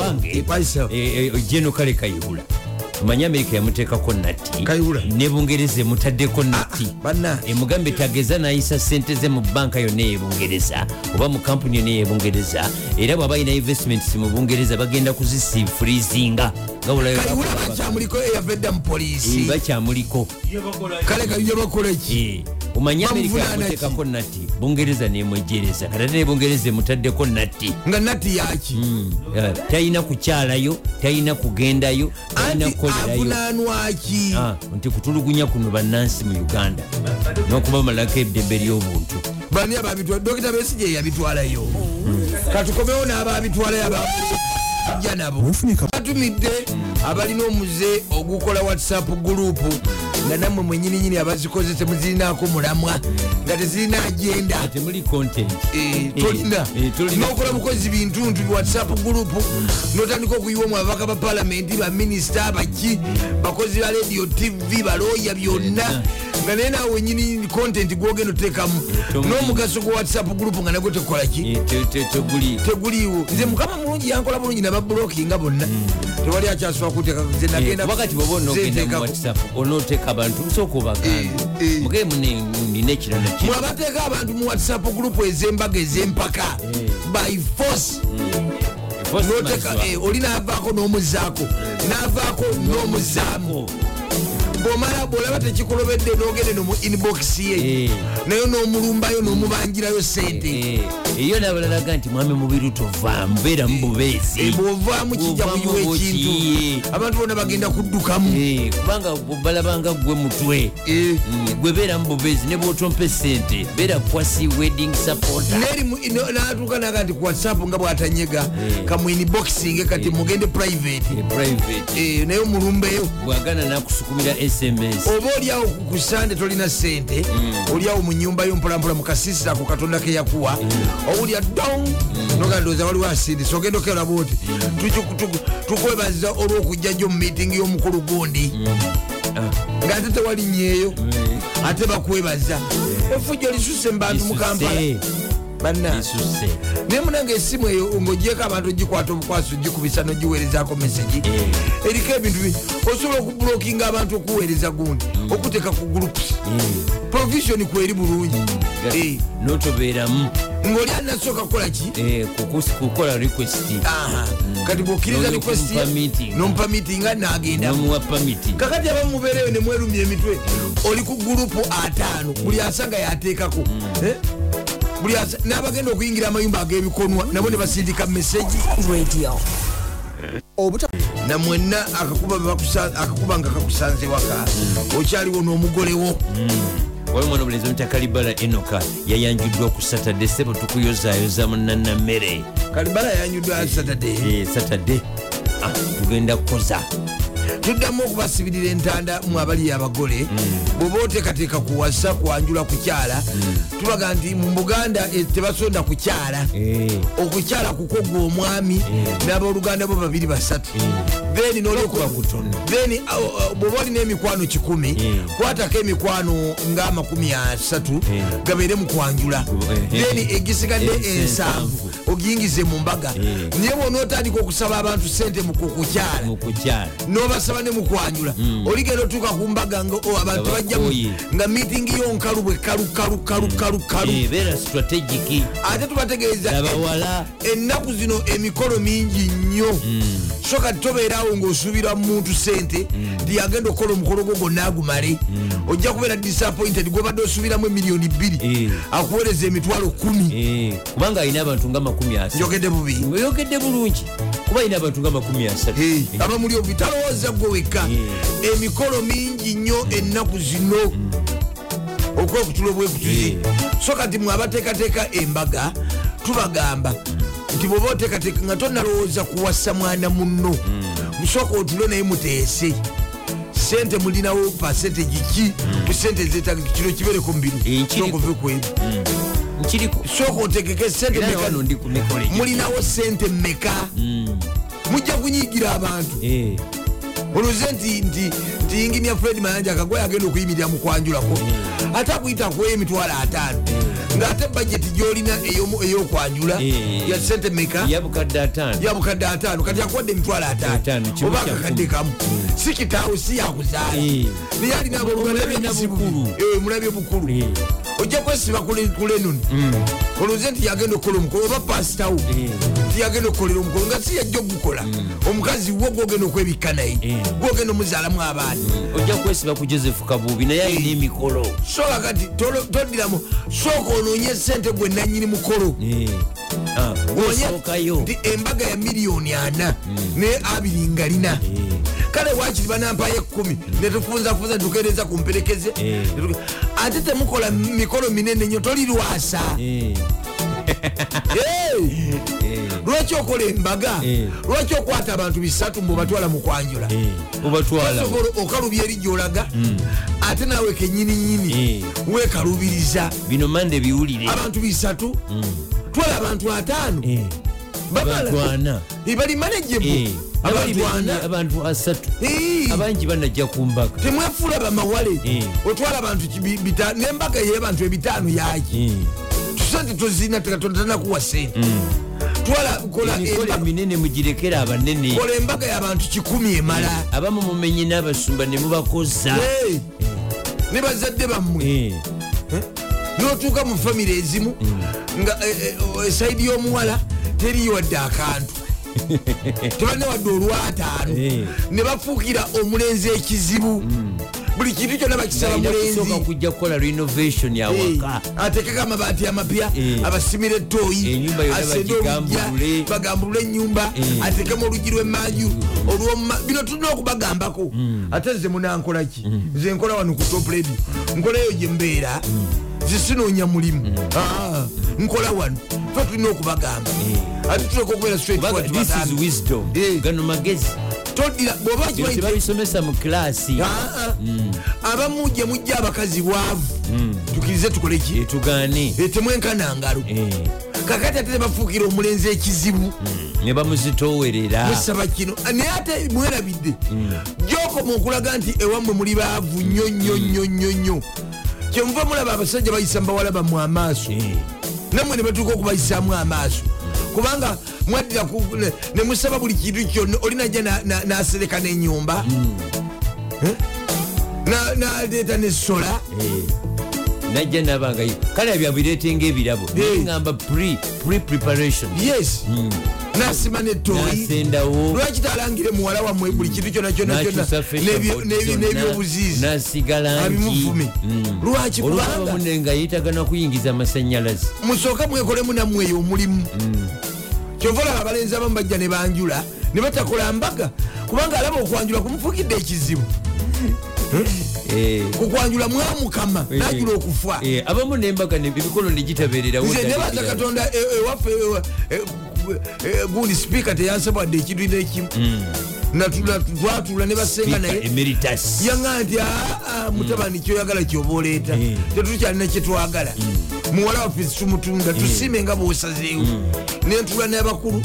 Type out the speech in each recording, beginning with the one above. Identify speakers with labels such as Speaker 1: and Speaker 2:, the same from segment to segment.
Speaker 1: bange jeno E, kale kayihula omanyi amerika yamuteekako nati
Speaker 2: Kayihura?
Speaker 1: ne bungereza emutaddeko nati
Speaker 2: banna
Speaker 1: emugambye tageza nayisa sente ze mu banka yonna eyebungereza oba mu kampuni yonna eyebungereza era bwaba alina investments mu bungereza bagenda kuzisifurizinga
Speaker 2: kayihura bakyamuliko eyavedda mu polisi
Speaker 1: bakyamuliko
Speaker 2: kale kayuja bakola ki
Speaker 1: Eh, omanyi amerika
Speaker 2: Bamuvunaana
Speaker 1: yamuteekako nati bungereza nemwejereza katate ne bungereza emutaddeko nati
Speaker 2: nga nati yaki
Speaker 1: Eh, talina kukyalayo talina kugendayo talina
Speaker 2: anti
Speaker 1: kukolerayo
Speaker 2: avunanwaki
Speaker 1: Ah, nti kutulugunya kuno bannansi mu uganda n'okubamalako eddembe ly'obuntu
Speaker 2: bani ababitwala dokita besije yabitwalayo katukomewo n'ababitwalayo abajja nabo batumidde abalina omuze ogukola whatsapp gurupu nga nammwe mwenyininyini abazikoze temuzirinako mulamwa nga tezirina agenda
Speaker 1: temuli content
Speaker 2: Eh, tolina
Speaker 1: Eh, eh, tolina.
Speaker 2: nokola bukozi bintu nti whatsapp gurupu notandika okuyiwa mu ababaka ba palamenti baminisita baki bakozi ba radio tv balooya
Speaker 1: Eh,
Speaker 2: byonna nga naye naawe nyini content gwogenda oteekamu
Speaker 1: tomu-
Speaker 2: n'omugaso gwa whatsapp gurupu nga nagwo tekola ki
Speaker 1: Eh, te- te- teguli
Speaker 2: teguliiwo nze mukama mulungi yankola bulungi nababulokinga bonna tewali akyasobola kuteeka nze
Speaker 1: Hmm. Eh,
Speaker 2: nagenda
Speaker 1: wakati bwoba onogenda mu
Speaker 2: nzeteekako.
Speaker 1: whatsapp onooteeka abantu nsooka
Speaker 2: Eh,
Speaker 1: obagamba
Speaker 2: eh.
Speaker 1: muge munina ekirala ki
Speaker 2: mwabateeka abantu mu whatsapp gurupu ez'embaga ez'empaka
Speaker 1: Eh.
Speaker 2: by force
Speaker 1: First
Speaker 2: noteka
Speaker 1: mazwa.
Speaker 2: eh, oli navaako n'omuzaako navaako n'omuzaamu
Speaker 1: Oh,
Speaker 2: bwomala bwolaba tekikulobedde n'ogende no mu inbox ye
Speaker 1: Eh.
Speaker 2: naye n'omulumbayo n'omubangirayo sente
Speaker 1: eh, eyo nabalalaga nti mwami mubiru tovaamu beera mu
Speaker 2: E-
Speaker 1: bubeezi
Speaker 2: Eh, bwovaamu kijja
Speaker 1: Bw'ovaamu
Speaker 2: kuyiwa
Speaker 1: bw'okiyiye.
Speaker 2: ekintu abantu bonna bagenda kuddukamu
Speaker 1: Eh, kubanga balabanga gwe mutwe
Speaker 2: Eh.
Speaker 1: Mm, gwe beera mu bubeezi ne bwotompa esente beera kwasi wedding supporter
Speaker 2: neri mu- ino- n'atuuka naga nti ku whatsapp nga bw'atanyega
Speaker 1: Eh.
Speaker 2: kamwiniboxinge kati mugende private
Speaker 1: Eh, private
Speaker 2: Eh, naye omulumbeyo
Speaker 1: bwagana nakusukumira sms
Speaker 2: oba oliawo ku- ku sande tolina sente oliawo mu nyumba yo mpolampola mukasisira ku katonda keyakuwa owulira don noga ndooza waliwo asindisa ogenda okeraba oti tukwebaza olw'okujja gyo mu miitingi y'omukulu gundi nga ate tewali nyeeyo ate bakwebaza efujo lisuse mu bantu mu kampala banna
Speaker 1: esuse
Speaker 2: naye munange esimu eyo ngaogyeko abantu ogikwata obukwasi ogikubisa nogiweerezaako meseji
Speaker 1: Eh.
Speaker 2: eriko ebintu bi- osobola okubulokinga abantu okuweereza gundi okuteeka ku gurupusi
Speaker 1: Eh.
Speaker 2: provision kweri bulungi Eh,
Speaker 1: notobeeramu
Speaker 2: ng'oli anasooka kukola ki
Speaker 1: eh, kukus- kukola request
Speaker 2: Aha, kati bwokkiriza
Speaker 1: N'olyoka
Speaker 2: request
Speaker 1: omupa meeting.
Speaker 2: nomupa mitinga nagendamu
Speaker 1: namuwa pamiti
Speaker 2: kakati abamubeereyo nemwerumya emitwe oli ku gurupu ataano buli asa nga yateekako
Speaker 1: Mm.
Speaker 2: Eh? Buli asa- n'abagenda okuyingira amayumba ag'ebikonwa nabo ne basindika meseji
Speaker 3: Radio. Obuta
Speaker 2: namwenna akakuba be bakusa- akakuba nga kakusanze waka
Speaker 1: Mm.
Speaker 2: okyaliwo n'omugolewo
Speaker 1: wali mwana bulezi omutakalibala enoka yayanjuddwa ku satade sebo tukuyozaayoza munanammere
Speaker 2: kalibala yanyuddwa saturday
Speaker 1: Eh, satade Ah, tugenda kukoza
Speaker 2: tuddamu okubasibirira entanda mwe abali abagole bweba oteekateeka ku wasa kwanjula kukyala tubaga nti mu buganda eh, tebasonda kukyala
Speaker 1: Eh,
Speaker 2: okukyala kukogwa omwami n'abooluganda bo babiri basatu then
Speaker 1: Lwakuba kutono.
Speaker 2: then bweoba olina emikwano kikumi
Speaker 1: Mm.
Speaker 2: kwatako emikwano nga amakumi asatu
Speaker 1: Mm.
Speaker 2: gabeere mu kwanjula
Speaker 1: Mm.
Speaker 2: then egisigadde
Speaker 1: Ensanvu.
Speaker 2: ensanvu ogiyingize mu mbaga
Speaker 1: Mm.
Speaker 2: naye bwonaotandika okusaba abantu sente mu kukukyala
Speaker 1: mukukyala
Speaker 2: nobasaba nemukwanjula oligenda otuuka ku mbaga nga o, abantu
Speaker 1: Nga
Speaker 2: bajja
Speaker 1: bakooye.
Speaker 2: nga miitingi yonkalu bwe kalukalukalukalukalu
Speaker 1: ebeera strategiki
Speaker 2: ate tubategeeza
Speaker 1: abawala
Speaker 2: ennaku zino emikolo mingi nnyo so kati tobeerawo ng'osuubira muntu sente tiyagenda okukola omukolo gwo gwonna agumale ojja kubeera disappointed gwobadde osuubiramu emiliyoni bbiri
Speaker 1: Eh.
Speaker 2: akuweereza emitwalo kumi
Speaker 1: Eh, kubanga alina abantu nga makumi asatu
Speaker 2: njogedde bubi
Speaker 1: oyogedde bulungi kuba alina abantu nga makumi asatu Eh,
Speaker 2: abamuli obitalowooza gwe wekka
Speaker 1: Yeah.
Speaker 2: emikolo mingi nnyo ennaku zino okwekutula obwekutuzi so kati mwe abateekateeka embaga tubagamba nti bweoba oteekateeka nga tonalowooza kuwasa mwana munno
Speaker 1: Mm.
Speaker 2: musooka otule naye muteese sente mulinawo pasentegi ki
Speaker 1: Mm.
Speaker 2: ku sente zetagi kino kibereko
Speaker 1: Eh,
Speaker 2: mubiri
Speaker 1: nkiriko.
Speaker 2: sokuve kweri
Speaker 1: nkiriko
Speaker 2: sooka otegeke sente
Speaker 1: era
Speaker 2: meka
Speaker 1: wano ndi ku mikolo egyo.
Speaker 2: mulinawo sente meka
Speaker 1: Mm.
Speaker 2: mujja kunyigira abantu
Speaker 1: Eh,
Speaker 2: oluze nti nti nti inginia fred mayanja akagwe agenda okuyimirira mukwanjulako ate akuyitakuwo emitwalo ataano ngaate bajeti gyolina ey'omu- ey'okwanjula
Speaker 1: Eh.
Speaker 2: ya sente meka
Speaker 1: yabukadde ataano
Speaker 2: yabukadde ataano kati yakuwadde emitwalo
Speaker 1: Ataano,
Speaker 2: ataano
Speaker 1: kimu
Speaker 2: oba
Speaker 1: kya kumi.
Speaker 2: akakadde kamu si kitaawo si yakuzaala
Speaker 1: Eh.
Speaker 2: naye alina
Speaker 1: Omulabye na bukulu.
Speaker 2: omulabye bukulu
Speaker 1: Eh. Mm.
Speaker 2: ojja kwesiba kulenoni olowooze nti yagenda okukola omukolo oba pasitawo
Speaker 1: Eh. Mm.
Speaker 2: tiyagenda okukolera omukolo nga si yajja okugukola omukazi wo gwogenda okwebikka naye
Speaker 1: Eh. Mm.
Speaker 2: gwogenda omuzaalamu abaana
Speaker 1: ojja kwesiba ku joseph kabuubi naye alina emikolo
Speaker 2: so kakati tolo- todiramu sooka onoonye sente gwe nanyini mukolo
Speaker 1: Eh, ah,
Speaker 2: Onoonye
Speaker 1: osookayo Hmm.
Speaker 2: nti embaga ya miliyoni ana naye abiri ngalina
Speaker 1: Eh.
Speaker 2: kale wakiri banampayo ekkumi netufunzafunza tukereza kumperekeze
Speaker 1: Eh.
Speaker 2: Netuge- ate temukola mikolo minene nyo tolirwasa
Speaker 1: Eh,
Speaker 2: Hey!
Speaker 1: eh,
Speaker 2: lwaki okola embaga
Speaker 1: Eh.
Speaker 2: lwaki okwata abantu bisatu mubatwala mukwanjula
Speaker 1: eh, obatwala
Speaker 2: osobola okalubya eri gyolaga ate naawe kenyininyini
Speaker 1: Eh.
Speaker 2: wekalubiriza
Speaker 1: bino mande biwulire
Speaker 2: abantu bisatu twala abantu ataano
Speaker 1: Hmm. Eh,
Speaker 2: Babala.
Speaker 1: abantu ana
Speaker 2: Eh, bali managebu
Speaker 1: Eh, abali
Speaker 2: abantu
Speaker 1: benyi,
Speaker 2: ana
Speaker 1: abantu asatu
Speaker 2: Eh,
Speaker 1: abangi banajja ku mbaga
Speaker 2: temwefuula bamawale
Speaker 1: Eh.
Speaker 2: otwala abantu kibi- bita- nembaga yebantu ebitaano yaki
Speaker 1: Eh,
Speaker 2: tusente tozina totanakuwa sente twala kola
Speaker 1: emikolo
Speaker 2: embaga-
Speaker 1: eminene mugirekere abanene
Speaker 2: kola embaga y'abantu kikumi emala
Speaker 1: abamu mumenye n'abasumba ne mubakoza
Speaker 2: Eh, ne bazadde bammwe
Speaker 1: Eh,
Speaker 2: notuuka mu famire ezimu nga e- esaidi y'omuwala teriyo wadde akantu tebanewadde olwataano
Speaker 1: Eh.
Speaker 2: ne bafuukira omulenzi ekizibu buli kintu kyonna bakisala
Speaker 1: alina kusooka
Speaker 2: mulenzi
Speaker 1: kujja kukola renovation
Speaker 2: Eh,
Speaker 1: awaka
Speaker 2: atekeko amabaati amapya
Speaker 1: Eh.
Speaker 2: abasimire etoyi
Speaker 1: Ennyumba yonna
Speaker 2: asende
Speaker 1: bagigambulule.
Speaker 2: olugya bagambulule enyumba
Speaker 1: Eh.
Speaker 2: atekemu olugi lwemaju olwomuma bino tulina okubagambako ate nze munankolaki nze nkola wano ku top radio nkoleyo gye mbeera zisinoonya mulimu Ah, nkola wano fe tulina okubagamba ate tuleka okubeera
Speaker 1: Baga- this is wisdom
Speaker 2: Eh.
Speaker 1: gano magezi
Speaker 2: todira bwoba
Speaker 1: bino
Speaker 2: kimanyi
Speaker 1: tebabisomesa mu kilasi
Speaker 2: Ah, ah. abamu gye mujja abakazi bwavu tukirize tukoleki
Speaker 1: etugane
Speaker 2: temwenkana ngalo
Speaker 1: Eh.
Speaker 2: kakati ate tebafuukira omulenzi ekizibu
Speaker 1: ne bamuzitoowerera
Speaker 2: musaba kino naye ate mwerabidde gyokoma okulaga nti ewammwe muli baavu nnyo nnyo nnyo nnyo nnyo kyenva mulaba abasajja bayisa mubawala bammwe amaaso
Speaker 1: Eh,
Speaker 2: nammwe ne batuuka okubayisaamu amaaso kubanga mwaddira ku- ne- ne musaba buli kintu kyonna oli najja na- na- n'asereka n'enyumba Eh? Na- n'aleeta n'essola
Speaker 1: eh. najja nabangayo kale byabireetenga ebirabo
Speaker 2: Eh.
Speaker 1: ngamba pre pre preparation
Speaker 2: yes
Speaker 1: Hmm.
Speaker 2: n'asima n'ettooyi
Speaker 1: nasendawo
Speaker 2: lwaki talangire muwala wammwe buli kintu kyona kyona kyona
Speaker 1: nakyusa
Speaker 2: n'ebyobuziizi
Speaker 1: nasigala Mm.
Speaker 2: abimuvume
Speaker 1: Hmm.
Speaker 2: lwaki kubanga
Speaker 1: olwabamunne nga yeetagana kuyingiza amasanyalazi
Speaker 2: musooke mwekolemu nammwe eyo omulimu
Speaker 1: Hmm.
Speaker 2: kyova olaba abalenzi abamu bajja ne banjula ne batakola mbaga kubanga alaba okwanjula kumufugidde ekizibu
Speaker 1: Eh,
Speaker 2: kukwanjula mwamukama
Speaker 1: eh,
Speaker 2: najula okufa
Speaker 1: eh, abamu nembaga ebikolo negitabeererawo
Speaker 2: nze nebaza katonda e- ewaffe ewa- e- e- gundi sipiika teyansobodde ekintu nekimu
Speaker 1: Hmm.
Speaker 2: Natula- twatula ne basenga naye
Speaker 1: emeritas
Speaker 2: yaŋa nti aa mutabani kyoyagala kyoba oleeta
Speaker 1: Mm.
Speaker 2: tetukyalina kyetwagala muwala waffe situmutunda
Speaker 1: Mm.
Speaker 2: tusime nga bwosazeewo nentula n'abakulu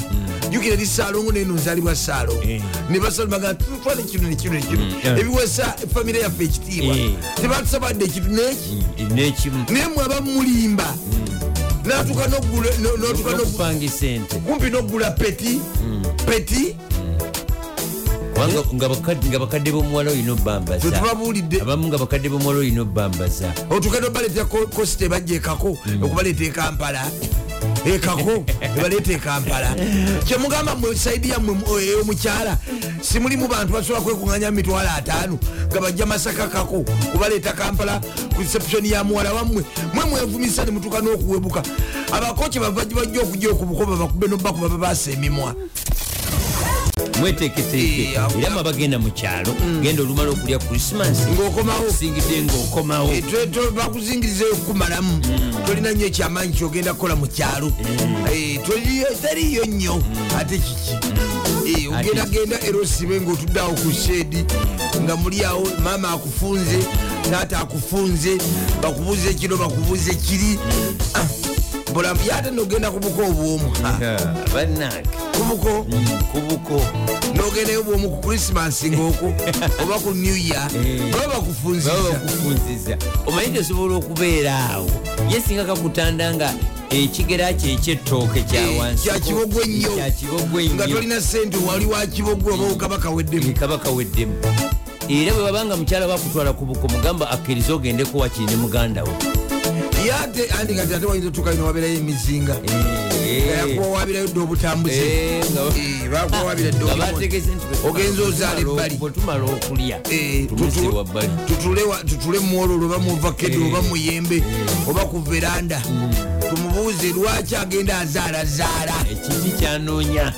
Speaker 2: jukira eri saalongo neno nzalibwa saalongo
Speaker 1: Mm.
Speaker 2: ne basalbaga tutwale kino nekino nekino
Speaker 1: Yeah.
Speaker 2: ebiwesa famire yaffe ekitiibwa
Speaker 1: Mm.
Speaker 2: tebatusabadde ekintu neki
Speaker 1: nekimu
Speaker 2: naye mwaba mulimba
Speaker 1: Mm.
Speaker 2: natuka n'ogula- no- n'otuka n'ogu-
Speaker 1: okupanga esente
Speaker 2: kumpi n'okugula peti
Speaker 1: Mm.
Speaker 2: peti
Speaker 1: kubanga nga bakadde- nga bakadde bomuwala olina obambaza
Speaker 2: tetubabuulidde
Speaker 1: abamu nga bakadde bomuwala olina obambaza
Speaker 2: otukadde obaleetera kosite bajja ekako okubaleeta ekampala ekako ebaleeta ekampala kyemugamba mwe saidi yammwe mu- eh, omukyala simulimu bantu basobola kwekuŋanya mitwalo ataano nga bajja masaka kako kubaleeta kampala ku receptioni ya muwala wammwe mwe mwevumisa ne mutuuka n'okuwebuka abakoki bava bajja okujja okubukoba bakube nobakuba babaasa emimwa
Speaker 1: mweteeketeeke
Speaker 2: Eh, ako-
Speaker 1: era mabagenda mu kyalo genda olumala okulya krisimansi
Speaker 2: ng'okomawo
Speaker 1: osingidde ngaokomawo
Speaker 2: Eh, bakuzingirizeyo okumalamu tolina nnyo ekyamaanyi kyogenda kukola mu kyalo Eh, toli- teriyo nnyo ate kiki Eh, ogendagenda era osibe ngaotuddeawo ku shedi nga muliawo maama akufunze taata akufunze bakubuuza ekino bakubuuza ekiri Ah, bulamu yate nogenda kubuko obwomwa
Speaker 1: bannange
Speaker 2: kubuko
Speaker 1: kubuko
Speaker 2: ogendayo bwomu ku krisimansi ngaoku oba ku new year baba
Speaker 1: baba
Speaker 2: bakufunziza
Speaker 1: bakufunziza omanyi tosobola okubeera awo yesinga kakutanda nga ekigera kye ekyetooke kyawansi
Speaker 2: kyakibogwe ennyo
Speaker 1: kyakibogwe
Speaker 2: nga
Speaker 1: ennyo
Speaker 2: tolina sente wali wakibogwe oba okabaka weddemu
Speaker 1: kabaka weddemu era bwe babanga mukyala bakutwala ku buko mugamba akkirize ogende kuwa kini muganda wo
Speaker 2: yate andi nga tate wayinza otuuka ino wabeerayo emizinga yakuwawabirayo dde obutambuze
Speaker 1: Eh, nga-
Speaker 2: Eh, bakuwawabira dde
Speaker 1: nga
Speaker 2: obutambuze.
Speaker 1: bategese nti bwe
Speaker 2: Ogenze
Speaker 1: tumala-
Speaker 2: ozaala ebbali.
Speaker 1: bwe tumala okulya
Speaker 2: Eh,
Speaker 1: tumuse
Speaker 2: tutu-
Speaker 1: wabbali
Speaker 2: tutule wa- tutule muololo oba muvakedo
Speaker 1: Eh.
Speaker 2: oba muyembe oba ku veranda tumubuuze lwaki agenda azaalazaala
Speaker 1: ekiti kyanoonya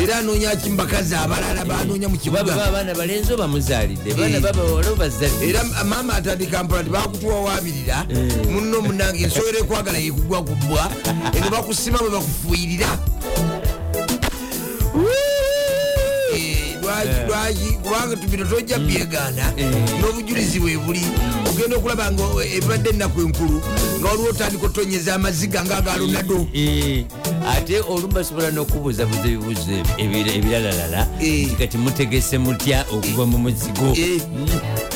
Speaker 2: era anoonya ki mubakazi abalala banoonya mu
Speaker 1: kuba baba
Speaker 2: kibuga
Speaker 1: abaana balenzi obamuzaalidde baana
Speaker 2: Eh.
Speaker 1: babawala obazalidde
Speaker 2: era maama atandika mpola tebakutuwawabirira
Speaker 1: Eh.
Speaker 2: munno munange ensobola ekwagala yekugwa ku bbwa eno bakusima bwe bakufuyirira Eh, lwaki- lwaki kubanga tu- bino tojja byegaana
Speaker 1: Mm. Eh.
Speaker 2: n'obujulizi bwe buli ogenda okulaba nga eh, ebadde ennaku enkulu nga waliwo otandika otonyeza amaziga ngaagalonado
Speaker 1: Eh, ate olumu basobola n'okubuuzabuuza ebibuuzo ebira- ebiralalala
Speaker 2: Eh.
Speaker 1: nti kati mutegese mutya okuva mu muzigo Mm.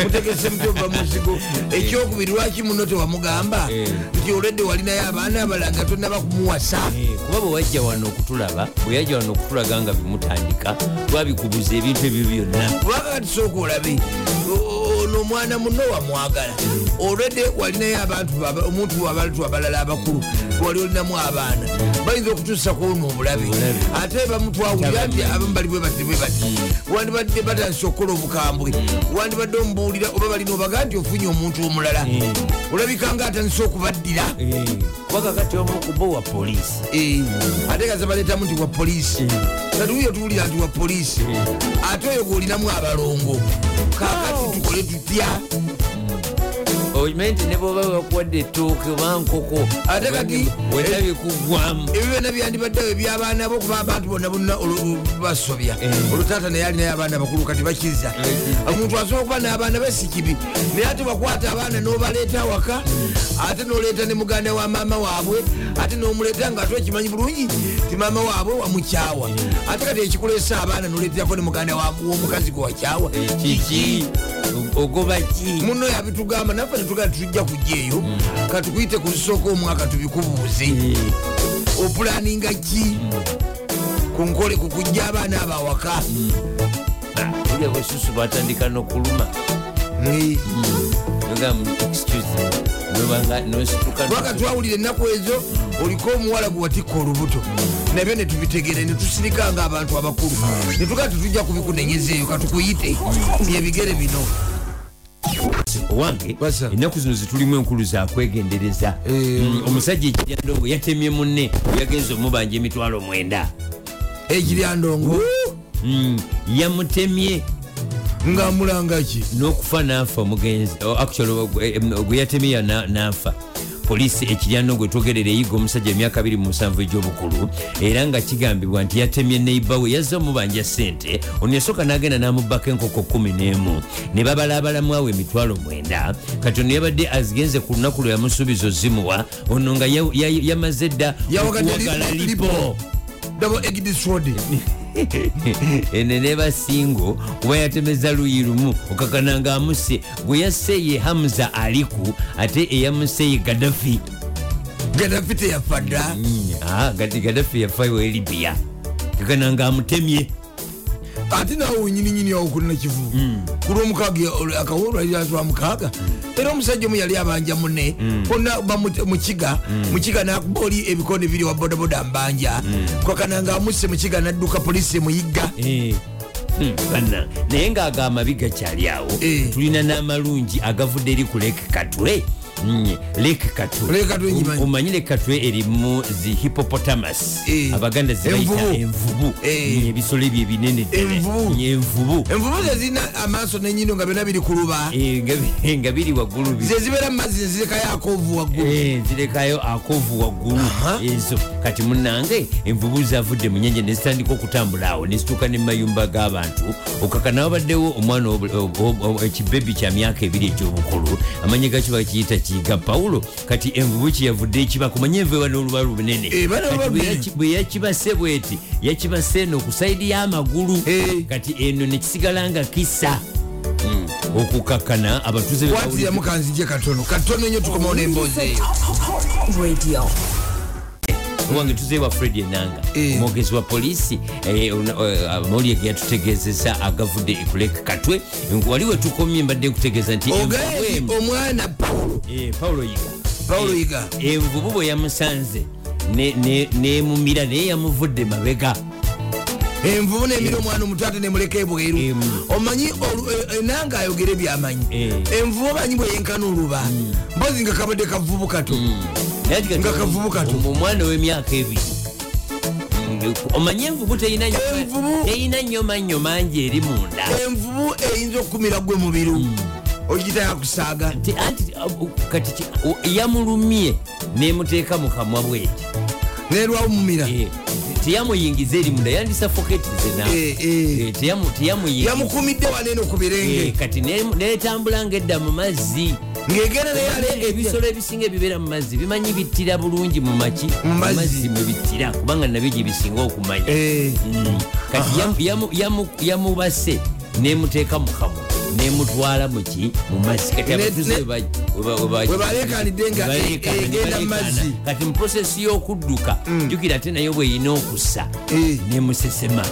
Speaker 2: mutegese mutyova muzigo ekyokubiri lwaki muno tewamugamba
Speaker 1: Eh.
Speaker 2: nti oledde walinayo abaana abalala nga tonaba kumuwasa
Speaker 1: Eh, kuba bwe wajja wano okutulaba bwe yajja wano okutulaga nga bimutandika twabikubuza ebintu ebyo byonna
Speaker 2: kubanga kati sooka olabe o- ono omwana muno wamwagala olwedde walinayo abantu aba- omuntu abantu abalala abakulu wali olinamu abaana bayinza okutuusako ono obulabe
Speaker 1: Obulabe.
Speaker 2: ate bamutwawulira nti abamu bali bwe bati bwe bati wandibadde batandise okukola obukambwe wandibadde omubuulira oba balina obaga nti ofunye omuntu omulala
Speaker 1: Eh.
Speaker 2: olabika nga atandise okubaddira
Speaker 1: kubanga kati Eh, omu kubo wa poliisi
Speaker 2: Eh, ate nga zebaletamu nti wa polisi kati wuyo tuwulira nti wa polisi ate oyo golinamu abalongo kakati tukole tutya
Speaker 1: okimanyi nti ne bwoba bakuwadde ettooke oba nkoko
Speaker 2: Ate kati-
Speaker 1: wenabye kuggwamu
Speaker 2: ebyo byona byandibaddewo ebyabaana bo kuba abantu bonna bonna olu- basobya
Speaker 1: Eh.
Speaker 2: olutaata naye alinayo abaana bakulu kati bakiza omuntu asobola okuba n'abaana be si kibi naye ate wakwata abaana n'obaleeta awaka ate n'oleeta ne muganda wa maama waabwe ate n'omuleeta nga ate okimanyi bulungi ti maama waabwe wamukyawa ate kati ekikuleesa abaana n'oleeterako ne muganda wa- w'omukazi gwe wakyawa
Speaker 1: Eh, kiki ogoba ki
Speaker 2: muno yabitugamba naffe netugamba titujja kujja eyo katukuyite kuzisooka omwaka tubikubuuze
Speaker 1: Eh.
Speaker 2: opulaninga ki ku nkole ku kujja abaana abawaka
Speaker 1: ulya bwesusu batandika n'okuluma nogamu excuse me, nobanga nosituka
Speaker 2: lwaka twawulira ennaku ezo oliko omuwala gwe watikka olubuto nabyo netubitegere netusirika nga abantu abakulu netugaa tetujja kubikunenyezaeyo eyo katukuyite byebigere bino
Speaker 1: owange
Speaker 2: Basa.
Speaker 1: ennaku zino zitulimu enkulu zakwegendereza
Speaker 2: Eh.
Speaker 1: Mm, omusajja ekijandongo yatemye munne yagenza omubanja emitwalo mwenda
Speaker 2: ekiryandongo
Speaker 1: Mm, yamutemye
Speaker 2: nga mulangaki
Speaker 1: n'okufa n'afa omugenzi oh, actually ogwe- em, gwe yatemya na- n'afa poliisi ekiryano gwe twogerera eyiga omusajja emyaka 27 egy'obukulu era nga kigambibwa nti yatemye neiba we yazze omubanja sente ono yasooka n'agenda n'amubbako enkoko 11 ne babalaabalamu awo emitwalo mwenda kati ono yabadde azigenze ku lunaku lwe yamusuubiza ozimuwa ono nga ya- ya- yamaze dda
Speaker 2: Yawagadde
Speaker 1: okuwagala
Speaker 2: lipo-
Speaker 1: lipo
Speaker 2: lipo. dabo egidisrod
Speaker 1: ene neba singo kuba yatemeza luyi lumu okakana nga amuse gwe yasseye hamuza aliku ate eyamuseye gadafi
Speaker 2: gadafi teyafa dda
Speaker 1: gati gadafi yafayo e libiya kakana nga amutemye
Speaker 2: ate nawe wenyininyini awokulina kivu ku lwomukaaga akawolwaliraswa mukaaga era omusajja omu yali abanja mune ona mukiga mukiga nakuba oli ebikondo biri wa bodaboda mbanja kwakana nga amusse mukiga nadduka polisi emuyigga
Speaker 1: Eh, hmm, bannange. naye ng'ago amabi gakyali awo
Speaker 2: Eh.
Speaker 1: tulina n'amalungi agavudde eri ku leke katwe Mm, leke katwe
Speaker 2: Lake Katwe ngimanyi.
Speaker 1: O- omanyi leke katwe erimu zi hippopotamus
Speaker 2: Eh.
Speaker 1: abaganda zibayita
Speaker 2: Envubu.
Speaker 1: envubu
Speaker 2: Eh.
Speaker 1: Mm, ebisolo ebyo ebinene ddala.
Speaker 2: Envubu.
Speaker 1: Mm, envubu
Speaker 2: envubu zezirina amaaso nenyino nga byona biri kuluba
Speaker 1: Eh, nga bi- nga biri waggulu bi-
Speaker 2: zezibeera mu mazzi nezirekayo akovu waggulu
Speaker 1: Eh, zirekayo akovu waggulu
Speaker 2: Aha.
Speaker 1: ezo kati munange envubu zavudde mu nyanja nezitandika okutambula awo nezituuka ne mumayumba g'abantu okakana wabaddewo omwana obu- obu- obu- ekibebi kya myaka ebiri ekyobukulu amanya gakyo bakiyita kiyiga pawulo kati envubu kyeyavudde ekiba kumanye envuba n'oluba lunene
Speaker 2: Eba n'oluba
Speaker 1: Kati bwe
Speaker 2: lunene.
Speaker 1: yaki- bwe yakibase bweti yakibase eno ku saidi y'amagulu
Speaker 2: Eh. Ah.
Speaker 1: kati eno nekisigala nga kisa okukakkana abatuuze be bawulidde-
Speaker 2: watiramu kanzije katono katono nyo tukomawo n'emboozi eyo
Speaker 3: radio
Speaker 1: owange tuze wa fred enanga
Speaker 2: Eh.
Speaker 1: omwogezi wa poliisi eh, ona- eh, amawulire geyatutegezesa agavudde ekuleka e katwe wali wetukomye mbadde nkutegeeza nti envubu
Speaker 2: ogaeri
Speaker 1: emu-
Speaker 2: omwana pawulo
Speaker 1: Eh, paulo yiga
Speaker 2: Paulo
Speaker 1: Eh,
Speaker 2: Yiga.
Speaker 1: envubu bwe yamusanze ne- ne- nemumira naye yamuvudde mabega
Speaker 2: envubu nemira omwana omutwate nemuleka ebweru
Speaker 1: Emu.
Speaker 2: omanyi olu- e- enanga ayogere byamanyi
Speaker 1: Eh.
Speaker 2: envubu omanyi bwe yenkana oluba mpozi nga kabadde kavubu kato
Speaker 1: Naye ati kati
Speaker 2: Nga kavubu kato.
Speaker 1: om- omwana w'emyaka ebiri Mm, omanye envubu teyina nnyo-
Speaker 2: Envubu.
Speaker 1: teyina nnyo mannyo mangi eri munda
Speaker 2: envubu eyinza okukumira gwe mubiru ogita yakusaaga
Speaker 1: Ti- anti uh, kati ki- o- yamulumye nemuteeka mu kamwa bweti
Speaker 2: nerwawo mumira
Speaker 1: Eh, teyamuyingiza eri munda yandisafoketize
Speaker 2: Eh, eh.
Speaker 1: teyamuyingiza
Speaker 2: yamukumidde waneeno ku birenge
Speaker 1: Eh, kati ne- netambula ng'edda mu mazzi
Speaker 2: ng'egenda
Speaker 1: Ate
Speaker 2: neyaleegejja
Speaker 1: ebisolo ebisinga ebibeera mu mazzi bimanyi bittira bulungi mu maki
Speaker 2: Mu mazzi.
Speaker 1: mwebittira kubanga nabyo gye bisinga okumanya
Speaker 2: Eh.
Speaker 1: Mm. kati yamu- yamu- yamu- yamubase nemuteeka mu kamwa nemutwala muki mu mazzi kati
Speaker 2: Ne-
Speaker 1: abatuuze
Speaker 2: ne-
Speaker 1: we ba- we ba- we ba-
Speaker 2: webalekanidde nga eh,
Speaker 1: we baleekaana,
Speaker 2: egenda
Speaker 1: ne baleekaana.
Speaker 2: mu mazzi. Mm.
Speaker 1: kati mu prosesi y'okudduka jukira ate nayo bweyina okussa
Speaker 2: Eh.
Speaker 1: nemusesema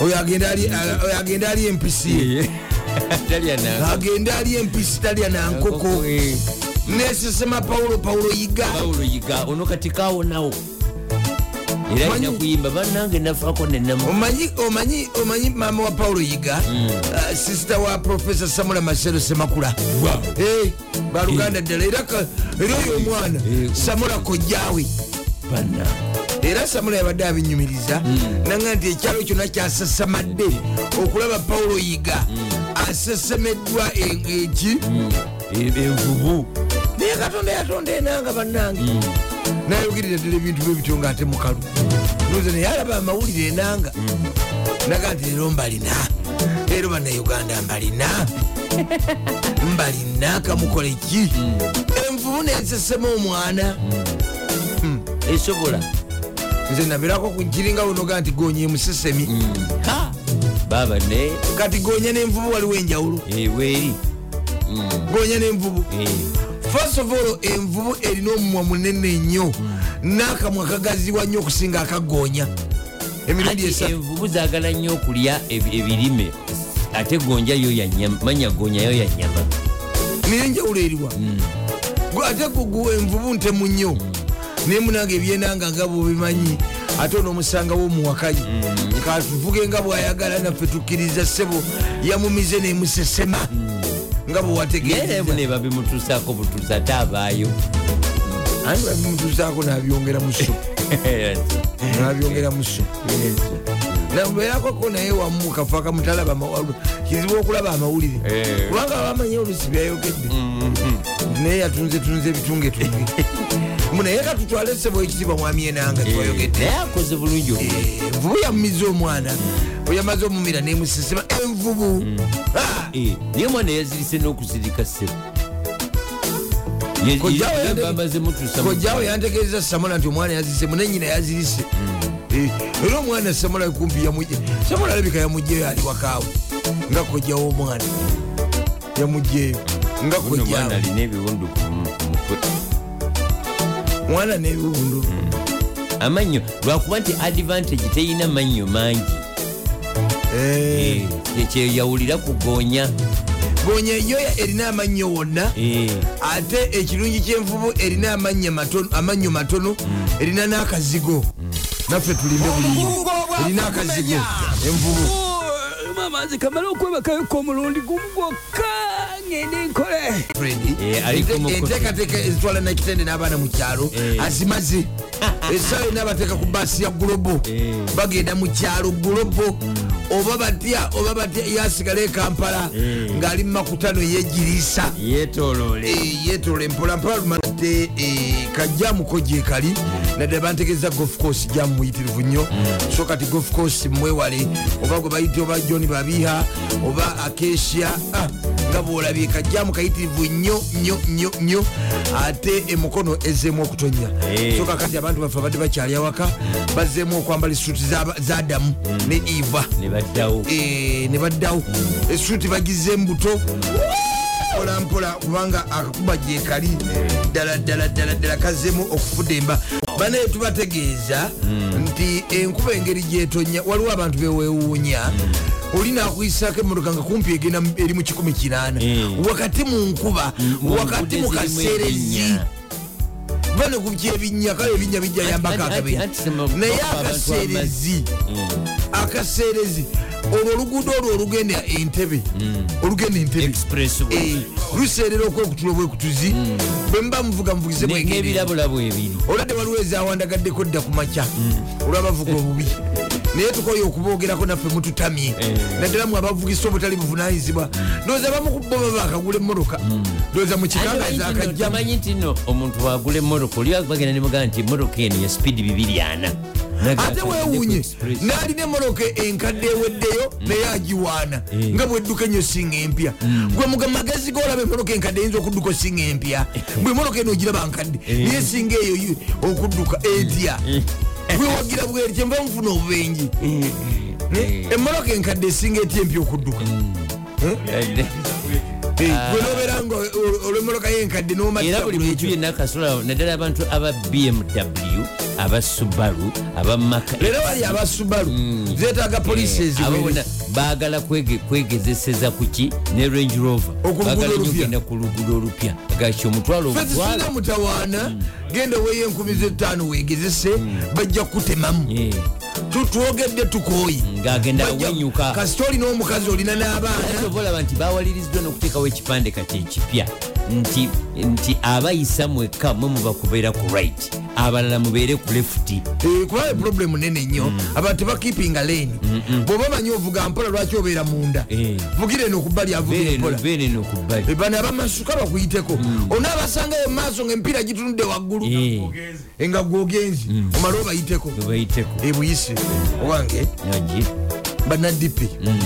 Speaker 2: oyo agenda ali- a- oyo agenda ali empisi
Speaker 1: talya na-
Speaker 2: agenda ali empisi talya nankoko
Speaker 1: Eh.
Speaker 2: nesesema pawulo pawulo yiga
Speaker 1: pawulo yiga ono kati kawonawo era
Speaker 2: Omanyi-
Speaker 1: alina kuyimba bannange nafaako nenamu
Speaker 2: omanyi omanyi omanyi mama wa pawulo yiga ah, sisita wa profesa samula masero semakula
Speaker 1: Wa.
Speaker 2: Eh, baluganda ddala era ka- era oyo omwana
Speaker 1: Eh.
Speaker 2: samula kojjaawe
Speaker 1: bana
Speaker 2: era samula yabadde abinyumiriza naga nti ekyalo kyonna kyasasamadde okulaba pawulo yiga asesemeddwa e- eki
Speaker 1: Mm. envubu
Speaker 2: naye katonda yatonda enanga bannange nayogerera Mm. ddala ebintu bwebityo nga ate mukalu noza naye alaba amawulire enanga naga nti leero mbalina leero bannayuganda mbalina mbalina kamukole ki envubu nensesema omwana
Speaker 1: esobola
Speaker 2: nze nabeerako ku kiringa wonoga nti gonya emusesemi
Speaker 1: Ha! baba ne e,
Speaker 2: kati gonya nenvubu waliwo enjawulo
Speaker 1: eweri Mm.
Speaker 2: gonya nenvubu
Speaker 1: Eh.
Speaker 2: first of all envubu erina omumwa munene nnyo n'akamwa kagaziwa nnyo okusinga akagonya emirundi
Speaker 1: anti
Speaker 2: esatu
Speaker 1: envubu zaagala e, nnyo okulya ebi- ebirime ate gonja yo yanyama manya gonya yo yanyama
Speaker 2: naye enjawulo eriwa Gwe- ate kugu envubu ntemu nnyo naye munange ebyenanga nga bwobimanyi ate onoomusangawo omuwakayi katuvuge nga bw'ayagala naffe tukkiriza ssebo yamumize nemusesema nga
Speaker 1: naye
Speaker 2: bwewategeeza
Speaker 1: bune babimutuusaako butuusi ate abaayo
Speaker 2: anti babimutuusaako nabyongera muso nabyongera muso nabeerako naye wamu kafe akamutalaba mawulu- kizibu okulaba amawulire
Speaker 1: Eh.
Speaker 2: kubanga bamanye olusi byayogedde naye yatunze tunze ebitunga etunge munaye katutwale sebo e ekitibwa mwami enanga
Speaker 1: Eh.
Speaker 2: twayogedde
Speaker 1: naye akoze bulungi okulya
Speaker 2: Eh, envubu yamumiza omwana bwe yamaze omumira nemusesema envubu Eh, Ah!
Speaker 1: Eh, naye mwana yazirise n'okuzirika ssebo E
Speaker 2: Kojjaawe yande-
Speaker 1: bamaze mutuusa mu-
Speaker 2: kojjaawe yantegeereza samola nti omwana yazirisemu nenyina yazirise Eh, era omwana samola kumpi yamuje samola alabika yamugjeyo ali wakaawe nga kojjawo omwana yamugjeyo nga
Speaker 1: Guno omwana
Speaker 2: kojjaawe
Speaker 1: alina ebiwundu ku mu- ku mutwe
Speaker 2: mwana n'ebiwundu
Speaker 1: amannyo lwakuba nti advantage teyina mannyo mangi
Speaker 2: Eh,
Speaker 1: Eh, kye- kyeyawulira ku goonya
Speaker 2: gonya eyo erina amannyo wonna
Speaker 1: Eh,
Speaker 2: ate ekirungi kyenvubu erina amannyo matono- amannyo matono erina n'akazigo naffe tulime buliri erina akazigo envubu
Speaker 4: mamaze kamala okwebakayoka omulundi gumu gwokka
Speaker 1: e
Speaker 4: ngende nkole
Speaker 2: Freddy,
Speaker 1: Eh, aliko
Speaker 2: ente-
Speaker 1: mukono.
Speaker 2: enteekateeka ezitwala nakitende n'abaana mu kyalo
Speaker 1: Eh.
Speaker 2: azimaze Eh, essaawa ena abateeka ku baasi ya gulobo
Speaker 1: Eh. Hmm.
Speaker 2: bagenda mu kyalo gulobo oba batya oba batya yasigala e kampala
Speaker 1: Eh.
Speaker 2: ng'ali mu makutano yegiriisa
Speaker 1: yeetooloole
Speaker 2: Eh, yetola empolampola lumatte eh, kajjamu ko gyekali nadde bantegeza golf course jamu muyitirivu nnyo so kati golf course mwewale oba gwe bayite oba john babiha oba akesia ah, nga bwolabye kajjamu kayitirivu nnyo nnyo nnyo nnyo ate emukono ezzeemu okutonya
Speaker 1: Eh.
Speaker 2: so kakati abantu baffe abadde bakyali awaka bazzeemu okwambala suuti zadamu ne eva
Speaker 1: ne baddawo
Speaker 2: Eh, ne baddawo esuuti bagizeemu buto mpola mpola kubanga akakuba gyekali ddala ddala ddala ddala kazzemu okufuda emba banaye tubategeeza nti enkuba engeri gyetonya waliwo abantu bewewuunya oli nakuyisako emmotoka nga kumpi egenda mu- eri mu 18
Speaker 1: Mm.
Speaker 2: wakati mu nkuba
Speaker 1: mu
Speaker 2: wakati mu
Speaker 1: nguudo ezirimu
Speaker 2: kaseera ezi
Speaker 1: ebinnya.
Speaker 2: bano kubya ebinnya kale ebinnya bijayambako
Speaker 1: Anti- anti-
Speaker 2: akabe
Speaker 1: anti- anti- anti-
Speaker 2: naye
Speaker 1: abantu
Speaker 2: akaseera ezi akaseerezi olwo oluguudo olwo olugenda entebe olugenda entebe
Speaker 1: Expressway.
Speaker 2: Eh, luseerera okwekutula obwekutuzi bwe muba muvuga muvugize
Speaker 1: Ne-
Speaker 2: bwengeri
Speaker 1: n'ebirabulabo ebiri
Speaker 2: olwadde waliwo ezawandagaddeko dda ku makya olwabavuga obubi naye tukoye okuboogerako naffe mututamye
Speaker 1: Eh.
Speaker 2: naddala mwe abavugisa obutali buvunanyizibwa ndowooza bamukubo baba akagula emmotoka ndowooza mu kikangaza akajjamu
Speaker 1: tamanyi nti no omuntu bwagula emmotoka oli bagenda nemugaa nti emmotoka eno ya speed 240
Speaker 2: ate wewuunye n'alina emoloka enkadde eweddeyo
Speaker 1: Mm.
Speaker 2: naye agiwaana nga bwedduka enyo singa empya
Speaker 1: Mm.
Speaker 2: gwe muga magezi golaba emoloka enkadde eyinza okudduka osinga empya bwe emoloka eno ogiraba nkadde
Speaker 1: Eh.
Speaker 2: naye singa eyo yo okudduka etya
Speaker 1: Mm. Eh.
Speaker 2: wewagira bweri kyenva mufuna obubenji Ne? emoloka Eh. enkadde esinga etya empya okudduka
Speaker 1: Mm.
Speaker 2: Eh, gwe nobeera nga olwemoloka yenkadde
Speaker 1: Ah. era buli muntu
Speaker 2: nomaekyo
Speaker 1: yenna akasola naddala abantu aba bmw aba subaru aba maka
Speaker 2: leero wali abasubalu
Speaker 1: Mm.
Speaker 2: zeetaaga polisi
Speaker 1: Eh.
Speaker 2: eziwere
Speaker 1: abawona baagala kwege- kwegezeseza ku ki ne range rover
Speaker 2: Okulugudo
Speaker 1: baagala
Speaker 2: olupya.
Speaker 1: nyogenda ku luguudo olupya gaki omutwalo
Speaker 2: fezisinga
Speaker 1: omutwalo
Speaker 2: mutawaana genda weyo enkumi zetaano wegezese bajja kutemamu
Speaker 1: Eh,
Speaker 2: Tu- twogedde tukooyi
Speaker 1: ng'agenda
Speaker 2: Bajja-
Speaker 1: awenyuka
Speaker 2: kasita olina omukazi olina
Speaker 1: naye
Speaker 2: n'abaana
Speaker 1: obaolaba nti bawaliriziddwa n'okuteekawo ekipande kati ekipya nti nti abayisa mwekka mwe muba kubeera ku right abalala mubeere ku lefuti
Speaker 2: Eh, kuba eproblemu nene nnyo
Speaker 1: Mm.
Speaker 2: abantu tebakipinga leeni bw'oba manyi ovuga mpola lwaki obeera munda
Speaker 1: Eh.
Speaker 2: vugira eno ku bbali avugira empola
Speaker 1: beereno ku bbali
Speaker 2: Eh, bano abamasuka bakuyiteko
Speaker 1: Mm.
Speaker 2: onaabasangayo mu maaso ngaemipiira gitunudde waggulu
Speaker 1: Eh. Mm.
Speaker 2: Eh, nga gwogenzi omale obayiteko
Speaker 1: webayiteko
Speaker 2: ebuyise owange
Speaker 1: nagi
Speaker 2: banadipi
Speaker 1: Mm.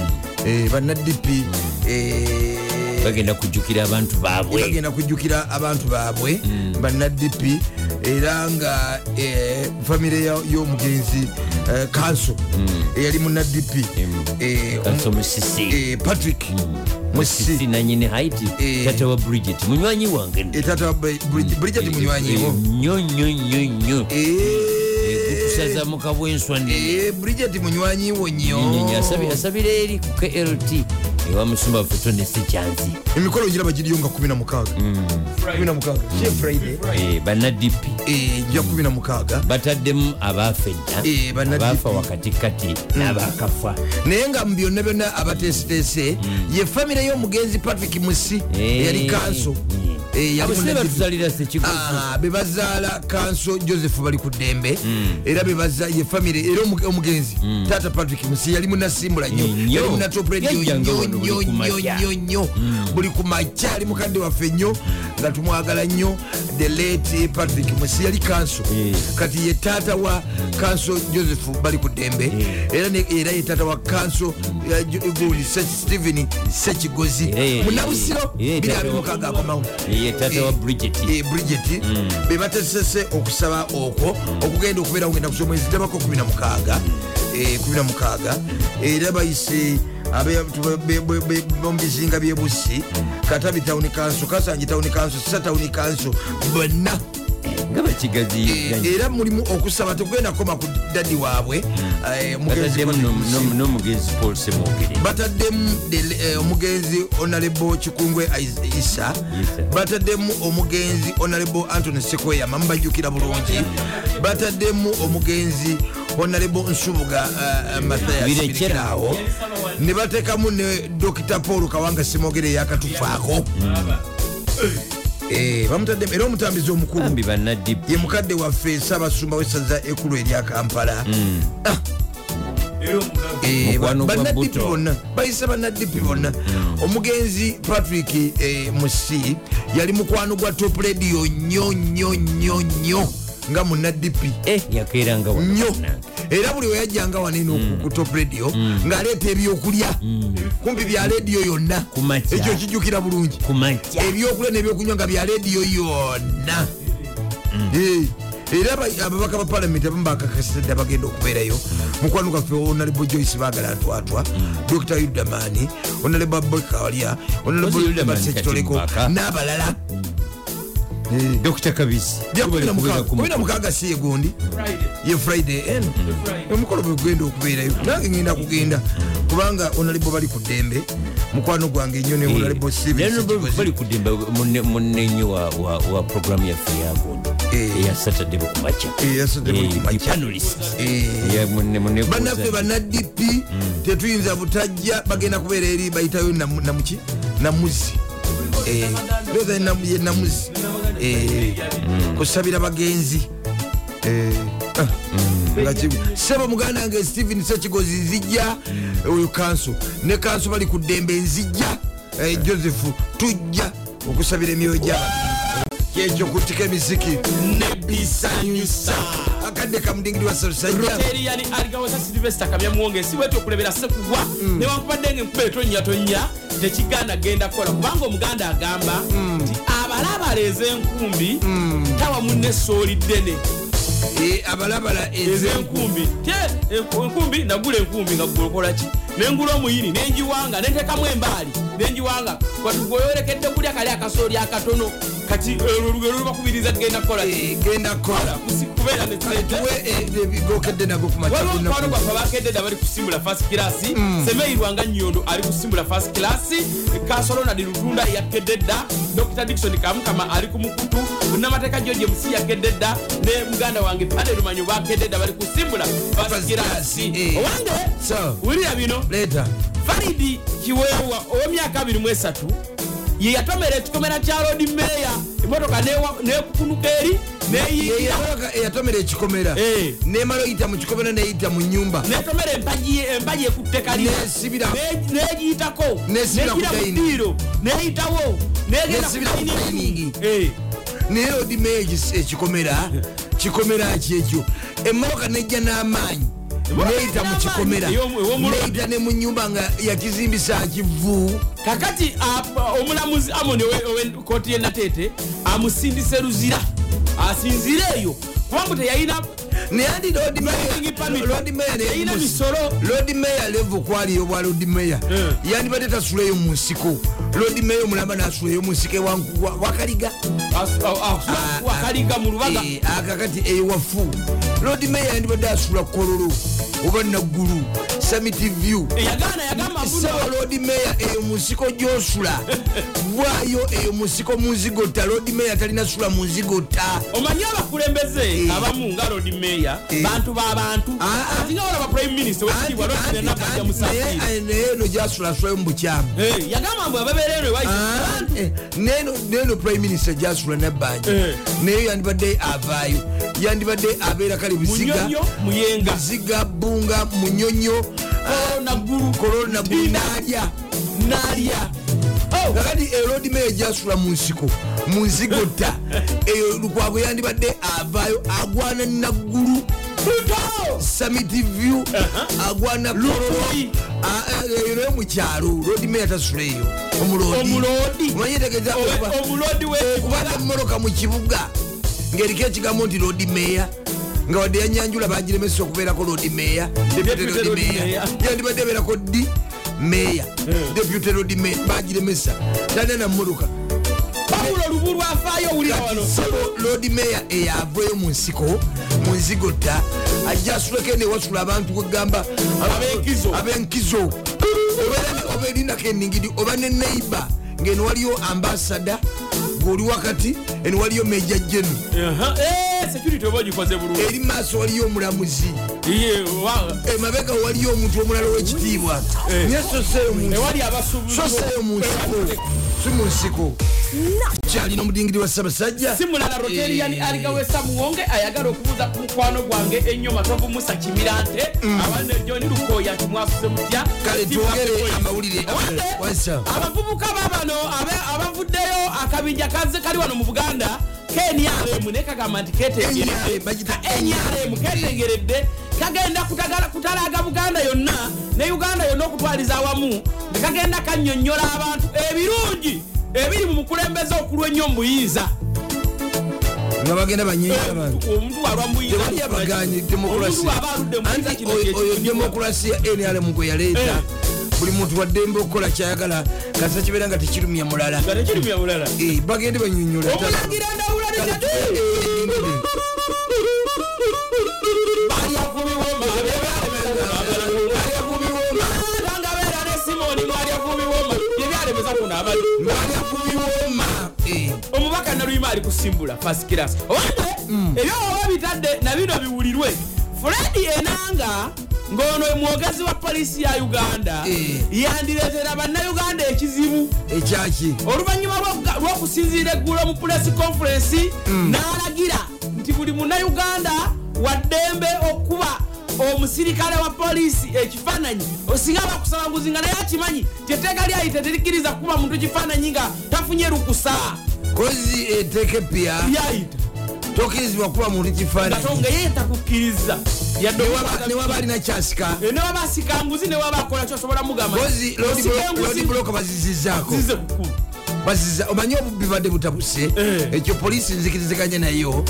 Speaker 2: Eh, banadipi Eh,
Speaker 1: bagenda kujjukira abantu baabwe
Speaker 2: bagenda kujjukira abantu baabwe
Speaker 1: Mm.
Speaker 2: banadipi era nga eh, famire ya- y'omugenzi eh, kanso eyali munadipi
Speaker 1: Mm.
Speaker 2: eh,
Speaker 1: kanso Mm.
Speaker 2: omu-
Speaker 1: musisi
Speaker 2: eh, patrick
Speaker 1: musisi
Speaker 2: musi
Speaker 1: nanyini haiti
Speaker 2: Eh.
Speaker 1: tata wa bridget munywanyi wange nno.
Speaker 2: etata bridget Eh,
Speaker 1: Eh,
Speaker 2: munywanyiwo
Speaker 1: nnyo nnyo nnyo nnyo Eh, gukusaza mukabwenswa
Speaker 2: bridget munywanyiwo Eh, nyo
Speaker 1: asabira eri ku klt ewa musumba foto nesikyanzi
Speaker 2: emikolo giraba giriyo nga 16
Speaker 1: Mm.
Speaker 2: 16 Kye friday
Speaker 1: bannadipi
Speaker 2: Eh, nja 16
Speaker 1: bataddemu abaafedda
Speaker 2: Eh, ba NDP.
Speaker 1: abaafa wakatikati
Speaker 2: Mm.
Speaker 1: n'abaakafa
Speaker 2: naye nga mu byonna byonna abateeseteese ye famire y'omugenzi patrick musi
Speaker 1: Eh,
Speaker 2: yali kanso
Speaker 1: eh.
Speaker 2: Eh, yali
Speaker 1: abasire
Speaker 2: munnadipi.
Speaker 1: batuzalira sekigoso
Speaker 2: Ah, be bazaala kanso joseph bali ku ddembe
Speaker 1: Mm.
Speaker 2: era bebaza ye famire era omu- omugenzi tata patrick musi yali munasimbula nnyo
Speaker 1: Eh, Mm. nnyo.
Speaker 2: yali munatopredio
Speaker 1: Yajjanga
Speaker 2: nnyo
Speaker 1: wano buli Mm.
Speaker 2: nnyo
Speaker 1: kumakya.
Speaker 2: nnyo nnyo buli ku makya ali mukadde waffe nnyo nga tumwagala nnyo the late patrick musi yali kanso
Speaker 1: Eh.
Speaker 2: kati ye taata wa kanso joseph bali ku ddembe era ne- era ye taata wa kanso eh, Jo- guli Se- stephen sekigozi
Speaker 1: Era ye-
Speaker 2: munabusiro
Speaker 1: ye- ye taata wa-
Speaker 2: 26 akomawo
Speaker 1: ye tata wa
Speaker 2: Eh,
Speaker 1: bridget Mm.
Speaker 2: eh, bridget be batesese okusaba okwo okugenda okubeera kugenda kusoma ezitabako 16 eh, 16 era bayise omubizinga byebusi katabi tawuni kanso kasanji tawuni kanso sisa tawuni kanso bonna
Speaker 1: nga
Speaker 2: Eh,
Speaker 1: bakigaziyiganyi
Speaker 2: era mulimu okusaba tekugenda kukoma ku daddi waabwe
Speaker 1: Mm.
Speaker 2: eh, mugenzi
Speaker 1: bataddemu
Speaker 2: Patrick
Speaker 1: n'om-
Speaker 2: Musi.
Speaker 1: n'om- n'omugezi paul semwogere
Speaker 2: bataddemu the- eh, omugenzi honorable kikungwe Is- isa bataddemu omugenzi honorable antony sekoya mamubajjukira bulungi bataddemu omugenzi honorable nsubuga eh, eh, Mathias
Speaker 1: Birekera.
Speaker 2: Birekerawo. ne bateekamu ne dr paul kawanga simogere yakatufaako Eh, bamutaddemu era omutambuzi omukulu
Speaker 1: ambi bannadipi
Speaker 2: ye mukadde waffe saabasumba w'essaza ekkulu erya kampala Ah. Eh, ba-
Speaker 1: Mm. Mukwano gwa Mm.
Speaker 2: bannadipi
Speaker 1: Butto.
Speaker 2: bonna bayise bannadipi bonna omugenzi patrick eh, musi yali mukwano gwa top radio nnyo nnyo nnyo nnyo nga munadipi
Speaker 1: yakeeranga wano
Speaker 2: nnyo
Speaker 1: bannange.
Speaker 2: era buli weyajjanga waneno
Speaker 1: Mm.
Speaker 2: ku top radio ng'aleeta ebyokulya kumpi bya lediyo yonna
Speaker 1: Kumakya.
Speaker 2: ekyo kijjukira bulungi
Speaker 1: kumakya
Speaker 2: ebyokulya nebyokunywa nga bya lediyo yonna
Speaker 1: Mm.
Speaker 2: Eh, era aba- ababaka ba palamenti abamu bakakasidde abagenda okubeerayo
Speaker 1: Mm.
Speaker 2: mukwano gwaffe onalebo joyce bagala ntwatwa dr yudamani onalebo abobekawalya onalebo
Speaker 1: Ozi Yudaman
Speaker 2: basekitoleko
Speaker 1: kati mubaka.
Speaker 2: n'abalala
Speaker 1: dr kabisi Tubale kubeera ku
Speaker 2: jakumi namukaaga si yegundi ye friday eh? en
Speaker 1: Mm.
Speaker 2: omukolo bwe gugenda okubeerayo nange ngenda kugenda
Speaker 1: Mm.
Speaker 2: kubanga onalebo bali ku ddembe mukwano gwange ennyo ne onalebo
Speaker 1: Eh. bali kudimba munenyi wa, wa, wa programu yaffe yagondo
Speaker 2: Eh.
Speaker 1: eya saturday bwekumakya
Speaker 2: Eh, ya Saturday bwekumakya. Eh. bannaffe banadp tetuyinza butajja bagenda kubeera eri bayitayo namu- namuki namuzi Eh, ndowooza ye namu- ye namuzi Eh, kusabira bagenzi Eh, ah, nga ki- sebo muganda wange stephen sekigozi nzijja oyo kanso ne kanso bali ku ddembe nzijja Eh, joseph tujja okusabira emyoyo gyaba kyekyo kutika emisiki
Speaker 5: nebisanyusa
Speaker 2: akadde kamudingiri wa sarusajja
Speaker 5: eriyani aligawoza silivesta kabya muwonge si bwetyo okulebera sekugwa newankubadde nga enkuba etonya tonya tekiganda genda kukola kubanga omuganda agamba nti abalabaleeza enkumbi tawa munne sooli ddene
Speaker 2: Eh, abalabala ezenku
Speaker 5: ezenkumbi te enku- enkumbi nagula enkumbi nga gulkolaki nengula omuyini nengiwanga nentekamu embaali nengiwanga katugoyolekedde kulya kali akasooli akatono kati eh, olwo lugero lubakubiriza tugenda kukola
Speaker 2: Eh, genda kola
Speaker 5: kubeera nesente
Speaker 2: tuwe ebigokedde nago
Speaker 5: waliwo omukwano
Speaker 2: kumakyakuna
Speaker 5: gwaffe abakededa bali kusimbula fast kirasi
Speaker 2: Mm.
Speaker 5: semeirwanga nyondo ali kusimbula fast kirasi kasolonadi lutunda yakedde dda dr dikson kamukama ali ku mukutu namateeka george musi yakedde dda ne muganda wange pade lumanyi bakedde dda bali kusimbula fast
Speaker 2: First class,
Speaker 5: kirasi
Speaker 2: eh.
Speaker 5: owange
Speaker 2: So.
Speaker 5: wulira bino
Speaker 2: leeta
Speaker 5: faridi kiweewa ow'emyaka 23 ye yatomera ekikomera kya lodi meeya emotoka newa- nekukunuka eri
Speaker 2: E,
Speaker 5: neyigira
Speaker 2: Eyawaka eyatomera ekikomera
Speaker 5: Eh.
Speaker 2: nemala oyita mu kikomera neyita mu nyumba
Speaker 5: netomera empagi empagi ekuttekalira
Speaker 2: Nesibira.
Speaker 5: negiyitako
Speaker 2: Nesibira ku dining.
Speaker 5: mudiro neyitawo negenda
Speaker 2: Nesibira ku dining.
Speaker 5: Eh,
Speaker 2: naye odima ekikomera kikomera ki ekyo emmotoka nejja n'amaanyi
Speaker 5: Emmotoka
Speaker 2: neyita mu
Speaker 5: n'amaanyi
Speaker 2: kikomera
Speaker 5: ey'omu- ey'omulobi.
Speaker 2: neyita ne mu nyumba nga yakizimbisa kivu
Speaker 5: kakati apa- omulamuzi amoni owekooti yenatete amusindise luzira asinzire eyo kubanga teyayina
Speaker 2: naye andi
Speaker 5: Parking permit. Teyina misolo.
Speaker 2: lodi meya levu kwaliyo obwa lodi meya
Speaker 5: Eh.
Speaker 2: yandibadde tasuleyo mu nsiko lodi meya omulamba nasuleyo mu nsiko ewanku- wa- wakaliga
Speaker 5: as- a- a-
Speaker 2: Ah,
Speaker 5: wakaliga mu lubaga
Speaker 2: Eh, akakati eyowafu lodi meya yandibadde asula kololo oba naggulu samiti
Speaker 5: Eh,
Speaker 2: view
Speaker 5: yagaana yagamba
Speaker 2: sawa lodi meya eyo eh, mu nsiko gyosula vaayo eyo mu nsiko mu nzigotta lodi meya talina sula mu nzigotta
Speaker 5: omanyi abakulembeze
Speaker 2: Eh.
Speaker 5: abamu nga lodi meya
Speaker 2: Eh.
Speaker 5: bantu b'abantu
Speaker 2: Ah, ah.
Speaker 5: ati nga walaba prime minisita wekitiibwa lodi nabaja musafiri
Speaker 2: naye eno gyasulasulayo mu bukyamu
Speaker 5: Eh, yagamba mbwe ababeera eno
Speaker 2: Ah, eh, neno neno prime minister jasula nabbanja
Speaker 5: Eh.
Speaker 2: naye yandibadde avaayo yandibadde abeera kale buziga
Speaker 5: munyonyo muyenga
Speaker 2: buziga bbunga munyonyo
Speaker 5: naggulu
Speaker 2: kolona
Speaker 5: Tinda.
Speaker 2: nalya
Speaker 5: nalya Oh,
Speaker 2: kakati eh, erodi meya jasula mu nsiko mu nzigota eyo lukwabwe Eh, yandibadde avaayo agwana naggulu samiti view agwana
Speaker 5: Lutoyi.
Speaker 2: Ah, eh, eyo naye mukyalo rodi meya tasula eyo
Speaker 5: Omuloodi.
Speaker 2: omuloodi manyetegeza
Speaker 5: omulodi
Speaker 2: okubala emmotoka mu kibuga ngaeriko ekigambo nti lodi meya nga wadde yanyanjula bagiremesa okubeerako lodi meya deputy
Speaker 5: Deputy
Speaker 2: lodi
Speaker 5: lodi
Speaker 2: meya.
Speaker 5: meya.
Speaker 2: yandibadde ebeerako di meya deputy lodi meya bagiremesa talina nammotoka
Speaker 5: wepawulo lubu lwafaayo wulira wano
Speaker 2: sebo lodi meya eyavayo mu nsiko mu nzigota ajja asuleko eno ewasula abantu kwegamba
Speaker 5: Ab'enkizo.
Speaker 2: ab'enkizo Obeera- oba erinako eningiri oba ne neiba ngaeno waliyo ambasada ng'oli wakati eno waliyo meja jenu
Speaker 5: Aha, eh, security oba ogikoze bulungi
Speaker 2: eri maaso waliyo omulamuzi
Speaker 5: Ye, wa-
Speaker 2: emabega waliyo omuntu omulala w'ekitiibwa
Speaker 5: Eh.
Speaker 2: naye soseeyo mu nsiko
Speaker 5: ewali abasuubuzi-
Speaker 2: soseeyo mu nsiko si mu nsiko kyalina omudingiri wa sabasajja
Speaker 5: si mulala roterian
Speaker 2: Eh.
Speaker 5: aligawesa muwonge e ayagala okubuuza ku mukwano gwange ennyo matovu musa kimirante abane john lukoya timwasuse mutya
Speaker 2: Mm. Kale twogere amawulire.
Speaker 5: Awande,
Speaker 2: Wasa.
Speaker 5: abavubuka babano abe- abavuddeyo akabinja kaze kali wano mu buganda knrm nekagamba nti
Speaker 2: NRM, bagita-
Speaker 5: ketengeredde nrm ketengeredde kagenda kutagala- kutalaaga buganda yonna ne uganda yonna okutwaliza awamu tekagenda kannyonnyola abantu ebirungi ebiri mu mukulembeze okulwa ennyo mu buyinza
Speaker 2: nga bagenda banyiiza abantu
Speaker 5: omuntu bwalwa mu buyinza
Speaker 2: tewali abaganye demokrasia
Speaker 5: bw'aba aludde mu buyinza
Speaker 2: anti
Speaker 5: kino
Speaker 2: oyo-
Speaker 5: kye
Speaker 2: oyo
Speaker 5: kifunibwa.
Speaker 2: demokrasia nrm gwe yaleeta buli muntu waddembe okukola kyayagala kasita kibeera nga tekirumya mulala
Speaker 5: nga tekirimya bulala
Speaker 2: Eh, bagende banyonyola Eh,
Speaker 5: omulagira ndawulani kati balyakubiwa mabe nga beera ne simoni mwalyakubiwoma yebyalemeza kuno abali
Speaker 2: Eh,
Speaker 5: omubaka naluyima ali kusimbula fast class owadde ebyowoba bitadde nabino biwulirwe fredi enanga ng'ono mwogezi wa polisi ya uganda
Speaker 2: Eh.
Speaker 5: yandireetera bannayuganda ekizibu
Speaker 2: ekyaki
Speaker 5: oluvannyuma lw'okuga- lw'okusinziira eggulo mu press conference n'alagira nti buli munnayuganda waddembe okuba omusirikale wa poliisi ekifaananyi osinga bakusaba nguzi nga naye akimanyi tyeteeka lyayite terikkiriza kukuba muntu kifaananyi nga tafunye lukusa
Speaker 2: kozi eh, eteeka epya
Speaker 5: lyayita
Speaker 2: tokirizibwa kuba muntu
Speaker 5: nga
Speaker 2: kifaananyi
Speaker 5: tonga ye takukkiriza yadde
Speaker 2: Newaba- newaba alina kyasika
Speaker 5: E, newaba asika nguzi newaba akola kyosobola mugamba
Speaker 2: kozi lodibuloko bazizizaako
Speaker 5: zize kukulu
Speaker 2: baziza omanyi obubbi badde butabuse
Speaker 5: Eh.
Speaker 2: ekyo poliisi nzikiriziganye nayo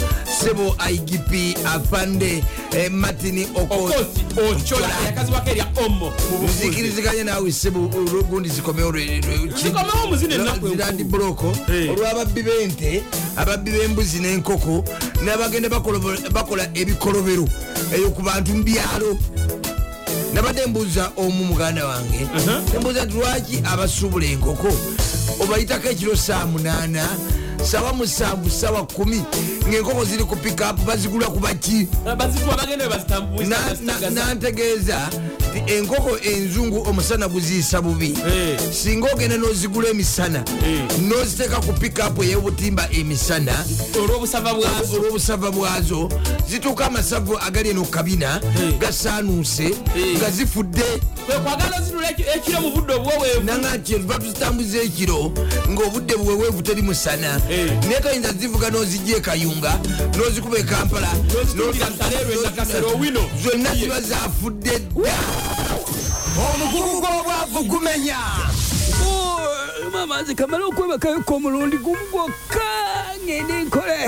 Speaker 2: sebo igp afande eh, martin oko
Speaker 5: okozi ocola yakazibwako erya omo mu bufuzi
Speaker 2: nzikiriziganye nawe sebo olugundi zikomewo lwe- lwe- ki-
Speaker 5: zikomewo muzino ennaku
Speaker 2: Land
Speaker 5: enkulu
Speaker 2: block
Speaker 5: Eh.
Speaker 2: olw'ababbi b'ente ababbi b'embuzi n'enkoko n'abagenda bakolobo- bakola ebikolobero eyo ku bantu mu byalo nabadde mbuuza omu muganda wange nembuuza nti lwaki abasuubula enkoko obayitako ekiro saa munaana sawa musanvu sawa kumi ng'enkoko ziri ku pikapu bazigula ku baki
Speaker 5: bazituwa bagende
Speaker 2: Na-
Speaker 5: webazitambuliza
Speaker 2: na- nantegeeza nti enkoko enzungu omusana guziisa bubi
Speaker 5: Eh.
Speaker 2: singa ogenda nozigula emisana
Speaker 5: Eh.
Speaker 2: noziteeka ku pikapu ey'obutimba emisana
Speaker 5: olw'obusava bwazo
Speaker 2: olw'obusava bwazo zituuka amasavu agali eno ku kabina
Speaker 5: Eh.
Speaker 2: gasaanuuse
Speaker 5: Eh.
Speaker 2: nga zifudde
Speaker 5: kwekwagala ozinula eki- ekiro mu budde obwoweevu
Speaker 2: nanga nti tuba tuzitambuza ekiro ng'obudde buweweevu teri musana
Speaker 5: Eh.
Speaker 2: naye toyinza zivuga n'ozijja ekayunga n'ozikuba e ekampala
Speaker 5: N'ozitundira Kasaleero, e Nakasero, wino.
Speaker 2: zonna ziba zafudde dda omukugu gw'obwavu gumenya
Speaker 4: mama nze kamala okwebakayoka omulundi gumu gwokka ngende nkole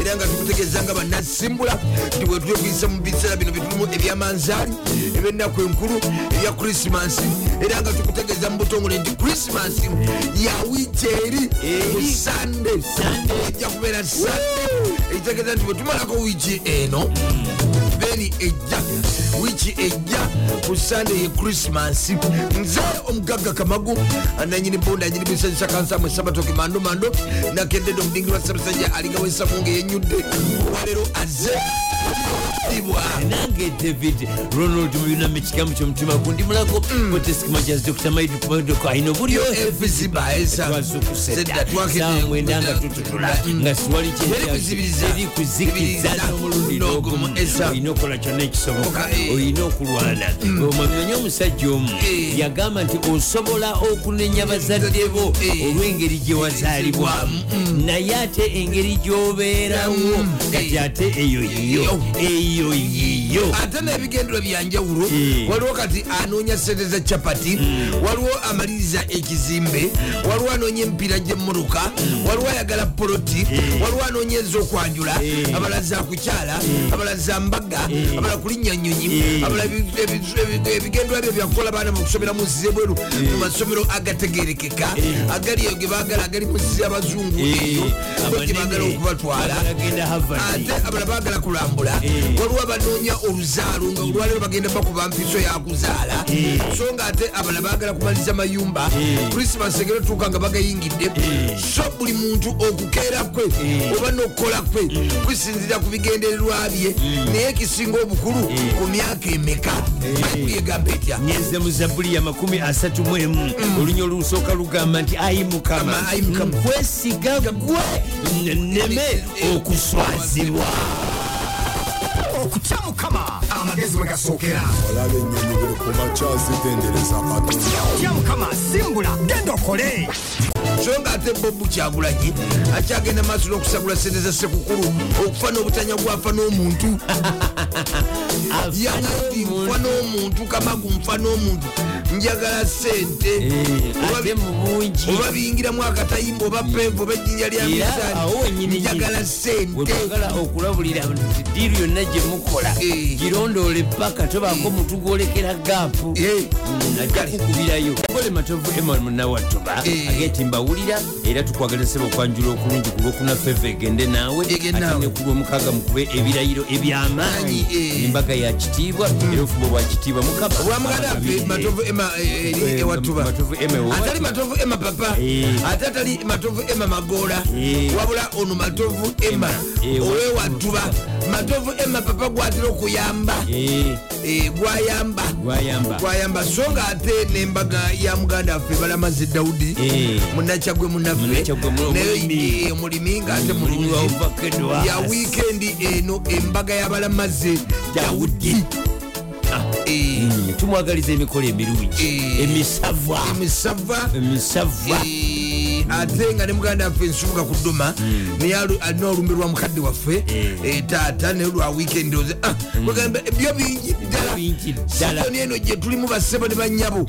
Speaker 2: era nga tukutegeeza nga bannasimbula nti bwetuli okuyisa mu biseera bino bitulimu ebyamanzaali ebyennaku enkulu ebya krisimansi era nga tukutegeeza mu butongole nti krisimansi ya wiiki eri ku sande ejja kubeera sande ekitegeeza nti bwetumalako wiiki eno beni ejja wiiki ejja ku sande ye krisimansi nze omugagga kamagu ananyini bonda anyini bisanyisa kansamwe sabatoke mando mando nakededde omudingi lwa sabasajja alingawoesa munga eyenyudde walero aze ibwa
Speaker 1: nange david ronald mubina mukikamu kyomutima gundi mulako otesikimajazidokutamaidukumaidoko alina obulyo
Speaker 2: eh,
Speaker 1: samwenda nga tututula nga siwali eri kuzikiza n'omulundi n'ogumu olina okola kyonna ekisoboka olina okulwana omamanye omusajja omu yagamba nti osobola okunenya bazadde bo olw'engeri gye wazaalibwamu naye ate engeri gy'obeerawo kati ate eyo yiyo eyo yiyo
Speaker 2: ate n'ebigendero byanjawulo
Speaker 1: Eh.
Speaker 2: waliwo kati anoonya sente za capati waliwo amaliriza ekizimbe waliwo anoonya emipiira gy'emmotoka waliwo ayagala poloti waliwo anoonya ez'okwanjula abala za kukyala abala za mbaga abala kulinnya nnyonyi abala ebi- ebi- ebi- ebigendero byo byakukola baana mu kusomera mu nsi z'ebweru mu masomero agategerekeka agali eyo ge baagala agali mu nsi z'abazungu eyo bo gye baagala okubatwala
Speaker 1: agenda havard
Speaker 2: ate abala bagala kulambula waliwo abanoonya oluzaalo nga olwalero bagenda bakuba mpiso yakuzaala so nga ate abala bagala kumaliza mayumba krisimas egera otuuka nga bagayingidde so buli muntu okukeera kwe oba n'okukola kwe kusinzira ku bigendererwa bye naye kisinga obukulu ku myaka emeka bayibuli egamba etya
Speaker 1: nyeze mu zabbuli ya 31 olunya olusooka lugamba nti ayi mukama
Speaker 2: Mukama, Mm. ayi Mukama.
Speaker 1: nkwesiga gwe nneme okuswazibwa
Speaker 6: okutya mukama amagezi we gasookera
Speaker 7: olabe ennyonyi buli ku makya zitendereza katonda
Speaker 6: otya mukama simbula genda okole
Speaker 2: so nga ate bobu kyagulanyi akyagenda maaso n'okusagula sente za sekukulu okufa n'obutanya bwafa n'omuntu yamubi nfa n'omuntu kamagu nfa n'omuntu njagala sente
Speaker 1: Eh.
Speaker 2: Oba-
Speaker 1: ate mubungi
Speaker 2: oba biyingiramu akatayimba oba pevu oba ejjinja lya
Speaker 1: era
Speaker 2: misaani.
Speaker 1: awo wenyini
Speaker 2: njagala sente
Speaker 1: wetwagala okulabulira nti diiru yonna gye mukola
Speaker 2: Eh.
Speaker 1: girondoole paka tobaako mutu gwolekera gaapu
Speaker 2: Eh.
Speaker 1: ajja kukubirayo gole matovu eman munawatuba
Speaker 2: Eh.
Speaker 1: ageti mbawulira era tukwagala sebe okwanjula okulungi ku lwokuna feva egende naawe
Speaker 2: Egende
Speaker 1: ate
Speaker 2: naawe.
Speaker 1: ne ku lwomukaaga mukube ebirayiro ebyamaanyi
Speaker 2: Maanyi, eh. Hmm.
Speaker 1: embaga ya kitiibwa era ofuba bwa kitiibwa mukama
Speaker 2: wamuganda ffe matovu ema eh, eri
Speaker 1: Eh,
Speaker 2: ewatuba
Speaker 1: Matovu Emma ewatuba.
Speaker 2: atali matovu ema papa
Speaker 1: Eh.
Speaker 2: ate atali matovu ema magoola
Speaker 1: Eh.
Speaker 2: wabula ono matovu ema
Speaker 1: Eh,
Speaker 2: owewatuba matovu ema papa gwatera okuyamba
Speaker 1: Eh,
Speaker 2: Eh, gwayamba
Speaker 1: gwayamba
Speaker 2: gwayamba so nga ate nembaga ya muganda waffe balamaze dawudi
Speaker 1: Eh.
Speaker 2: munakyagwe munaffe
Speaker 1: Munnakyagwe mu- omulimi.
Speaker 2: naye eh, omulimi nga ate
Speaker 1: mulimi wa
Speaker 2: mulungi
Speaker 1: ovakedo
Speaker 2: ya wiikendi eno embaga y'abalamaze dawudi Eh.
Speaker 1: Mm, tumwagaliza emikolo emirungi
Speaker 2: Eh.
Speaker 1: emisava
Speaker 2: emisava
Speaker 1: emisava
Speaker 2: eh, ate nga ne muganda waffe ensubuka ku dduma
Speaker 1: Hmm.
Speaker 2: naye alu- alina olumbe lwa mukadde waffe eh, taata naye lwa wiikendi oze bagamba ebyo bingi
Speaker 1: Hmm. Bingi ddala.
Speaker 2: ddala
Speaker 1: Hmm.
Speaker 2: sitoni eno gye tulimu bassebo ne bannyabo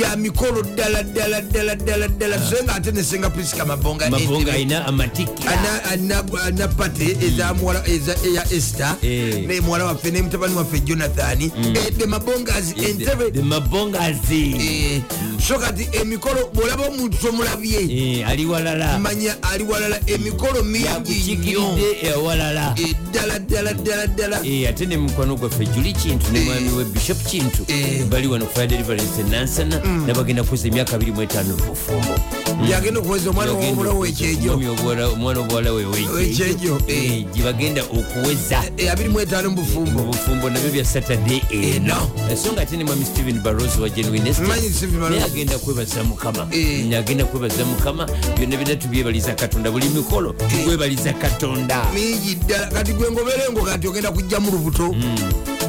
Speaker 2: ya mikolo ddala ddala ddala ddala ddala so nga ate nesenga prisika mabonga
Speaker 1: Ah. mabonga
Speaker 2: Entebbe.
Speaker 1: alina amatikira
Speaker 2: Ana- ana- anapate ezamuwala eya esta
Speaker 1: Hmm. Eh. Hmm.
Speaker 2: ne muwala waffe ne mutabani waffe Eh, jonathani edde mabongazi entebe
Speaker 1: Eh, the mabongazi
Speaker 2: Eh, so kati emikolo bwolaba omuntu tomulabye
Speaker 1: Eh, ali walala
Speaker 2: manya ali walala emikolo mingi nnyo
Speaker 1: yakukikiridde ewalala
Speaker 2: Eh, ddala ddala ddala ddala
Speaker 1: Eh, ate ne mukwano gwaffe juli kintu ne
Speaker 2: Eh.
Speaker 1: mwami we bishop kintu
Speaker 2: Eh.
Speaker 1: bali wano ku fire deliverance enansana nabagenda kuweza emyaka 25 mu bufumbo
Speaker 2: yagenda okuweza omwana womula wekyejo
Speaker 1: Omwami obuwala- omwana obuwala we
Speaker 2: W'ekyejo, eh.
Speaker 1: Eh, gye bagenda okuweza
Speaker 2: e, 25
Speaker 1: mu
Speaker 2: mubufumbo
Speaker 1: bufumbo nabyo bya saturday
Speaker 2: E,
Speaker 1: eno Eh, so nga ate ne mwami stephen barosi wa
Speaker 2: Mmanyi Stephen Barroso.
Speaker 1: genuinestnaye agenda kwebaza mukama
Speaker 2: Eh.
Speaker 1: Naye agenda kwebaza mukama byonna byonna tubyebaliza katonda buli mikolo
Speaker 2: Eh.
Speaker 1: tugwebaliza katonda
Speaker 2: mingi ddala kati gwengoberengo kati ogenda kujjamu lubuto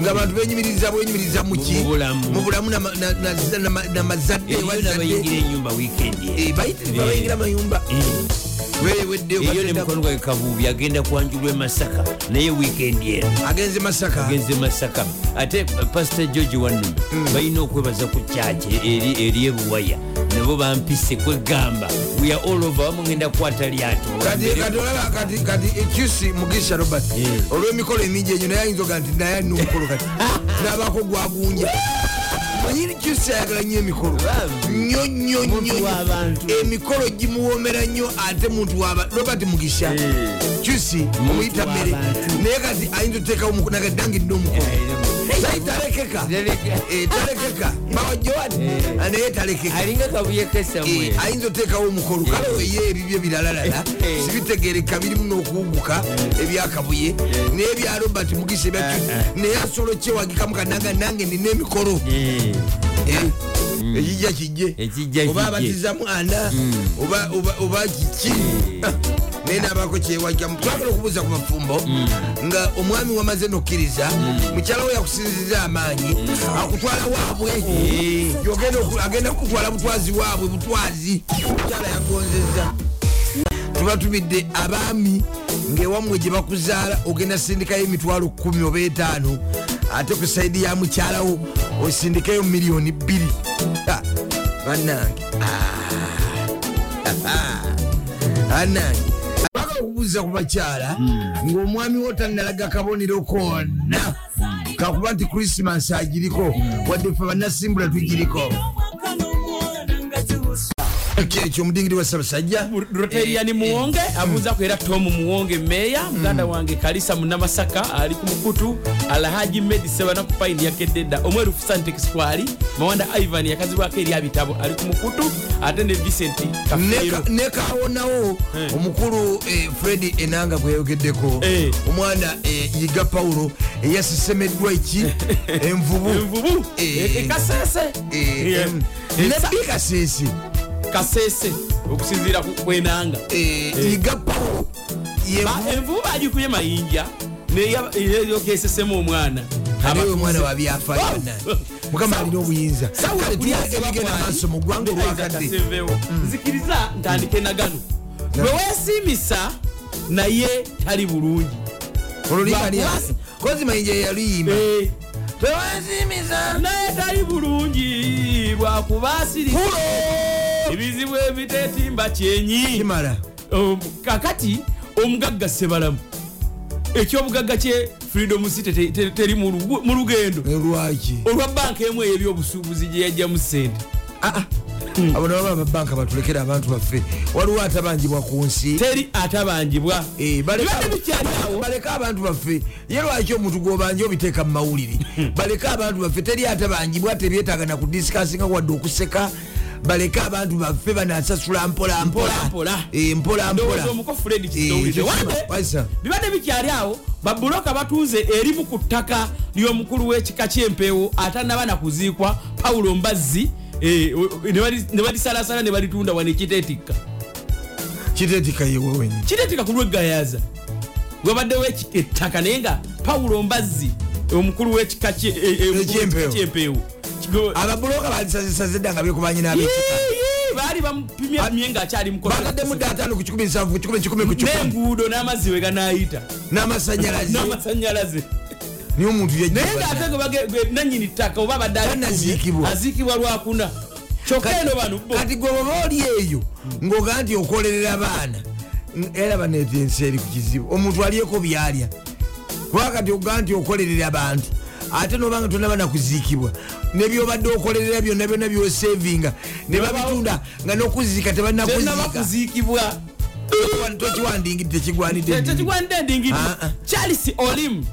Speaker 2: nga abantu benyumiriza bwenyumiriza muki
Speaker 1: Mm. Mu bulamu.
Speaker 2: mubulamu namazadde
Speaker 1: eriyo nabayingira enyumba weekend
Speaker 2: E, bayitirivu abayingira mayumba
Speaker 1: eriyo Mm. ne mukono
Speaker 2: weweddeyo
Speaker 1: gwawe kabuubi agenda kwanjulwa emasaka naye weekend eno
Speaker 2: agenze masaka
Speaker 1: agenze masaka ate pasita george wanum balina okwebaza ku kyaki eri eri ebuwaya nabo bampise kwegamba we are all over bamugenda kukwata lyato
Speaker 2: kati kati olaba kati kati ekyusi mugisha robert
Speaker 1: Mm.
Speaker 2: olw'emikolo emingi egyo naye ayinza oga nti naye alina omukolo kati nabako gwagunja manyini kyusi ayagala nnyo emikolo
Speaker 1: Bambi.
Speaker 2: nnyo nnyo
Speaker 1: Muntu
Speaker 2: nnyo
Speaker 1: w'abantu.
Speaker 2: emikolo gimuwoomera nnyo ate muntu waba robert mugisha kyusi omuyita mmere
Speaker 1: w'abantu.
Speaker 2: naye kati ayinza oteekawo omuko- nakati nange nnina omukolo naye talekeka
Speaker 1: Talekeka.
Speaker 2: Eh, talekeka bawajowati naye talekeka
Speaker 1: alinga kabuye kesamwe
Speaker 2: Eh, ayinza oteekawo omukolo kale oye ebibyo ebiralalala
Speaker 1: Eh.
Speaker 2: sibitegereka birimu n'okuwuguka ebyakabuye naye bya robert mugisa
Speaker 1: Eh,
Speaker 2: ebyaki naye asobola okyewagikamu kanaga nange nina emikolo Eh, ekijja
Speaker 1: Ekijja
Speaker 2: kijje
Speaker 1: kijje.
Speaker 2: oba abatizamu ana oba- oba- oba kiki Ah, naye nabako kyewajjamu twagala okubuuza ku mafumbo nga omwami wamaze nokkiriza mukyala we yakusinziza amaanyi akutwala waabwe Yogenda oku- agenda kukutwala butwazi waabwe butwazi mukyala yagonzeza tuba tubidde abaami ngaewammwe gye bakuzaala ogenda sindikayo emitwalo 1 oba etaano ate ku saidi ya mukyalawo osindikeyo miliyoni 2 banange Ah, anange baga okubuuza ku bakyala ng'omwami wo tannalaga kabonero konna kakuba nti krisimas agiriko wadde fe bannasimbula tugiriko ekyo omudingiri wa sabasajja
Speaker 5: roteriani muwonge
Speaker 2: Eh.
Speaker 5: abuuzako era tom muwonge
Speaker 2: Mm.
Speaker 5: meeya muganda wange kalisa munamasaka ali ku mukutu alhaji medi sebanakupaini yakeddedda omweru fusantekiswali mawanda ivan yakazibwako eri abitabo ali ku mukutu ate ne vicent kafeero
Speaker 2: nekawonawo
Speaker 5: Eh.
Speaker 2: omukulu eh, fred enanga gweyogeddeko
Speaker 5: Eh.
Speaker 2: omwana eh, yiga pawulo eyasisemeddwa eki envubu
Speaker 5: envubu
Speaker 2: Eh.
Speaker 5: e, ekasese
Speaker 2: Eh, em, nebbi kasese
Speaker 5: E, kasese okusinziira ku kwenanga
Speaker 2: Eh, yiga pawulo ye
Speaker 5: Ba- envubu bagikubye mayinja neyoka esesemu omwana
Speaker 2: Ate
Speaker 5: Aba- Oh!
Speaker 2: we mwana wabyafaanana mukama alina obuyinza
Speaker 5: Sawulo
Speaker 2: Kale
Speaker 5: kulya
Speaker 2: tulya ebigenda
Speaker 5: ebakwali,
Speaker 2: maaso mu ggwanga
Speaker 5: Mbeera
Speaker 2: olwakadde
Speaker 5: taseveewo. nzikiriza ntandike nagano bwe weesiimisa naye tali bulungi Lwakuba-
Speaker 2: kozi mayinja yeyaluyimba
Speaker 5: Eh,
Speaker 2: tewansimisa
Speaker 5: naye tali bulungi lwakubaasiri ebizibu ebitetimba kyenyi
Speaker 2: kimala
Speaker 5: Um, kakati omugagga sebalamu ekyobugagga kye freedom city te- te- teri mu lugu- mu lugendo
Speaker 2: lwaki
Speaker 5: olwa banka emu ey'ebyobusuubuzi gye yajjamu sente
Speaker 2: Ah, abo nababa ababanka batulekera abantu baffe waliwo atabanjibwa ku nsi
Speaker 5: teri atabanjibwa
Speaker 2: Eh, baleka-
Speaker 5: Bibadde bikyali awo.
Speaker 2: baleke abantu baffe ye lwaki omuntu gwobanja obiteeka mu mawulire baleke abantu baffe teri atabanjibwa tebyetaaga na kudiskasinga wadde okuseka baleke abantu baffe banasasula mpolampola
Speaker 5: Mpolampola.
Speaker 2: mpolampola
Speaker 5: ndowooza omuko fred
Speaker 2: Eh,
Speaker 5: kidowulidde
Speaker 2: wazza.
Speaker 5: wade bibadde bikyali awo babuloka batuuze erimu ku ttaka ly'omukulu w'ekika ky'empeewo atanaba nakuziikwa pawulo mbazzi eh, we- ne bali- ne balisalasala ne balitunda wano e ekiteetikka
Speaker 2: kiteetikayewe wenye
Speaker 5: kiteetika ku lweggayaza wabaddewo eki- ettaka naye nga pawulo mbazzi omukulu w'ekika kye- eh, eh, omukulu
Speaker 2: Eky'empeewo.
Speaker 5: w'ekika ky'empeewo Kigo-
Speaker 2: Ah, ababuloka balisazesaze dda nga bekubanyi n'abekika
Speaker 5: Yee, baali bamupimya mye ngaakyali
Speaker 2: bagaddemu
Speaker 5: mukoa
Speaker 2: dataano ku 17
Speaker 5: n'enguudo n'amazzi we ganayita
Speaker 2: n'amasanyalaze
Speaker 5: n'amasannyalaze
Speaker 2: niye omuntu
Speaker 5: naye ngaate gwe bage- gwe nanyini ttaka oba badde alikubye,
Speaker 2: Tannaziikibwa.
Speaker 5: aziikibwa lwakuna kyokka eno bano bo
Speaker 2: kati gwe oba oli eyo ng'oga nti okolerera baana N- era baneeta ensi eri ku kizibu omuntu alyeko byalya kuba kati oga nti okolerera bantu ate nobanga tonaba nakuziikibwa nebyobadde okolerera byonna byonna byosevinga ne babitunda nga nokuziika
Speaker 5: tenaba
Speaker 2: tebanakuziika
Speaker 5: kuziikibwa
Speaker 2: tokiwandingidde tekigwanidde
Speaker 5: tekigwanidde endingiri
Speaker 2: Ah, ah.
Speaker 5: charles olim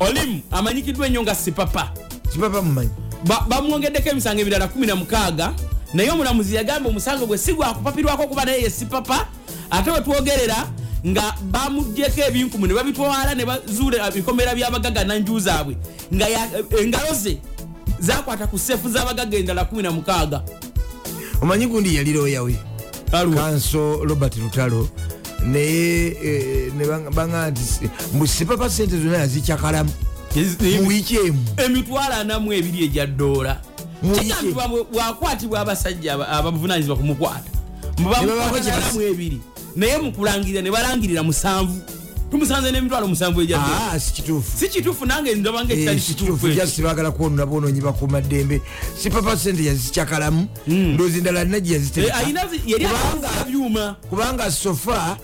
Speaker 5: olim amanyikiddwa ennyo nga sipapa
Speaker 2: kipapa mumanyi
Speaker 5: Ba- bamwongeddeko emisango ebirala 16 naye omulamuzi yagamba omusango gwe si gwakupapirwako kuba naye yesipapa ate wetwogerera nga bamugyeko ebinkumu ne babitwala ne bazuula bikomera byabagaga nanju zaabwe nga ya- engalo ze zakwata ku seefu z'abagaga endala 16
Speaker 2: omanyi gundi yali looyawe
Speaker 5: Alwa.
Speaker 2: kanso robert lutalo naye eh, ne banga- baŋa nti si- mbu sipapa sente zonna yazikyakalamu mu wiiki emu
Speaker 5: emitwalo anamu ebiri ejja ddoola
Speaker 2: Mu wiki.
Speaker 5: kigambibwa bwe- bwakwatibwa abasajja aba- abavunanyizibwa kumukwata
Speaker 2: babako gye basi-
Speaker 5: mubamukwatananamu ebiri naye mukulangirira ne balangirira musanvu tumusanze n'emitwalo musanvu ejja ddoola
Speaker 2: Ah, Eh, si kituufu
Speaker 5: si kituufu nange ndabanga ekitali kituufu ekyo.
Speaker 2: jasibagala kwonona bononyi bakuumaddembe sipapa sente yazikyakalamu ndoozi ndala naje
Speaker 5: Hmm. Eh,
Speaker 2: yazitereka
Speaker 5: ayina zi- yali
Speaker 2: Kubanga-
Speaker 5: akozesa byuma
Speaker 2: kubanga sofa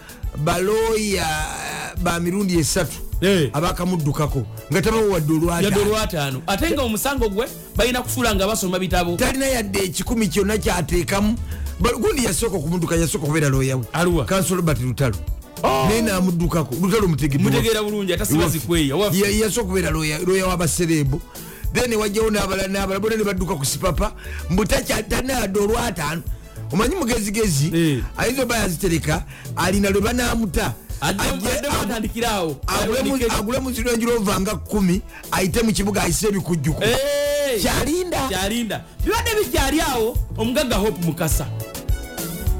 Speaker 2: balooya eh, ba mirundi esatu
Speaker 5: Eh.
Speaker 2: abakamuddukako nga tabawo wadde
Speaker 5: yadde
Speaker 2: olwata
Speaker 5: olwataano ate nga omusango gwe balina kusula nga basoma bitabo
Speaker 2: talina yadde ekikumi kyonna kyateekamu Ba- gundi yasooka okumudduka yasooka okubeera looyawe
Speaker 5: Aluwa. Oh.
Speaker 2: kanso robert lutalo naye namuddukako lutalo
Speaker 5: mutegeera bulungi atasiba zikweya waffe
Speaker 2: yasooka okubeera looya- looya wabasereebo then wajjawo n'abala n'abala bona ne badduka ku sipapa mbutakyatanaadde olwataano omanyi mugezigezi
Speaker 5: Eh.
Speaker 2: ayinza oba yazitereka alina lwe banamuta
Speaker 5: addemutandikira awo
Speaker 2: agule muziro enjirova nga kumi ayite mu kibuga ayise ebikujjuku
Speaker 5: Eh.
Speaker 2: kyalinda
Speaker 5: kyalinda bibadde bikyali awo omugagga hope mukasa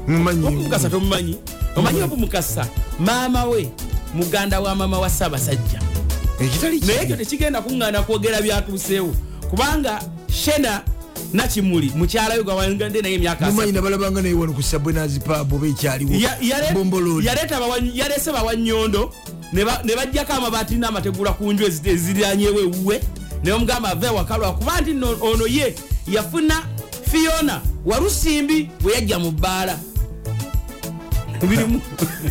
Speaker 2: Mumanyi-
Speaker 5: hope mukasa tomumanyi omanyi hope mukasa maama we muganda wa maama wa ssaabasajja
Speaker 2: ekitali
Speaker 5: naye
Speaker 2: kibi.
Speaker 5: ekyo tekigenda kuŋŋaana kwogera byatuuseewo kubanga shena nakimuli mukyala we gwawangande naye emyaka
Speaker 2: mumanyi
Speaker 5: asatu.
Speaker 2: nabalabanga naye wano ku sabwe nazipaabo oba ekyaliwo
Speaker 5: Ya- yale-
Speaker 2: bombolodi
Speaker 5: yaleeta bawa- yaleese bawanyondo ne ba- ne bajjako amabaati n'amategula ku nju ezi- eziranyewo ewuwe ne bamugamba ave waka lwakuba nti no- ono ye yafuna fiona walusimbi bwe yajja mu bbaala birimu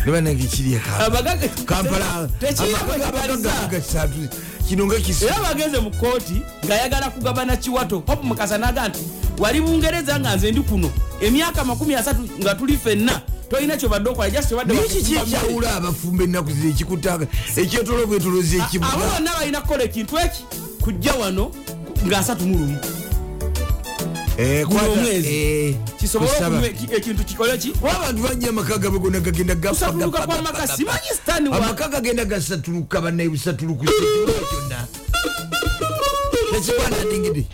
Speaker 2: nebanagekirya
Speaker 5: abagagga
Speaker 2: kampala
Speaker 5: tekirina kwekaliza.
Speaker 2: abagagabagagatu kino nga kisi
Speaker 5: era bagenze mu kooti ng'ayagala kugabana kiwato hope mukasa naga nti wali bungereza nga nze ndi kuno emyaka 30 nga tuli ffenna tolina kyobadde okola jasitobadde
Speaker 2: niki kyekyawula abafumba ennaku zino ekikutaka ekyetola obwetolozi
Speaker 5: abo
Speaker 2: ekibuga
Speaker 5: bonna balina kukola ekintu eki kujja wano nga3
Speaker 2: Eh,
Speaker 5: guno
Speaker 2: kwata-
Speaker 5: omwezi.
Speaker 2: eh,
Speaker 5: kisobole
Speaker 2: kusaba.
Speaker 5: okuma eki- ekintu kikole ki
Speaker 2: Kuba abantu bajja amaka gabe gona gagenda
Speaker 5: kusatuluka kwamaka simanyi sitani wa
Speaker 2: amaka gagenda gasatuluka banaye busatuluku kyonna tekikwanadingidi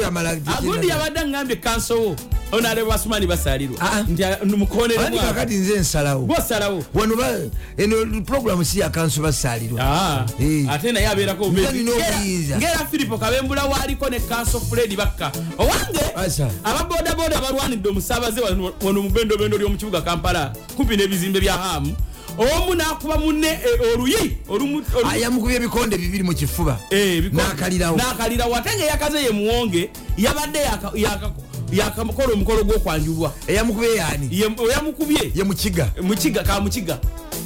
Speaker 2: Tamala gye
Speaker 5: agundi
Speaker 2: kinnaga.
Speaker 5: yabadde angambye kansowo onaleba basumani basalirwa
Speaker 2: Ah, ah.
Speaker 5: nti ah, mukonere
Speaker 2: Anti
Speaker 5: mwaka.
Speaker 2: kakati nze nsalawo
Speaker 5: gwosalawo
Speaker 2: wano ba- eno puroguramu si yakanso basalirwa
Speaker 5: Ah,
Speaker 2: Eh.
Speaker 5: ate naye abeerako obubeebi.
Speaker 2: Nze nina
Speaker 5: Ngera-
Speaker 2: obuyinza.
Speaker 5: ngera filipo kabembula waaliko ne kanso furedi bakka owange
Speaker 2: Asa.
Speaker 5: ababoodabooda abalwanidde omusaabaze wano wano mu bendobendo ly'omukibuga kampala kumpi n'ebizimbe bya hamu omu n'akuba munne eh, oluyi olumu- olu-
Speaker 2: ayamukubya Ah, ebikonde bibiri mu kifuba
Speaker 5: Eh, ebiko-
Speaker 2: N'akalirawo.
Speaker 5: n'akalirawo ate nga eyakaze ye muwonge yabadde yaka- yaka- yakamukola omukolo gw'okwanjulwa
Speaker 2: eyamukubya yaani
Speaker 5: Ye- oyamukubye
Speaker 2: ye mukiga
Speaker 5: mukiga ka mukiga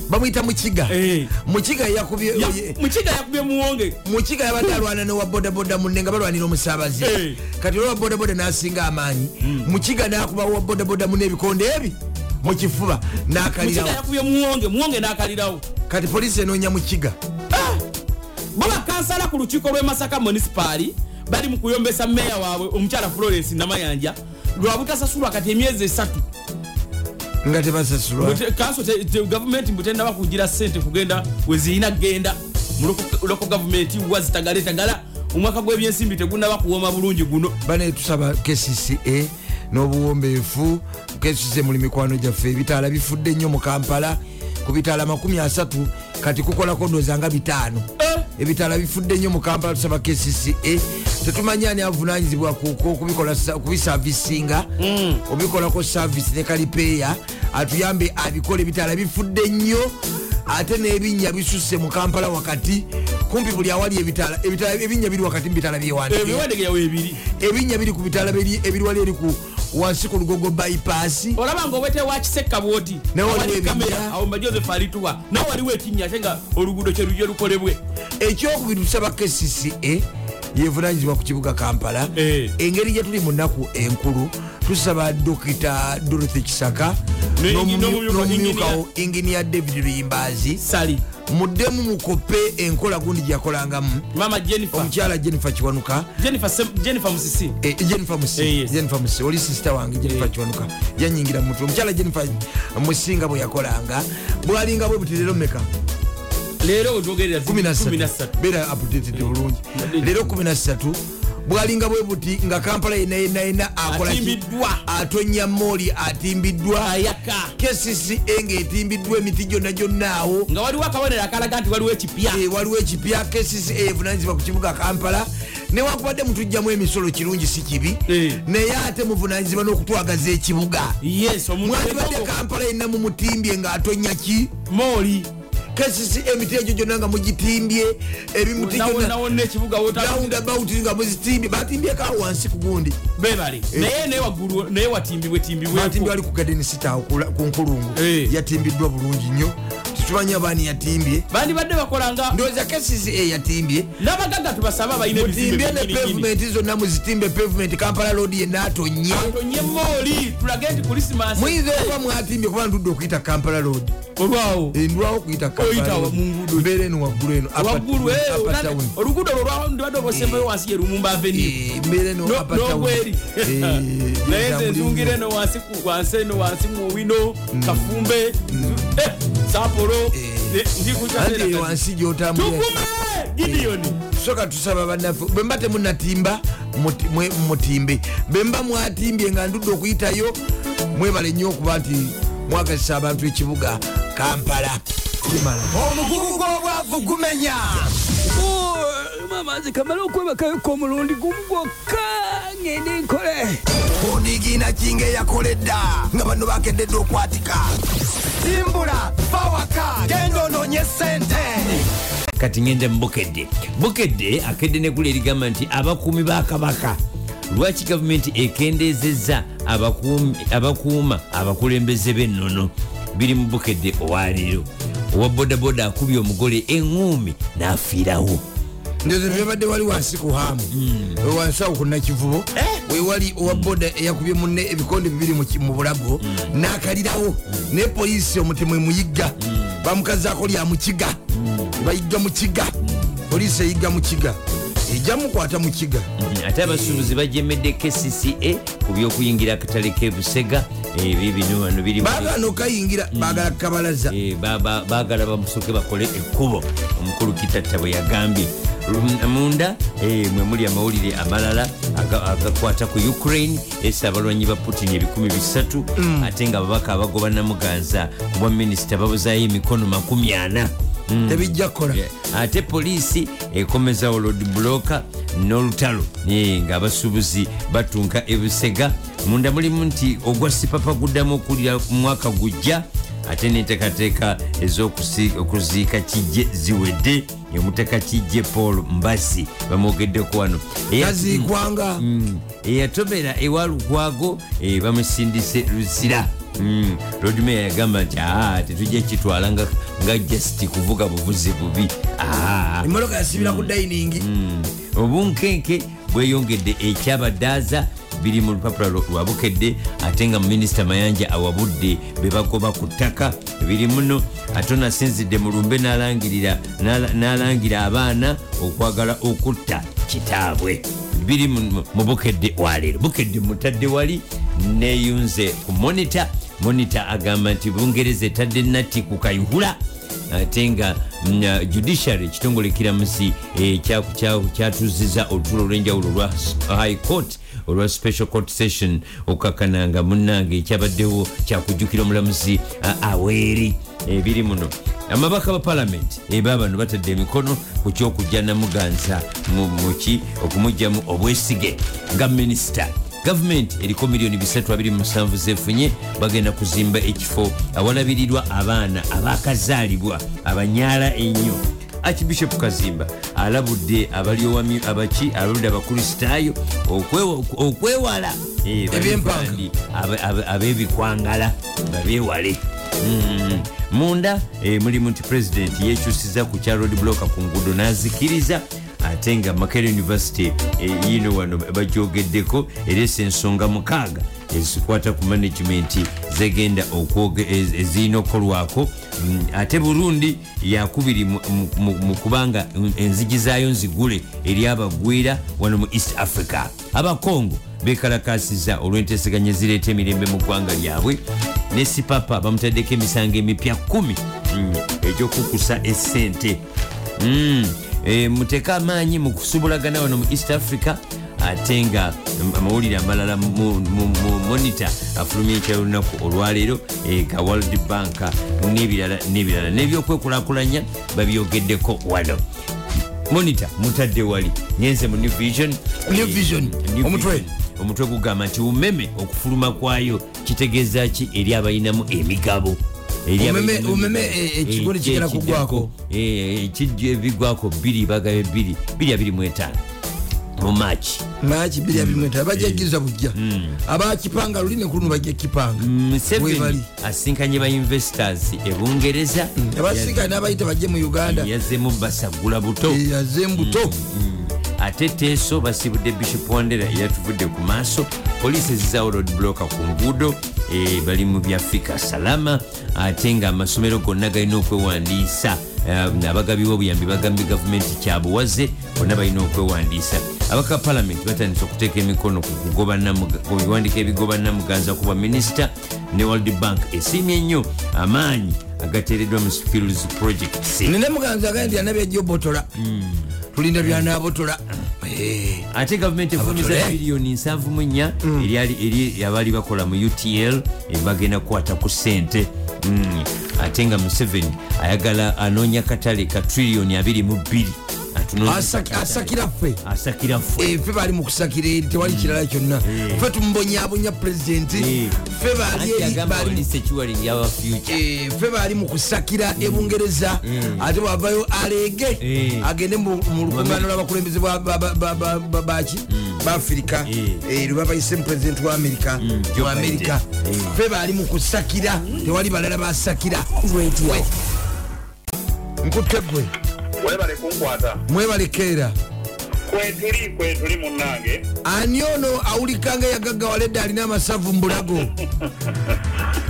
Speaker 2: bamuyita mukiga
Speaker 5: Eh.
Speaker 2: mukiga yakubye
Speaker 5: Ya-
Speaker 2: oye-
Speaker 5: mukiga yakubye muwonge
Speaker 2: mukiga yabadde alwana newa bodaboda munne nga balwanira
Speaker 5: Eh.
Speaker 2: omusaabaze kati olwa bodaboda n'asinga amaanyi mukiga n'akuba wa bodaboda munne ebikonde ebi mu kifuba
Speaker 5: mukiga
Speaker 2: n'akalirawo
Speaker 5: yakubye muwonge muwonge n'akalirawo
Speaker 2: kati polisi enoonya mukiga
Speaker 5: bo bakansala Ah! ku lukiiko lw'e masaka munisipaali bali mu kuyombesa meeya waabwe omukyala florence namayanja lwa butasasulwa kati emyezi esatu
Speaker 2: nga tebasasulwa
Speaker 5: Bute- kanso te- te- gavumenti mbutenaba kugira sente kugenda wezirina kgenda muloko gavumenti wazitagaletagala omwaka gw'ebyensimbi tegunaba kuwooma bulungi guno
Speaker 2: bane tusaba kcca n'obuwombeefu kcca muli mikwano gyaffe ebitaala bifudde nnyo mu kampala ku bitaala 30 kati kukolako ndooza nga bitaano
Speaker 5: Eh.
Speaker 2: ebitaala bifudde nnyo mu kampala tusaba kcca tetumanya ani avunanyizibwa kubisavisinga obikolako savisi ne kalipeeya atuyambe abikola ebitaala bifudde nnyo ate n'ebinnya bisusse mu kampala wakati kumpi buli awali ebitaala ebitaala- ebinnya biri wakati mu bitaala byewandike
Speaker 5: ebiwendegeya weebiri
Speaker 2: ebinya biri ku bitala biri- ebirwala eri ku wansi ku lugogo bypaasi
Speaker 5: olaba nga obwete wa kisekka bwoti
Speaker 2: Ne waliwo
Speaker 5: Awali
Speaker 2: ebibira.
Speaker 5: kamera, awo majoseph alituwa nawe waliwo ekinnya ate nga oluguudo kyerujje lukolebwe
Speaker 2: ekyokubiri tusaba kcca yevunanyizibwa ku kibuga kampala
Speaker 5: Eh.
Speaker 2: engeri gye tuli mu nnaku enkulu tusaba dokita dorothy kisaka
Speaker 5: Ne-
Speaker 2: n'omu-
Speaker 5: n'omumyuka-
Speaker 2: n'omumyukawo inginiya david luyimbazi
Speaker 5: sali
Speaker 2: muddemu mukope enkola gundi gyakolangamu
Speaker 5: mama jennifer
Speaker 2: omukyala jennifer kiwanuka
Speaker 5: jennifer, Sem- jennifer musisi
Speaker 2: Eh, jennifer musi
Speaker 5: Eh, yes. Eh.
Speaker 2: jennifer musi oli sisita wange jennifer kiwanuka yanyingira mumutwe omukyala jennifer musinga bwe yakolanga bwalinga bwe butirero meka
Speaker 5: leero wetwogerera
Speaker 2: 13 beera updated bulungi leero 13 bwalinga bwe buti nga kampala yena yena yena akola ki?
Speaker 5: Atimbiddwa.
Speaker 2: atonya mooli atimbiddwa
Speaker 5: ayaka
Speaker 2: kcca ngaetimbiddwa emiti gyonna gyonna awo
Speaker 5: nga waliwo akabonero akalaga nti waliwo ekipya
Speaker 2: Eh, waliwo ekipya kcca evunanyizibwa ku kibuga kampala newakubadde mutujjamu emisolo kirungi si kibi
Speaker 5: Eh.
Speaker 2: naye ate muvunanyizibwa n'okutwagaza ekibuga
Speaker 5: yes
Speaker 2: mwandibadde
Speaker 5: omuntu
Speaker 2: kampala yenna mumutimbye ng'atonya ki
Speaker 5: mooli
Speaker 2: kcca emiti egyo gyonna nga mugitimbye ebimuti gyonna
Speaker 5: nawonna ekibuga
Speaker 2: roundabout nga muzitimbye batimbyeko awo wansi ku gundi
Speaker 5: bebale naye naye waggulu naye watimbibwe
Speaker 2: batimbye
Speaker 5: timbibwe
Speaker 2: ali ku gadeni sitaawo ku nkulungu
Speaker 5: Eh.
Speaker 2: yatimbiddwa bulungi nnyo tetumanya baani yatimbye
Speaker 5: bandibadde bakolanga
Speaker 2: ndowooza kcca yatimbye
Speaker 5: n'abagagga tubasabe abalina
Speaker 2: timbye ne pavement zonna muzitimbe pavement kampala road yenaatonye
Speaker 5: tonye mooli tulage nti krisimas
Speaker 2: muyinza okuba mwatimbye kuba ndudde okuyita kampala road E,
Speaker 5: olwawo
Speaker 2: endwawo okuyita
Speaker 5: Oyita
Speaker 2: kampala
Speaker 5: wa- mu nguudo.
Speaker 2: mbeera eno waggulu eno upper-
Speaker 5: waggulu eh,
Speaker 2: upper
Speaker 5: otande-
Speaker 2: town.
Speaker 5: oluguudo olwolwandibadde olwosembayo wansi ye lumumba avenue
Speaker 2: Eh, mbeera eno
Speaker 5: No-
Speaker 2: upper town.
Speaker 5: nobweri
Speaker 2: Eh,
Speaker 5: naye
Speaker 2: genda
Speaker 5: nze nzungira
Speaker 2: mulimu.
Speaker 5: eno wansi ku- wansi eno wansi mu wino kafumbe eh, sapolo
Speaker 2: Mm. Eh,
Speaker 5: eh, ndikukyalira
Speaker 2: anti eyo
Speaker 5: kati.
Speaker 2: wansi Eh. gyotambula
Speaker 5: tukume gidiyoni
Speaker 2: soka tusaba bannaffe bwemba temunatimba muti- mwe- mutimbe bemba mwatimbye nga ndudde okuyitayo mwebale nnyo okuba nti mwagazisa abantu ekibuga kampala kimala
Speaker 6: omugugu gw'obwavu gumenya
Speaker 4: mamazi kamala okwebakayoka omulundi gumu gwokka ngende nkole
Speaker 6: odigiina kinga eyakoledda nga bano bakededde okwatika simbula bawaka genda onoonye sente
Speaker 1: kati ngenze mubukedde bukedde akedde nekula erigamba nti abakuumi bakabaka lwaki gavumenti ekendezezza abakuumi- abakuuma abakulembeze b'ennono biri mu bukedde owaleero owa bodaboda akubye omugole eŋuumi n'afiirawo
Speaker 2: ndozo byabadde wali wansi ku hamu wansi awo ku nakivubo wewali owa boda eyakubye munne ebikonde bibiri mu ki- mu bulago n'akalirawo ne poliisi omutemu emuyigga bamukazaako lya mukiga bayigga mukiga poliisi eyigga mukiga ejja mukwata mu kiga
Speaker 1: Mm, ate abasuubuzi bajemedde kcca ku byokuyingira akatale kebusega ebi bino wano biri mu-
Speaker 2: baagaana okayingira baagala kabalaza
Speaker 1: Eh, ba- ba- baagala bamusoke bakole ekkubo omukulu kitata bwe yagambye Lum- munda eh, mwe muli amawulire amalala aga- agakwata ku ukraine esa abalwanyi ba putin ebikumi bisatu ate nga ababaka abagoba namuganza ku bwaminisita babuzaayo emikono makumi ana Mm.
Speaker 2: tebijja kukola
Speaker 1: Yeah. ate poliisi ekomezawo lodbloka n'olutalo Eh, ng'abasuubuzi batunka ebusega munda mulimu nti ogwa sipapa guddamu okulira ku mwaka gujja ate n'enteekateeka ez'okuziika kijje ziwedde emuteeka kijje paul mbasi bamwogeddeko wano Eya-
Speaker 2: taziikwanga
Speaker 1: Mm. eyatomera ewa lukwago eh, bamusindise lusira Mm. lord mayor yagamba nti "Ah, tetujja kitwala nga- nga just kuvuga buvuzi bubi Ah."
Speaker 2: emmotoka yasibira ku dainingi
Speaker 1: Mm. obunkenke bweyongedde ekyabadaaza biri mu lupapula lwa- lwabukedde ate nga minisita mayanja awabudde be bagoba ku ttaka biri muno ate ono asinzidde mu lumbe n'alangirira- n'ala- n'alangira abaana okwagala okutta kitaabwe biri mu mu bukedde waleero bukedde mutadde wali neyunze ku monita monita agamba nti bungereza etadde nati ku kayihula ate nga mm, uh, judiciary ekitongole kiramusi eh, kya- kya- kyatuziza olutulo olwenjawulo lwa s- high court olwa special court session okukakana nga munnange ekyabaddewo kyakujjukira omulamuzi ah, aweeri ebiri eh, muno amabaka ba eh, palamenti eba bano batadde emikono ku kyokujja namuganza mu- muki okumugjamu obwesige nga minisita gavumenti eriko miliyoni 327 zefunye bagenda kuzimba ekifo awalabirirwa abaana abakazaalibwa abanyaala ennyo archbishop kazimba alabudde abaliowami abaki alabudde abakristaayo okwewa- okwewala eh,
Speaker 2: Eby'empanga.
Speaker 1: bali- abe- abe- abebikwangala babyewale Mm. munda eh, mulimu nti pulezidenti yekyusiza ku kya road bloka ku nguudo n'azikiriza ate nga makere university eh, yino wano bagyogeddeko eresa ensonga mukaaga ezikwata ku management zegenda okwoge- ez- ezirina okukolwako Mm, ate burundi yakubiri mu- mu- mu- mu kubanga enzigi zaayo nzigule eri abagwira wano mu east africa abakongo bekalakasiza olw'enteeseganya ezireeta emirembe mu ggwanga lyabwe ne sipapa bamutaddeko emisango emipya 1 Mm, egy'okukusa essente Mm, eh, muteeke amaanyi mu kusubulagana wano mu east africa ate nga mm, amawulire amalala mu mu- mu monita afulumya ekyolunaku olwaleero eh, ga world bank n'ebirala n'ebirala n'ebyokwekulakulanya babyogeddeko wano monita mutadde wali nyenze mu new vision Eh,
Speaker 2: New Vision,
Speaker 1: New
Speaker 2: omutwe.
Speaker 1: Vision. omutwe gugamba nti umeme okufuluma kwayo kitegeeza ki eri abalinamu emigabo Eri
Speaker 2: Umeme-
Speaker 1: abalinamu
Speaker 2: umeme,
Speaker 1: emigabo.
Speaker 2: eh, ekigere
Speaker 1: Eh,
Speaker 2: kigera
Speaker 1: kye-
Speaker 2: kugwako.
Speaker 1: eh, ekijja ebigwako 2 bagabe 2 225 mu maaci
Speaker 2: maki 2 bajagiza bujja abakipanga luli nekulumu bajja kipanga
Speaker 1: museveni
Speaker 2: Webali.
Speaker 1: asinkanye ba investors e bungereza
Speaker 2: Mm. abasika n'abayita bajje mu uganda
Speaker 1: yazemu basagula buto
Speaker 2: yaze embuto
Speaker 1: Hmm. ate teeso basibudde bishop wandera eyatuvudde ku maaso poliisi ezizaawo roadbloka ku nguudo eh, bali mu byafika salama ate ng'amasomero gonna galina okwewandiisa Eh, abagabiwa obuyambi bagambye gavumenti kyabuwaze bonna balina okwewandiisa abaka palamenti batandise okuteeka emikono ku kugoba namuga- ku biwandiiko ebigoba namuganza ku bwaminisita ne world bank esiimye nnyo amaanyi agateereddwa mu skills projects
Speaker 2: nene muganzi agaye nti anabya ejja obotola tulinda byanaabotola Eh,
Speaker 1: ate gavumenti efulumiza
Speaker 2: Abatule.
Speaker 1: biliyoni 74
Speaker 2: Mm.
Speaker 1: eryali- eri abaali bakola mu utl eh, bagenda kukwata ku ssente Mm. ate nga museveni ayagala anoonya katale ka triliyoni 22 Atunoonya
Speaker 2: asaki- asakira ffe
Speaker 1: asakira ffe
Speaker 2: Eh, ffe bali mu kusakira eri tewali kirala kyonna ffe tumubonyabonya pulezidenti
Speaker 1: Eh.
Speaker 2: ffe
Speaker 1: anti
Speaker 2: bali eri
Speaker 1: agamba
Speaker 2: bali mu
Speaker 1: oni securing yaba future
Speaker 2: Eh, ffe baali mu kusakira ebungereza ate bwavayo alege
Speaker 1: Mm. Eh.
Speaker 2: agende mu mu lukuŋŋaano lw'abakulembeze ba- ba- ba- ba- ba- ba- baki baafirika
Speaker 1: Mm. Eh. Mm.
Speaker 2: lwe babayise mu pulezidenti w'amerika
Speaker 1: Joe
Speaker 2: mu amerika
Speaker 1: Biden. Eh.
Speaker 2: ffe baali mu kusakira tewali balala basakira
Speaker 3: Radio.
Speaker 2: nkutte gwe
Speaker 7: webale kunkwata
Speaker 2: mwebalekeera
Speaker 7: ku kwetuli kwetuli munnange
Speaker 2: ani ono awulikanga yagaggawala edda alina amasavu mu bulago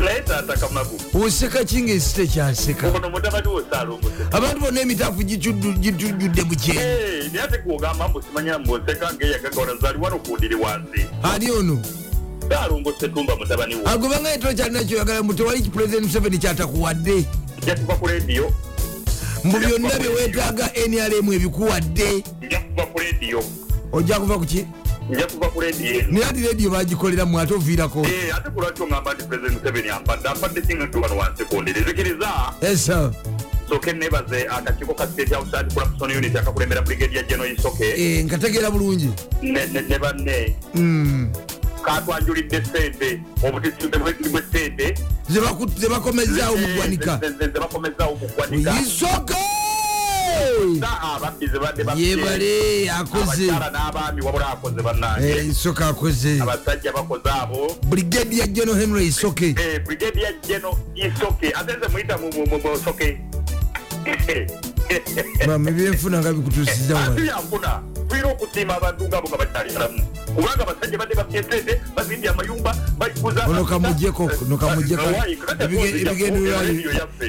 Speaker 7: naye taata kamagu
Speaker 2: oseka kinga ensi tekyaseka
Speaker 7: ono mutabati wosaalongose
Speaker 2: abantu bonna emitafu gicuddu- gitujjudde bukye
Speaker 7: naye ate gwogamba mbu simanya mboseka ngeyagagawala zaali wano kuwundiri wansi
Speaker 2: ani ono
Speaker 7: saalongose tumba mutabani wo
Speaker 2: agobanga etokyalina kyoyagala mbu tewali president museveni kyatakuwadde
Speaker 7: njakuba ku lediyo
Speaker 2: mbu byonna byewetaaga nrm ebikuwadde
Speaker 7: njakuba ku lediyo
Speaker 2: ojja kuva ku ki
Speaker 7: njakuba ku lediyo eno
Speaker 2: naye ati rediyo bagikolera mwe ate oviirako
Speaker 7: Eh, ate kulwaki oŋŋamba nti pulezidenti museveni ampadde ampadde kingattu wano wansi kundiri zikiriza
Speaker 2: esa
Speaker 7: soke nebaze akakiiko ka state house and corruption unit akakulembera brigadier general isoke
Speaker 2: Eh, nkategeera bulungi
Speaker 7: ne ne- ne banne
Speaker 2: Mm.
Speaker 7: katwanjulidde sente obutisi bwe sente
Speaker 2: ze baku- ze bakomezaawo mu ggwanika
Speaker 7: zebakomezaawo mugwanika
Speaker 2: isoke
Speaker 7: ababbi zebadde
Speaker 2: yebale akoze
Speaker 7: abakyala n'abaami wabula akoze
Speaker 2: Eh,
Speaker 7: bannange
Speaker 2: isoke akoze
Speaker 7: abasajja bakoze abo
Speaker 2: brigade ya geno henry isoke
Speaker 7: Eh, brigadier geno isoke ate nze muyita mu- mu- mu- mu- soke
Speaker 2: mama ebyenfuna nga bikutuusiza
Speaker 7: ate
Speaker 2: wala
Speaker 7: yanfuna tulina okusiima abantu ngaabo nga bakyali balamu kubanga abasajja badde bafye sente bazimbye amayumba baguza
Speaker 2: ono
Speaker 7: Eh,
Speaker 2: kamugjeko nokamugjeko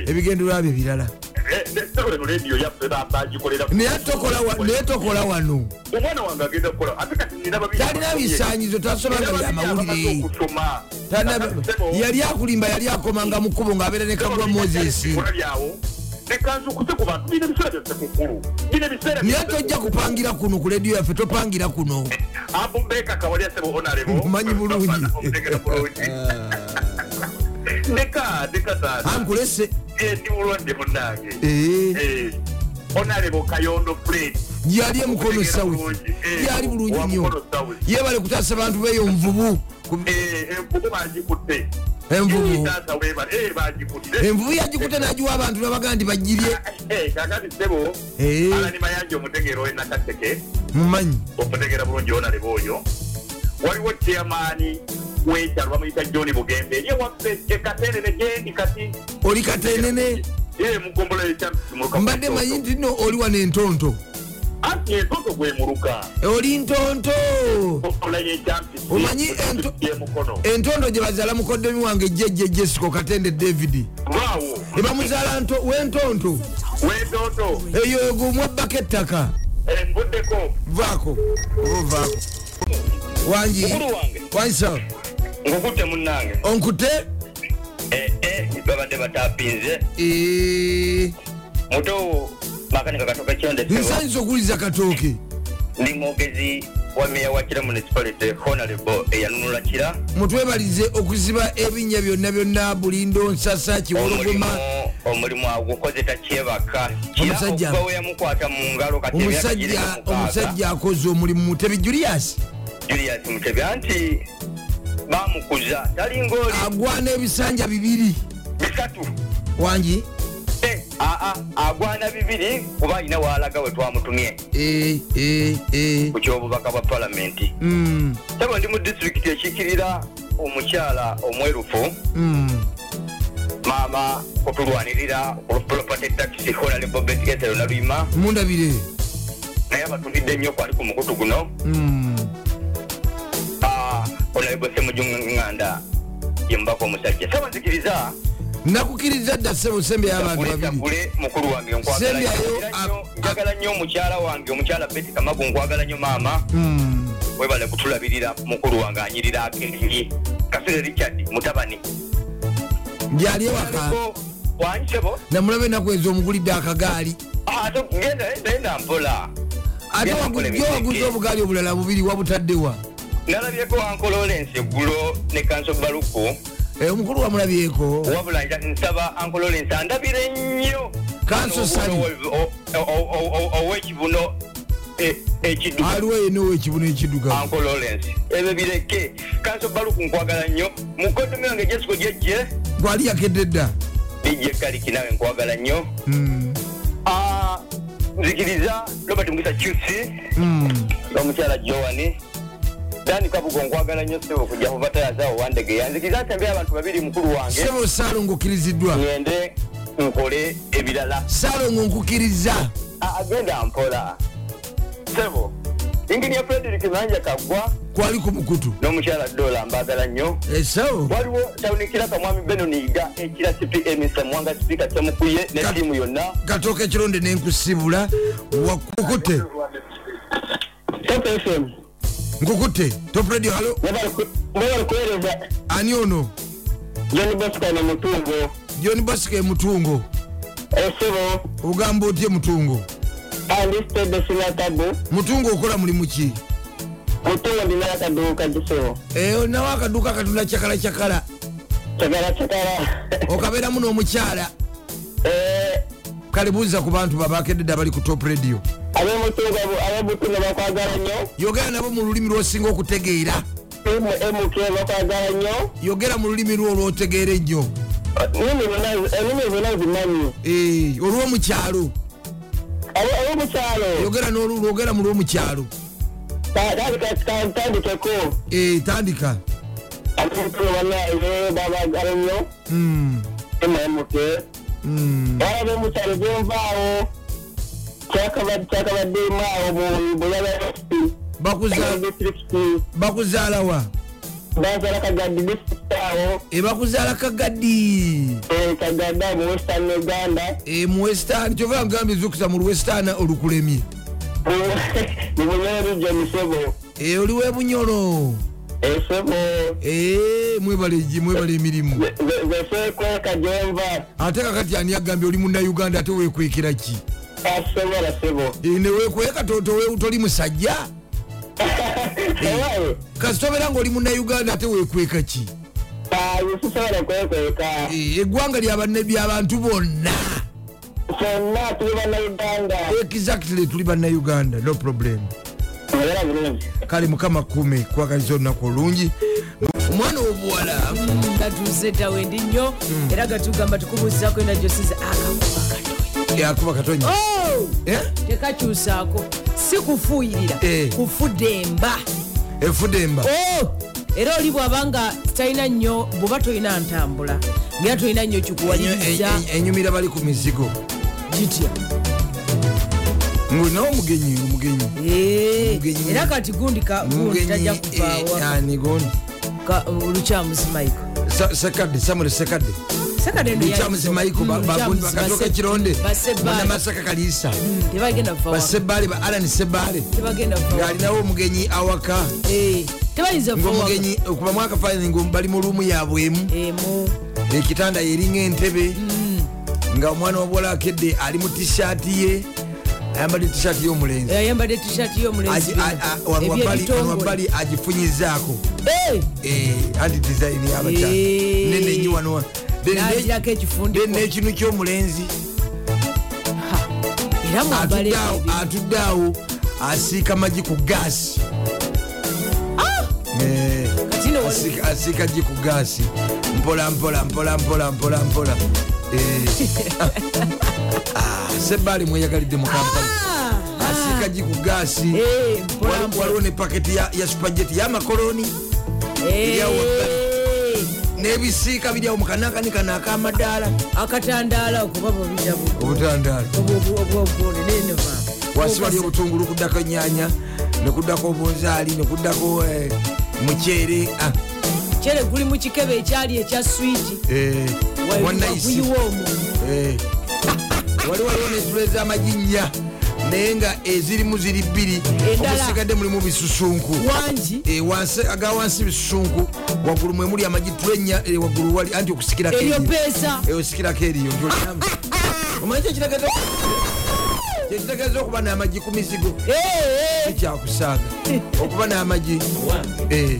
Speaker 2: ebigendera byo birala
Speaker 7: Eh, eno lediyo yaffe bagikolera
Speaker 2: naye tokola wa- naye tokola wano
Speaker 7: omwana wange agenda kukola ate kati nina babi
Speaker 2: talina bisanyizo tasobanga byamawulire Talina- yali akulimba yali akomanga mu kkubo ng'abeera ne kagwa moses
Speaker 7: nekanzukuse ku bantu bina ebiseera byaffe kukulu bina ebiseera
Speaker 2: naye tojja kupangira kuno ku lediyo yaffe topangira kuno
Speaker 7: abubeka kawali asebo onalebo
Speaker 2: Mmanyi bulungi. Ah.
Speaker 7: ndeka ndeka taata
Speaker 2: ankulese
Speaker 7: Eh, ndi bulwadde munange
Speaker 2: Eh.
Speaker 7: Eh, onalebo kayondo fred
Speaker 2: yali emukono south yali bulungi nnyo yebale kutaasa bantu beyo nvubu Ku-
Speaker 7: Eh. envubu bagikutte
Speaker 2: Envubu.
Speaker 7: Yee, taata webale Eh, bagikutte
Speaker 2: envubu yagikuta nagiwa abantu nabagaa nti bagirye
Speaker 7: Eh, kakati sebo
Speaker 2: Eh.
Speaker 7: alani mayanja omutegera oyo nakateke
Speaker 2: mumanyi
Speaker 7: okutegera bulungi onaleba oyo waliwo chairmani wekyalo bamuyita john bugembe ye waffe ekaterere gyendi kati
Speaker 2: oli katenene
Speaker 7: ye mugombolola ekyamukuluka
Speaker 2: mbadde manyi nti no oli wano entonto
Speaker 7: anti entoto gwe muluka
Speaker 2: oli ntonto
Speaker 7: okolanye ekyampi
Speaker 2: Omanyi ento-
Speaker 7: yemukono
Speaker 2: entonto gye bazaala mukodomi wange jjejje jesiko katende david
Speaker 7: lwawo
Speaker 2: ebamuzaala nto- wentonto
Speaker 7: wentoto
Speaker 2: eyo gumwebbako ettaka
Speaker 7: Eh, envuddeko
Speaker 2: vaako oba ovaako wangi
Speaker 7: mukulu wange
Speaker 2: wanyisa
Speaker 7: ngukutte munnange
Speaker 2: onkute
Speaker 7: Eh, babadde batapinze
Speaker 2: Eh,
Speaker 7: muto makanika katoka kyondesebwa
Speaker 2: nsanyiza okuwuliza katooke
Speaker 7: ndi mwogezi wa meya wa kira municipality e honalebo eyanunula kira
Speaker 2: mutwebalize okuziba ebinnya byonna byonna bulindo nsasa
Speaker 7: omulimu
Speaker 2: kiwologoma
Speaker 7: omulimu agukoze takyebaka kira
Speaker 2: Omusajja.
Speaker 7: okuba weyamukwata mu ngalo kati emyaka giri
Speaker 2: omusajja
Speaker 7: mu mukaaga.
Speaker 2: omusajja akoze omulimu tebijuliyasi
Speaker 7: julius mutebya nti bamukuza talingaoli
Speaker 2: agwana ebisanja bibiri
Speaker 7: bisatu
Speaker 2: wangi
Speaker 7: Eh, aa agwana bibiri kuba alina waalaga we twamutumye
Speaker 2: Eh, eh, eh.
Speaker 7: ku kyobubaka bwa palamenti
Speaker 2: Mm,
Speaker 7: sebo ndi mu disitulikiti ekikirira omukyala omwerufu
Speaker 2: mm.
Speaker 7: maama otulwanirira property tax honalebobetgesero naluyima
Speaker 2: mundabire
Speaker 7: naye abatulidde nnyo kwali ku mukutu guno
Speaker 2: Mm.
Speaker 7: onalebosemujuŋŋanda yemubaka omusajja sabanzikiriza
Speaker 2: nakukkiriza dda ssebo sembe y'abantu babiri
Speaker 7: gule mukulu wange
Speaker 2: Sembyayo,
Speaker 7: nkwagala nnyo.
Speaker 2: a- a-
Speaker 7: njagala nnyo omukyala wange omukyala beti kamagu nkwagala nnyo maama
Speaker 2: Mm.
Speaker 7: webale kutulabirira mukulu wange anyirira akeringi kasule richard mutabani
Speaker 2: gyali ewaka
Speaker 7: Aliko wansebo
Speaker 2: namulaba enaku ezo omugulidde akagaali
Speaker 7: ate genda genda mpola
Speaker 2: ate
Speaker 7: Genda
Speaker 2: wagu-
Speaker 7: mukole
Speaker 2: gyowaguza
Speaker 7: bibinge.
Speaker 2: obugaali obulala bubiri wabutaddewa
Speaker 7: nalabyeko wankololensi eggulo ne kanso baluku
Speaker 2: Eh, omukulu wamulabyeko
Speaker 7: wabula nja- nsaba ankololensi andabire nnyo
Speaker 2: Kanso Sali.
Speaker 7: O- o- o- o- owekibuno e- ekidduka
Speaker 2: aliwo yenaowo ekibuno ekiddugavu
Speaker 7: uncle lawrence ebyo bireke kanso baluku nkwagala nnyo mukodomi wange jesiko jejje
Speaker 2: gwali yakedde dda
Speaker 7: bijje kaliki nawe nkwagala nnyo
Speaker 2: Mm,
Speaker 7: Ah, nzikiriza robert mugisa cusi
Speaker 2: mm.
Speaker 7: n'omukyala joani dani kabugo nkwagala nnyo sebo kujja kuva tayazawo wandegeya nzikiriza nsembera abantu babiri mukulu wange
Speaker 2: sebo saalongo okkiriziddwa
Speaker 7: ŋŋende nkole ebirala
Speaker 2: saalongo nkukkiriza
Speaker 7: Ah, agenda mpola sebo inginiya frederick manja kaggwa
Speaker 2: kwali ku mukutu Eh,
Speaker 7: n'omukyala dola mbaagala nnyo
Speaker 2: esawo
Speaker 7: waliwo tawunikira kamwami benoniiga ekira cpmsa muwanga sipiika kyamukuye ne
Speaker 2: Ka-
Speaker 7: tiimu yonna
Speaker 2: katoka ekironde nenkusibula wakukute
Speaker 7: topfm
Speaker 2: nkukute top radio halo
Speaker 7: mwebala kuweereza
Speaker 2: ani ono
Speaker 7: john bosikana mutungo
Speaker 2: john basika emutungo
Speaker 7: esibo
Speaker 2: ogamba otya emutungo
Speaker 7: andistede sinatabu
Speaker 2: mutungo okola mulimu ki
Speaker 7: mutungo ndina akaduuka gisibo
Speaker 2: Eh, olinawo akaduuka katunda kyakalakyakala
Speaker 7: kyagala kyagala
Speaker 2: okabeeramu n'omukyala kale buuza ku bantu babakedde abali ku top radio
Speaker 7: abemutungo abemutungo bakwagala nnyo
Speaker 2: yogera nabo mu lulimi lwosinga okutegeera
Speaker 7: mmk bakwagala nnyo
Speaker 2: yogera mu lulimi lwo olwotegeera ennyo
Speaker 7: ennimi zonna- ennimi zonna zimanyi
Speaker 2: Eh, olw'omukyalo
Speaker 7: Abo- ab'omukyalo
Speaker 2: yogera n'olu- lwogera mu lw'omukyalo
Speaker 7: ta- tandika- ta- tandikeko
Speaker 2: Eh, tandika
Speaker 7: abemutungo banaye babagala nnyo
Speaker 2: Mm,
Speaker 7: mmk
Speaker 2: mm.
Speaker 7: era abemukyalo gyenvaawo kyakabadde kyakabaddemu awo mu bulabaasi
Speaker 2: Bakuza-
Speaker 7: disitulikiti
Speaker 2: bakuzaala wa
Speaker 7: bazaala kagadi disitulikiti awo
Speaker 2: Eh, bakuzaala kagadi
Speaker 7: eh, kagadi awo mu western uganda
Speaker 2: Eh, mu western kyova ngambye zukisa mu lwestana olukulemye
Speaker 7: mu bunyoro region sebo E,
Speaker 2: Eh, oliwo ebunyolo
Speaker 7: esebo
Speaker 2: Eh, mwebale gi- mwebale emirimu
Speaker 7: zeseekweka gyemba
Speaker 2: ate kakati ani agambye oli munnayuganda ate weekwekera ki Eh,
Speaker 7: asobola sebo
Speaker 2: newekweka toli musajja
Speaker 7: ewawe
Speaker 2: kasitobera ngaoli munnayuganda ate weekweka ki
Speaker 7: sisobola kwekweka
Speaker 2: Eh, eggwanga lyabane- lyabantu bonna
Speaker 7: fenna tuli bannayuganda
Speaker 2: exactly tuli bannayuganda no problem
Speaker 7: era bulungi
Speaker 2: kale mukama kume kwagaliza olunaku olungi omwana owobuwala
Speaker 3: gatuze tawendi nnyo era gatugamba tukubuuzako ena gyosiza akakuba katoyi
Speaker 2: akuba katonya Eh?
Speaker 3: tekakyusaako si kufuuyirira
Speaker 2: Eh.
Speaker 3: kufudde emba
Speaker 2: efudde emba
Speaker 3: Oh! era oli bw'aba nga talina nnyo bw'oba tolina ntambula ngera tolina nnyo
Speaker 2: e, Enyu-
Speaker 3: kikuwaliriza
Speaker 2: en- en- enyumira bali ku mizigo
Speaker 3: gitya
Speaker 2: nawe omugenyi omugenyi
Speaker 3: Eh,
Speaker 2: Mugenyi. eh,
Speaker 3: era kati gundi ka- gundi tajja
Speaker 2: e, ah.
Speaker 3: kuvaawa
Speaker 2: anigondi
Speaker 3: Ka- olukyamuzi michael
Speaker 2: sekadde samuel sekadde lukyamuzi maiko bakatoka ekironde namasaka kaliisa basebaale ba alan sebaale ng'alinawo omugenyi awaka
Speaker 3: Eh, tebayinza
Speaker 2: ngaomugenyi okuba mwakafaningo bali mu luumu yaabwe emu
Speaker 3: emu
Speaker 2: ekitanda yeringa entebe nga omwana wabwola akedde ali mu tishaati ye ayambadde tishaati y'omulenzi
Speaker 3: ayambadde Eh, tshirt
Speaker 2: Agi- a- a- wa- wabali-
Speaker 3: y'omulenzibyebitongole
Speaker 2: wabali agifunyizaako anti design abata
Speaker 3: Eh.
Speaker 2: nenenyi wano Then ne-
Speaker 3: n'agirako
Speaker 2: then
Speaker 3: ekifundiko
Speaker 2: n'ekinu ky'omulenzi
Speaker 3: era mwambale
Speaker 2: atudde awo- atudde awo asiika magi ku gaasi Eh,
Speaker 3: katino
Speaker 2: asiika- asiika gi ku gaasi mpola mpola mpola mpola mpola mpola Eh. sebaali mweyagalidde mukampala
Speaker 3: Ah,
Speaker 2: asiika gi ku gaasi
Speaker 3: Eh,
Speaker 2: Wali- waliwo ne paketi ya ya supageti y'amakoloni
Speaker 3: eh,
Speaker 2: eryawo n'ebisiika biryawo mukanakani kano akamadaala
Speaker 3: akatandaala okuba babirabo
Speaker 2: obutandaala
Speaker 3: obwogone nene
Speaker 2: wansi wali obutungulu kuddako enyanya nekuddako obunzaali nekuddako eh, muceere ah,
Speaker 3: kyere guli mu kikebe ekyali ekya switi
Speaker 2: eh, wanaisi
Speaker 3: waguyiwa omuntu
Speaker 2: Eh. wali waliwo netula ez'amajinya naye nga ezirimu ziri bbiri
Speaker 3: Endala.
Speaker 2: omusigadde mulimu bisusunku
Speaker 3: wangi
Speaker 2: Eh, wansi- aga wansi bisusunku waggulu mwe muli amajitula enya eh, waggulu wali anti okusikirako
Speaker 3: eryo
Speaker 2: eriyo.
Speaker 3: peesa
Speaker 2: Eh, osikirako eriyo ntyolinamu omanyi kyekitegeeza kyekitegeeza okuba n'amagi ku mizigo
Speaker 3: Eh,
Speaker 2: ekyakusaaga okuba n'amagi Eh, eh,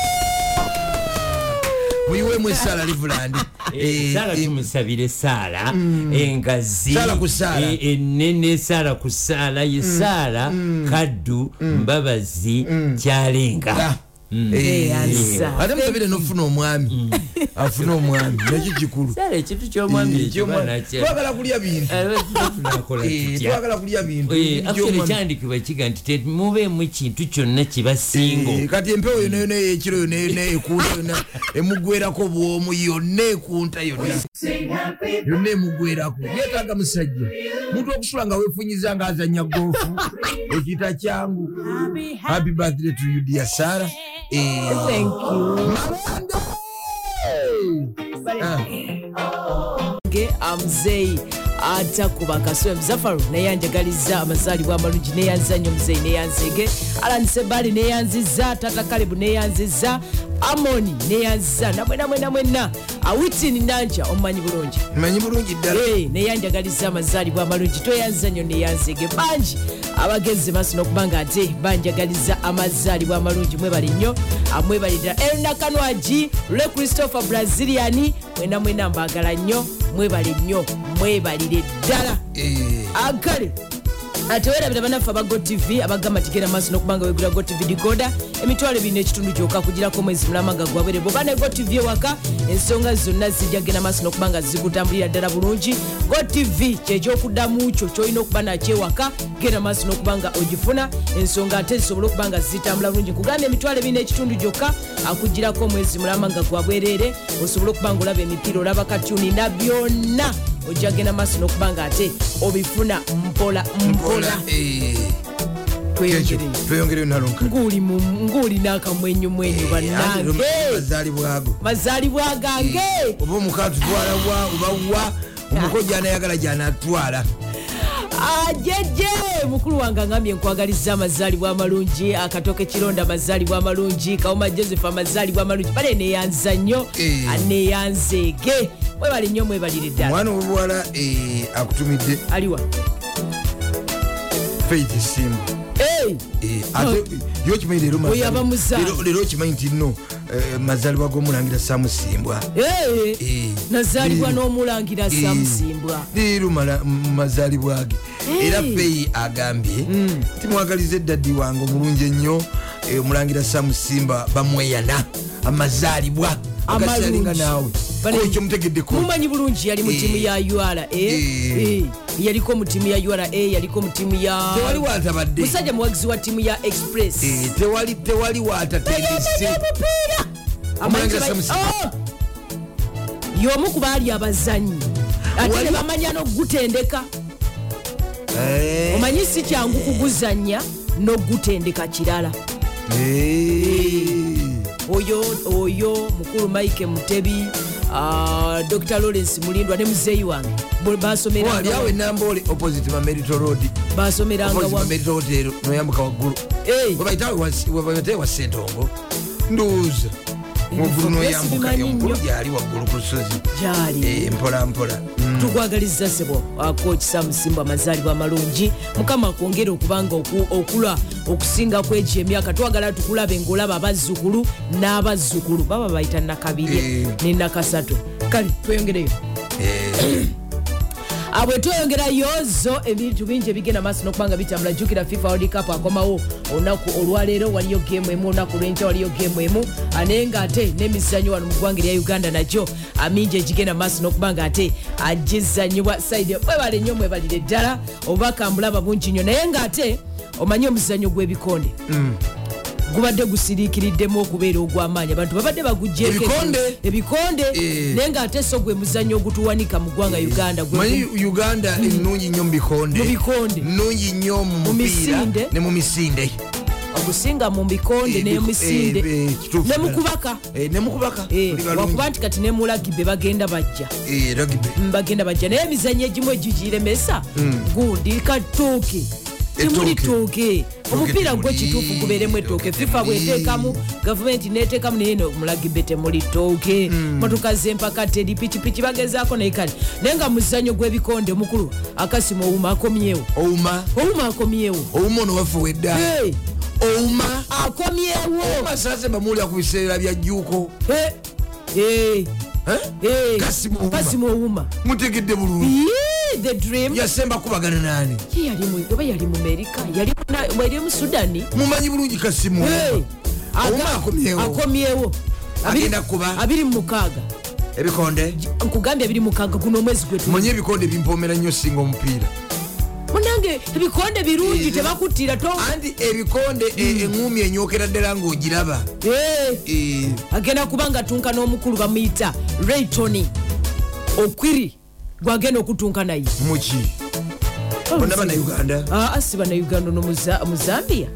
Speaker 2: muyiwemu esaala livuland Eh,
Speaker 1: saala
Speaker 2: eh,
Speaker 1: tumusabire saala engazi
Speaker 2: Sarah ku Mm. Sarah.
Speaker 1: eh, enene saala ku saala ye saala kaddu
Speaker 2: Mm.
Speaker 1: mbabazi kyalenga
Speaker 2: ah, eh,
Speaker 3: ansa.
Speaker 2: ate musabire nofuna omwami afuna omwami nakyo kikulu
Speaker 1: saala ekintu Mm. kyomwami
Speaker 2: twagala kulya bintu Eh,
Speaker 1: ekibaanakyatunakolautya
Speaker 2: twagala kulya bintu Eh,
Speaker 1: actually
Speaker 2: Eky'omwami.
Speaker 1: kyandikibwa kiga nti temubeemu kintu kyonna kibasingo
Speaker 2: Eh, kati empewo yona yona ekiro yona yona ekunta yona emugwerako bwomu yonna ekunta yonna yonna emugwerako yetaaga musajja muntu okusula nga wefunyiza nga azanya goofu ekiyita kyangu happy birthday to you dear Eh, sara
Speaker 3: Thank you.
Speaker 2: Ah,
Speaker 3: Ge amuzeeyi atakuba kaswe muzafaru neyanjagaliza amazaalibwa amalungi neyanziza nnyo omuzeeyi neyanzege alan sebaali neyanziza tata kalebu neyanziza amoni neyanziza namwena mwena mwena awitini nanja omumanyi bulungi
Speaker 2: manyi bulungi ddala
Speaker 3: Hey, neyanjagaliza amazaalibwa amalungi toyanza nnyo neyanzege bangi abagezi basi nokubanga ate banjagaliza amazaalibwa amalungi mwebali ah, nnyo amwebalira elnakanwagi lwe christopher brazilian mwena mwena mbaagala nnyo mwebale nnyo mwebalire ddala
Speaker 2: Eh,
Speaker 3: agale atewerabira banaffe aba gotv abagamba tigenda maaso nokubanga wegula gotv digoda emitwalo ebirina ekitundu gyokka kugirako mwezi mulama nga gwabwere bwoba ne gotv ewaka ensonga zonna zijja genda maaso nokubanga zikutambulira ddala bulungi gotv kyekyokuddamu kyo kyolina okuba nakyo ewaka genda maaso nokubanga ogifuna ensonga ate zisobole okubanga zitambula bulungi nkugambye emitwalo ebirina ekitundu gyokka akugirako omwezi mulama nga gwabwereere osobole okubanga olaba emipiira olaba katuni na byonna ojja genda maaso nokubanga ate obifuna mpola mpola
Speaker 2: mpola eh, kyekyo
Speaker 3: tweyongere
Speaker 2: tweyongereyo nalonka
Speaker 3: nguli mu- nguli
Speaker 2: Eh,
Speaker 3: n'akamwenyumwenyu bannange
Speaker 2: azaalibwago
Speaker 3: mazaalibwa gange
Speaker 2: oba omukatutwala wa oba wa omuko gyanayagala gyanatwala
Speaker 3: ajeje mukulu wange angambye nkwagaliza amazaalibwa amalungi akatoke kironda amazaalibwa amalungi kaoma joseph amazaalibwa amalungi bale neyanza nnyo
Speaker 2: Eh.
Speaker 3: aneyanzeege mwebali nnyo mwebalire ddala
Speaker 2: omwana owobuwala eh, akutumidde
Speaker 3: aliwa
Speaker 2: faith simu
Speaker 3: Hey!
Speaker 2: Eh, ate yo okimanyi leero
Speaker 3: Oh. Oyo aba muzaala.
Speaker 2: leero- leero okimanyi nti nno eh, mazaalibwa g'omulangira samusimbwa
Speaker 3: Hey!
Speaker 2: Eh,
Speaker 3: nazaalibwa
Speaker 2: leero-
Speaker 3: n'omulangira
Speaker 2: Eh,
Speaker 3: samusimbwa
Speaker 2: leero mala- mu mazaalibwa ge era feyi agambye timwagaliza eddaddi wange omulungi ennyo eh, omulangira samusimba bamweyana amazaalibwa
Speaker 3: Amalungi.
Speaker 2: agasalinga naawe
Speaker 3: Bale-
Speaker 2: ekyo mutegeddeko
Speaker 3: mumanyi bulungi yali mu tiimu ya ura
Speaker 2: Eh.
Speaker 3: yaliko mu tiimu ya ura yaliko mu tiimu ya
Speaker 2: tewali waatabadde
Speaker 3: musajja muwagizi wa tiimu ya express
Speaker 2: Eh, tewali tewali waatatendese Omulangira Samusi.
Speaker 3: yomu ku baali abazanyi ate
Speaker 2: Wali-
Speaker 3: ne bamanya n'okugutendeka
Speaker 2: Eh,
Speaker 3: omanyi si kyangu kuguzanya n'okugutendeka kirala oyo oyo mukulu mike mutebi ah, dr lawrence mulindwa ne muzeeyi wange bo- basomeranga-
Speaker 2: waliawe nambaole opposite mamerito road
Speaker 3: basomeranga
Speaker 2: opposite
Speaker 3: wamu.
Speaker 2: mamerito hotel noyambuka waggulu
Speaker 3: Eh.
Speaker 2: webaitawe wa sentongo nduuza mugulu noyambuka
Speaker 3: sibimanyi
Speaker 2: omukulu
Speaker 3: nnyo.
Speaker 2: gyali waggulu ku lusozi
Speaker 3: gyali
Speaker 2: Eh, mpola mpola Mm.
Speaker 3: tukwagaliza sebo akokisa musimba amazaalibwa amalungi mukama akwongere okubanga oku- okula okusinga kwegyo emyaka twagala tukulabe ngaolaba abazzukulu n'abazzukulu baba bayita nakabirye
Speaker 2: Eh.
Speaker 3: ne nakasatu kale tweyongereyo Ah, bwe tweyongerayo zo ebintu bingi ebigenda maaso nokubanga bitambula jukira fifa world cup akomawo olunaku olwaleero waliyo gemu emu olunaku lwenca waliyo gemu emu Ah, naye nga ate n'emizanyo wano mu ggwanga erya uganda nagyo ah, mingi egigenda maaso nokubanga ate agizanyibwa saidi mwebale nnyo mwebalire ddala obubaka mbulaba bungi nnyo naye nga ate omanye omuzanyo gw'ebikonde
Speaker 2: Mm.
Speaker 3: gubadde gusiriikiriddemu okubeera ogw'amaanyi abantu babadde bagugyeko
Speaker 2: Ebikonde.
Speaker 3: ebikonde
Speaker 2: Eh.
Speaker 3: naye ng'ate so gwe muzanyo ogutuwanika mu ggwanga uganda gwe
Speaker 2: manyi uganda enungi nnyo
Speaker 3: Hmm. mu
Speaker 2: mubikonde
Speaker 3: bikonde
Speaker 2: nungi nnyo mu mupiira
Speaker 3: misinde.
Speaker 2: ne mu misinde
Speaker 3: ogusinga mu bikonde
Speaker 2: Eh, biku-
Speaker 3: nemisinde
Speaker 2: eh, eh, kituufu
Speaker 3: ne
Speaker 2: ddala.
Speaker 3: mukubaka
Speaker 2: Eh, ne mukubaka
Speaker 3: Eh,
Speaker 2: Muli balungi.
Speaker 3: wakuba nti kati nemulagibe bagenda bajja
Speaker 2: Eh, rugby.
Speaker 3: Mm, bagenda bajja naye emizanyo egimu egigiremesa
Speaker 2: Mm.
Speaker 3: gundi katuuke temuli
Speaker 2: Ettooke.
Speaker 3: tuuke omupiira gwe
Speaker 2: temuli,
Speaker 3: kituufu gubeeremu etooke
Speaker 2: ettooke
Speaker 3: fifa
Speaker 2: temuli.
Speaker 3: bweteekamu gavumenti neteekamu naye mulagibe temuli tooke
Speaker 2: Mm.
Speaker 3: motoka zempaka teri pikipiki bagezaako naye kale naye nga muzanyo gw'ebikonde omukulu akasimu owuma akomyewo
Speaker 2: ouma
Speaker 3: owuma akomyewo
Speaker 2: ouma ono waffe wedda
Speaker 3: Hey,
Speaker 2: ouma
Speaker 3: akomyewo
Speaker 2: ouma sase bamuwulira ku biseera bya jjuuko
Speaker 3: Eh, Eh,
Speaker 2: Eh?
Speaker 3: eh,
Speaker 2: Kassim Owooma.
Speaker 3: Kassim Owooma.
Speaker 2: mutegedde bulungi
Speaker 3: Yee, the dream
Speaker 2: yasemba kubagana naani
Speaker 3: Ye yali mu- oba yali mu merika yali mu- yali mu sudani
Speaker 2: mumanyi bulungi kasimu
Speaker 3: Hey, aga-
Speaker 2: Owooma akomyewo.
Speaker 3: akomyewo Abiri-
Speaker 2: Agenda kuba.
Speaker 3: abiri mu mukaaga
Speaker 2: ebikonde
Speaker 3: nkugambye abiri mu mukaaga guno omwezi gwe tu
Speaker 2: manye ebikonde bimpomera nnyo singa omupiira
Speaker 3: munange ebikonde birungi
Speaker 2: Eh,
Speaker 3: tebakuttira to
Speaker 2: anti ebikonde e- eŋumi enyokera ddala ng'ogiraba
Speaker 3: Eh,
Speaker 2: Eh,
Speaker 3: agenda kuba nga tunka n'omukulu bamuyita raytony okwiri gwagenda okutunka naye
Speaker 2: muki bonna bannayuganda
Speaker 3: aa si bannayuganda no mu zambia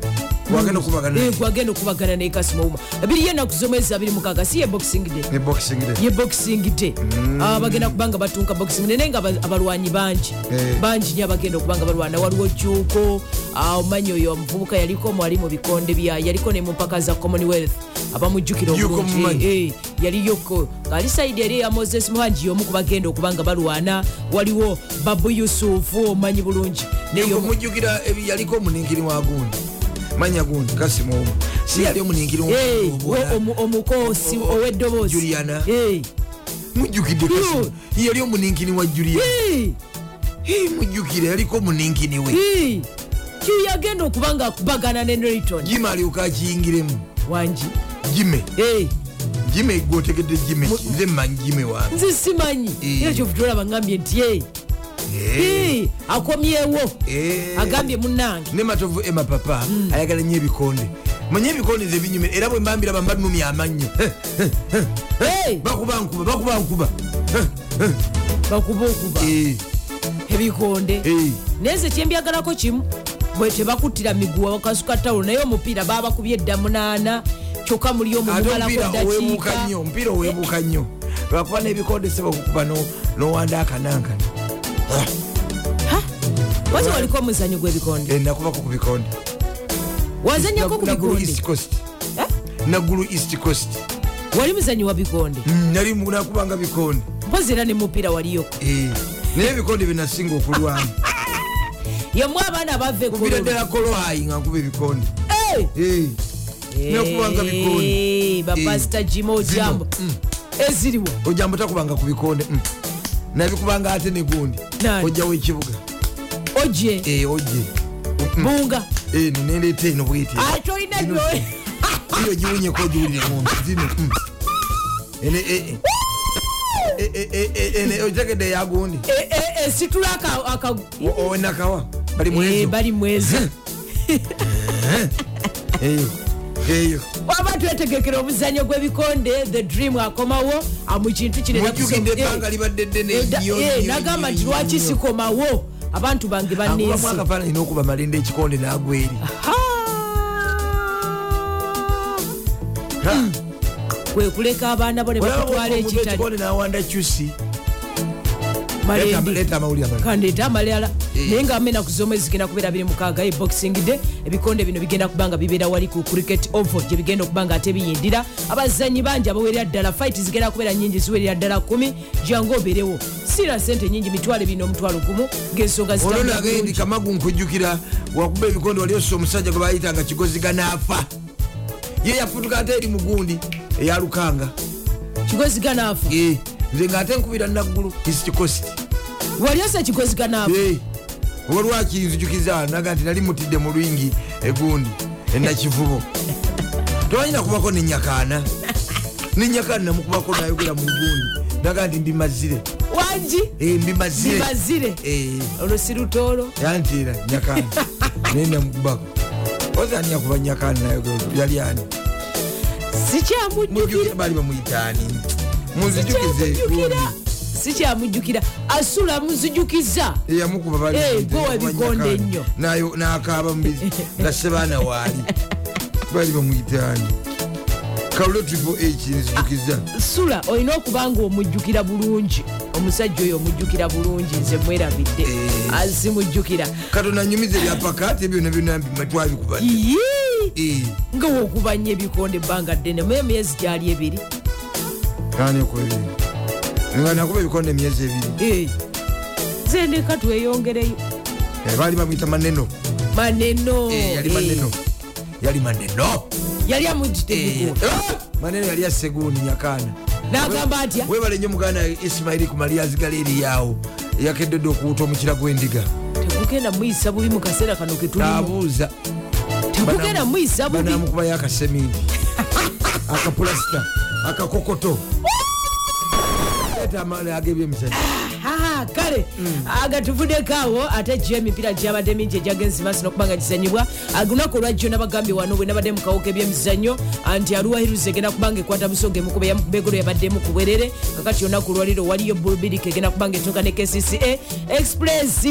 Speaker 2: Gwagenda okubagana naye.
Speaker 3: Eh, gwagenda okubagana naye kasimauma biri yenaku z'omwezi 26 si ye boxing day
Speaker 2: eboxing
Speaker 3: ye boxing day
Speaker 2: Mm.
Speaker 3: Ah, bagenda kubanga batunka boxing day naye nga aba- abalwanyi bangi
Speaker 2: Eh.
Speaker 3: bangi nyo abagenda okubanga balwana waliwo cuuko ah, omanyi oyo omuvubuka yaliko mwali mu bikonde bya yaliko ne mu mpaka za commonwealth abamujjukira
Speaker 2: Yuko mumanyi.
Speaker 3: Eh, eh, yaliyoko ngaali saidi yali eya moses muhangi y'omu ku bagenda okubanga balwana waliwo babu yusufu omanyi bulungi naye y'omu-
Speaker 2: mujjukira ebi- yaliko omuninkiri wa gundi manya gundi kasimuomu si yali omuninkiri wa-
Speaker 3: Eh,
Speaker 2: wa-
Speaker 3: wo- omu-
Speaker 2: Oh,
Speaker 3: omukoosi ow'eddoboozi
Speaker 2: Juliana.
Speaker 3: Eh,
Speaker 2: mujjukidde kasimu yali omuninkini wa julia
Speaker 3: eh,
Speaker 2: Hii, mujjukire yaliko omuninkini we
Speaker 3: eh. Ki yagenda okubanga akubagana ne neriton
Speaker 2: jima alyoka akiyingiremu
Speaker 3: wangi
Speaker 2: jime
Speaker 3: Eh,
Speaker 2: jime gwotegedde jime nze mmanyi jime wange
Speaker 3: nze simanyi
Speaker 2: Eh.
Speaker 3: era kyovudde baŋambye nti "Eh, eh, akomyewo
Speaker 2: Eh.
Speaker 3: agambye munange
Speaker 2: ne matovu eh, emapapa
Speaker 3: Hmm.
Speaker 2: ayagala nyo ebikonde manye ebikonde nze binyume era bwe mbambiraba mbanumya amannyo Eh,
Speaker 3: Eh,
Speaker 2: bakuba nkuba bakuba nkuba
Speaker 3: bakuba okuba
Speaker 2: Eh,
Speaker 3: ebikonde
Speaker 2: eh.
Speaker 3: naye nze kyembyagalako kimu bwe tebakuttira miguwa wakasuka tawulo naye omupiira babakubye edda munaana kyokka muli
Speaker 2: ate omupiira
Speaker 3: omumumalako
Speaker 2: owebuuka nnyo
Speaker 3: dakiika
Speaker 2: omupiira owebuuka nnyo lwakuba n'ebikonde seba okukuba no- nowanda akanankana
Speaker 3: wazi waliko omuzanyo
Speaker 2: Eh,
Speaker 3: gw'ebikonde
Speaker 2: nakubako ku bikonde
Speaker 3: wazanyako ku
Speaker 2: Naguru
Speaker 3: bikonde
Speaker 2: east coast
Speaker 3: Eh?
Speaker 2: naggulu east coast
Speaker 3: wali muzanyi wa bikonde
Speaker 2: Mm, nali nakubanga bikonde
Speaker 3: mpozi era nemupiira waliyoko
Speaker 2: Eh, naye ebikonde byenasinga okulwana
Speaker 3: yemu abaana abava
Speaker 2: kubira
Speaker 3: ekololo
Speaker 2: ddala kolohayi nga nkuba ebikonde
Speaker 3: Eh!
Speaker 2: Eh, nakubanga bikonde Mm.
Speaker 3: Eh, bapasita jima ojambo eziriwo
Speaker 2: ojambo takubanga ku bikonde mm. nabikubanga ate negundi
Speaker 3: Nani?
Speaker 2: ojjawo ekibuga
Speaker 3: oje
Speaker 2: Eh, ojje Mm.
Speaker 3: bunga Ah,
Speaker 2: eno nendeeta eno bwete
Speaker 3: atolina gwe
Speaker 2: iyo giwunyeko ogiwulire ngombe zino mm. Ene, eh, eh. Eh, eh, eh, eh, ene ogitegedde eyagundi
Speaker 3: Eh, esitula aka- aka-
Speaker 2: owenakawa bali
Speaker 3: Eh,
Speaker 2: mwezo
Speaker 3: bali mwezo
Speaker 2: eyo eyo
Speaker 3: waba twetegekera omuzanyo gw'ebikonde the dream akomawo ah, mu kintu kino era
Speaker 2: mujjukidde
Speaker 3: tusob- eh,
Speaker 2: ebbanga libadde ddene
Speaker 3: edda-
Speaker 2: nnyo,
Speaker 3: eh,
Speaker 2: nnyo,
Speaker 3: nagamba
Speaker 2: nnyo,
Speaker 3: nti lwaki
Speaker 2: nnyo.
Speaker 3: sikomawo abantu bange
Speaker 2: akubamu
Speaker 3: banensi
Speaker 2: akafaananyi n'okuba malinda ekikonde n'agwa eri
Speaker 3: Ah. Mm. kwekuleka abaana bo ne bakutwala ekitali
Speaker 2: ekikonde n'awanda cusi
Speaker 3: malendi
Speaker 2: leeta amawulire amalala
Speaker 3: kandeeta amalala
Speaker 2: Eh.
Speaker 3: naye nga amenaku z'omwezi zigenda kubeera 26 eboxing e day ebikonde bino bigenda kuba nga bibeera wali ku cricket ovo gye bigenda okuba nga ate biyindira abazanyi bangi abawerera ddala fight zigenda kubeera nyingi ziwerera ddala 1 jangu obeerewo siira sente nyingi mitwalo bino omutwalo gumu ng'ensonga
Speaker 2: olwo
Speaker 3: zitambula
Speaker 2: nagendi
Speaker 3: bulungi.
Speaker 2: kamagu nkujjukira wakuba ebikonde wali ossa omusajja gwe bayitanga kigoziga n'afa ye yafutuka ate eri mugundi eyalukanga
Speaker 3: kigozi ganaafu
Speaker 2: Eh, nze ng'ate nkubira naggulu east coast
Speaker 3: wali osa kigozi ganaafu
Speaker 2: Eh, oba lwaki nzijukiza naga nti nali mutidde mu lwingi egundi e enakivubo tolanyina kubako nenyakaana nenyakaana namukubako nayogera mu lugundi naga nti mbimazire
Speaker 3: wangi
Speaker 2: Eh, mbimazire
Speaker 3: Mbimazire.
Speaker 2: Eh,
Speaker 3: olwo sirutoolo
Speaker 2: yantiira nyakaana naye namukubako ozani yakuba nyakaana nayogera yali ani
Speaker 3: sikyamujjukira
Speaker 2: mujjukire bali bamuyitaani munzijukize
Speaker 3: sikyamujjukira
Speaker 2: gundi
Speaker 3: sikyamujjukira asula muzijukiza
Speaker 2: eyamukuba
Speaker 3: Eh, gwe webikonde nnyo.
Speaker 2: n'akaaba mubizi nga sebaana waali bali bamuyitaani kawulo tripo ekinzijukiza
Speaker 3: sula olina okuba nga omujjukira bulungi omusajja oyo omujjukira bulungi nze mwerabidde
Speaker 2: Eh.
Speaker 3: azimujjukira
Speaker 2: katonda anyumiza ebyapaka ate byona byona twabikuba
Speaker 3: nga wokubanya ebikonde ebbanga ddene mu emyezi gyali ebiri
Speaker 2: kanekwebi nga nakuba ebikonde emyezi ebiri
Speaker 3: Eh. nze ndeka tweyongereyo
Speaker 2: Eh, baali bamuyita maneno
Speaker 3: Oh, maneno
Speaker 2: Eh, yali maneno Eh. yali maneno
Speaker 3: yali
Speaker 2: Eh,
Speaker 3: amujjitebigo
Speaker 2: ah! maneno yali aseguuni nyakaana
Speaker 3: n'agamba atya
Speaker 2: webale nyo muganda ismaili kumaliya zigala eriyaawo eyakeddedde okuwuta omukira gw'endiga
Speaker 3: tekugenda muyisa bubi mu kaseera kano ketulimu
Speaker 2: n'abuuza
Speaker 3: tekugenda muyisa bubi
Speaker 2: banamukubayo akaseminti akapulasita akakokoto amala agebye emisajja
Speaker 3: Ah, kale agatuvuddeko awo ate gyo emipiira gyabadde mingi egyagenzimansi nokubanga gizanyibwa olunaku olwajjo nabagambye wano bwe nabadde mukawo k'ebyemizannyo nti aluwa hirus egenda kubanga ekwata busoga emukube yamukubegolo yabaddemu ku bwerere kakati olunaku olwaliro waliyo bulbirik egenda kubanga etuuka ne kcca express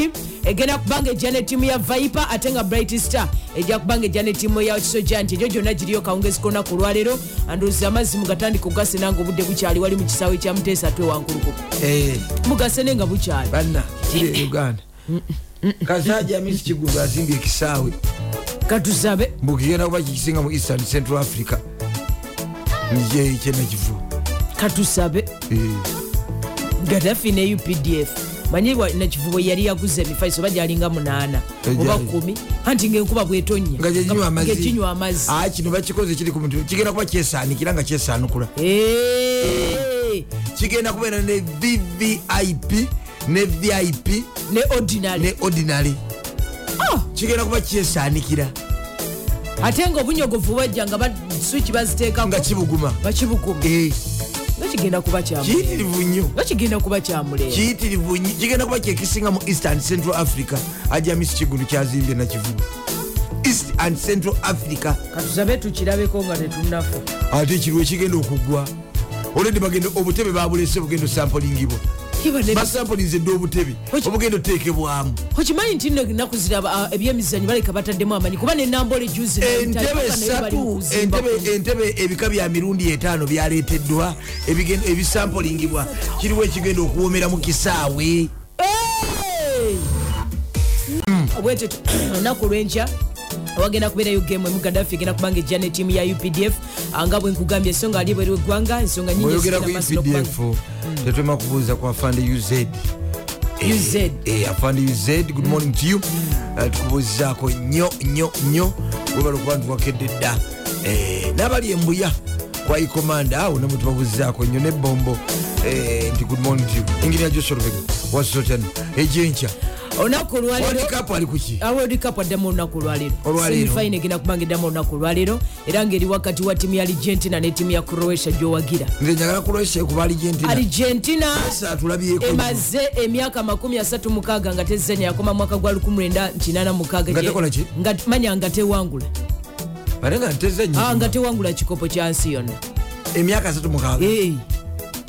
Speaker 3: egenda kubanga ejja ne ttiimu ya viper ate nga bright star ejja kubanga ejja ne ttiimu ya kisoja nti egyo gyonna giriyo kawungezi konaku olwaleero ndowooza amazzi mugatandika okugasena nga obudde bukyali wali mu kisaawe kya muteesa twewankulukuku
Speaker 2: Eh,
Speaker 3: mugasene nga bukyali
Speaker 2: banna kiri e uganda kasaja misi kigulu azimbye ekisaawe
Speaker 3: katusabe
Speaker 2: mbukigenda kuba kikisinga mu eastern central africa ye kyenakivu
Speaker 3: katusabe
Speaker 2: Eh.
Speaker 3: gadafi ne updf manyi wa- nakivubo yali yaguza emifaliso oba gyalinga munaana
Speaker 2: Ejali.
Speaker 3: oba kumi anti ngaenkuba bwetonye
Speaker 2: nga gyekinywa amazzi
Speaker 3: ngekinywa amazzi
Speaker 2: Ah, kino bakikoze kiri ku mutu kigenda kuba kyesaanikira nga kyesaanukula
Speaker 3: Eee,
Speaker 2: kigenda kubeera ne vvip ne vip
Speaker 3: ne ordinary
Speaker 2: ne ordinary
Speaker 3: Oh!
Speaker 2: kigenda kuba kyesaanikira
Speaker 3: ate nga obunyogovu bwajja nga basuki
Speaker 2: nga
Speaker 3: baziteekako
Speaker 2: kibuguma
Speaker 3: bakibukuma
Speaker 2: Eh,
Speaker 3: nga kigenda kuba kyamulengo
Speaker 2: kiyitirivu nnyo
Speaker 3: nga kigenda kuba kyamulengo
Speaker 2: kiyitirivu nnyo kigenda kuba kyekisinga mu east and central africa ajamisi kigulu kyazimbye nakivubu east and central africa
Speaker 3: katusabe tukirabeko nga tetunafu
Speaker 2: ate ekirwa ekigenda okuggwa oledi bagenda obutebe babulese bugenda osampolingibwa basampolinze dde obutebe
Speaker 3: Oki-
Speaker 2: obugenda oteekebwamu
Speaker 3: okimanyi nti nno ennaku zira ah, ebyemizanyo baleka bataddemu amanyi kuba nenambola ejuzi
Speaker 2: entebe satu entebe- entebe ebika bya mirundi etaano byaleeteddwa ebigenda- ebisampolingibwa kiriwo ekigenda okuwomera mu kisaawe
Speaker 3: bwete olunaku lwenkya wagenda kubeerayo gemu emu gaddafi egenda kubanga ejja netiimu ya updf ah, nga bwe nkugambye ensonga ali ebweru eggwanga ensonga nyingi
Speaker 2: bweyogera
Speaker 3: ezigenda
Speaker 2: ku E
Speaker 3: maaso n'okubanga-
Speaker 2: epdf
Speaker 3: Mm.
Speaker 2: tetwema kubuuza kwa fund uz Eh,
Speaker 3: UZ.
Speaker 2: afund uz
Speaker 3: Mm.
Speaker 2: good morning to you Eh, tukubuuzizaako nnyo nnyo nnyo webala okuba ntiwakedde dda Eh, n'abali embuya kwa Ah, ikomanda awo nabo tubabuuzizaako nnyo nebbombo eh, nti good morning to you engineer joshua lubega wasotano egyenkya
Speaker 3: olunaku olwalero
Speaker 2: odikapu ali kuki
Speaker 3: Ah. awoldikapu addamu olunaku
Speaker 2: Olwaleero.
Speaker 3: olwaleerofaine egenda kubanga eddamu olunaku olwaleero era ngaeri wakati wa ttiimu ya argentina netiimu ya croatia gyowagira
Speaker 2: nze njagala kulwese kuba aligentina
Speaker 3: argentina Eh,
Speaker 2: atulabyeko
Speaker 3: emaze emyaka 36 nga tezenya yakoma mwaka gwa 1986
Speaker 2: Nga tekola ki?
Speaker 3: Nga- manya nga tewangula
Speaker 2: ate nga nteze
Speaker 3: Ah,
Speaker 2: nnyo
Speaker 3: nga tewangula kikopo kya nsi yonna
Speaker 2: emyaka 36
Speaker 3: Eh,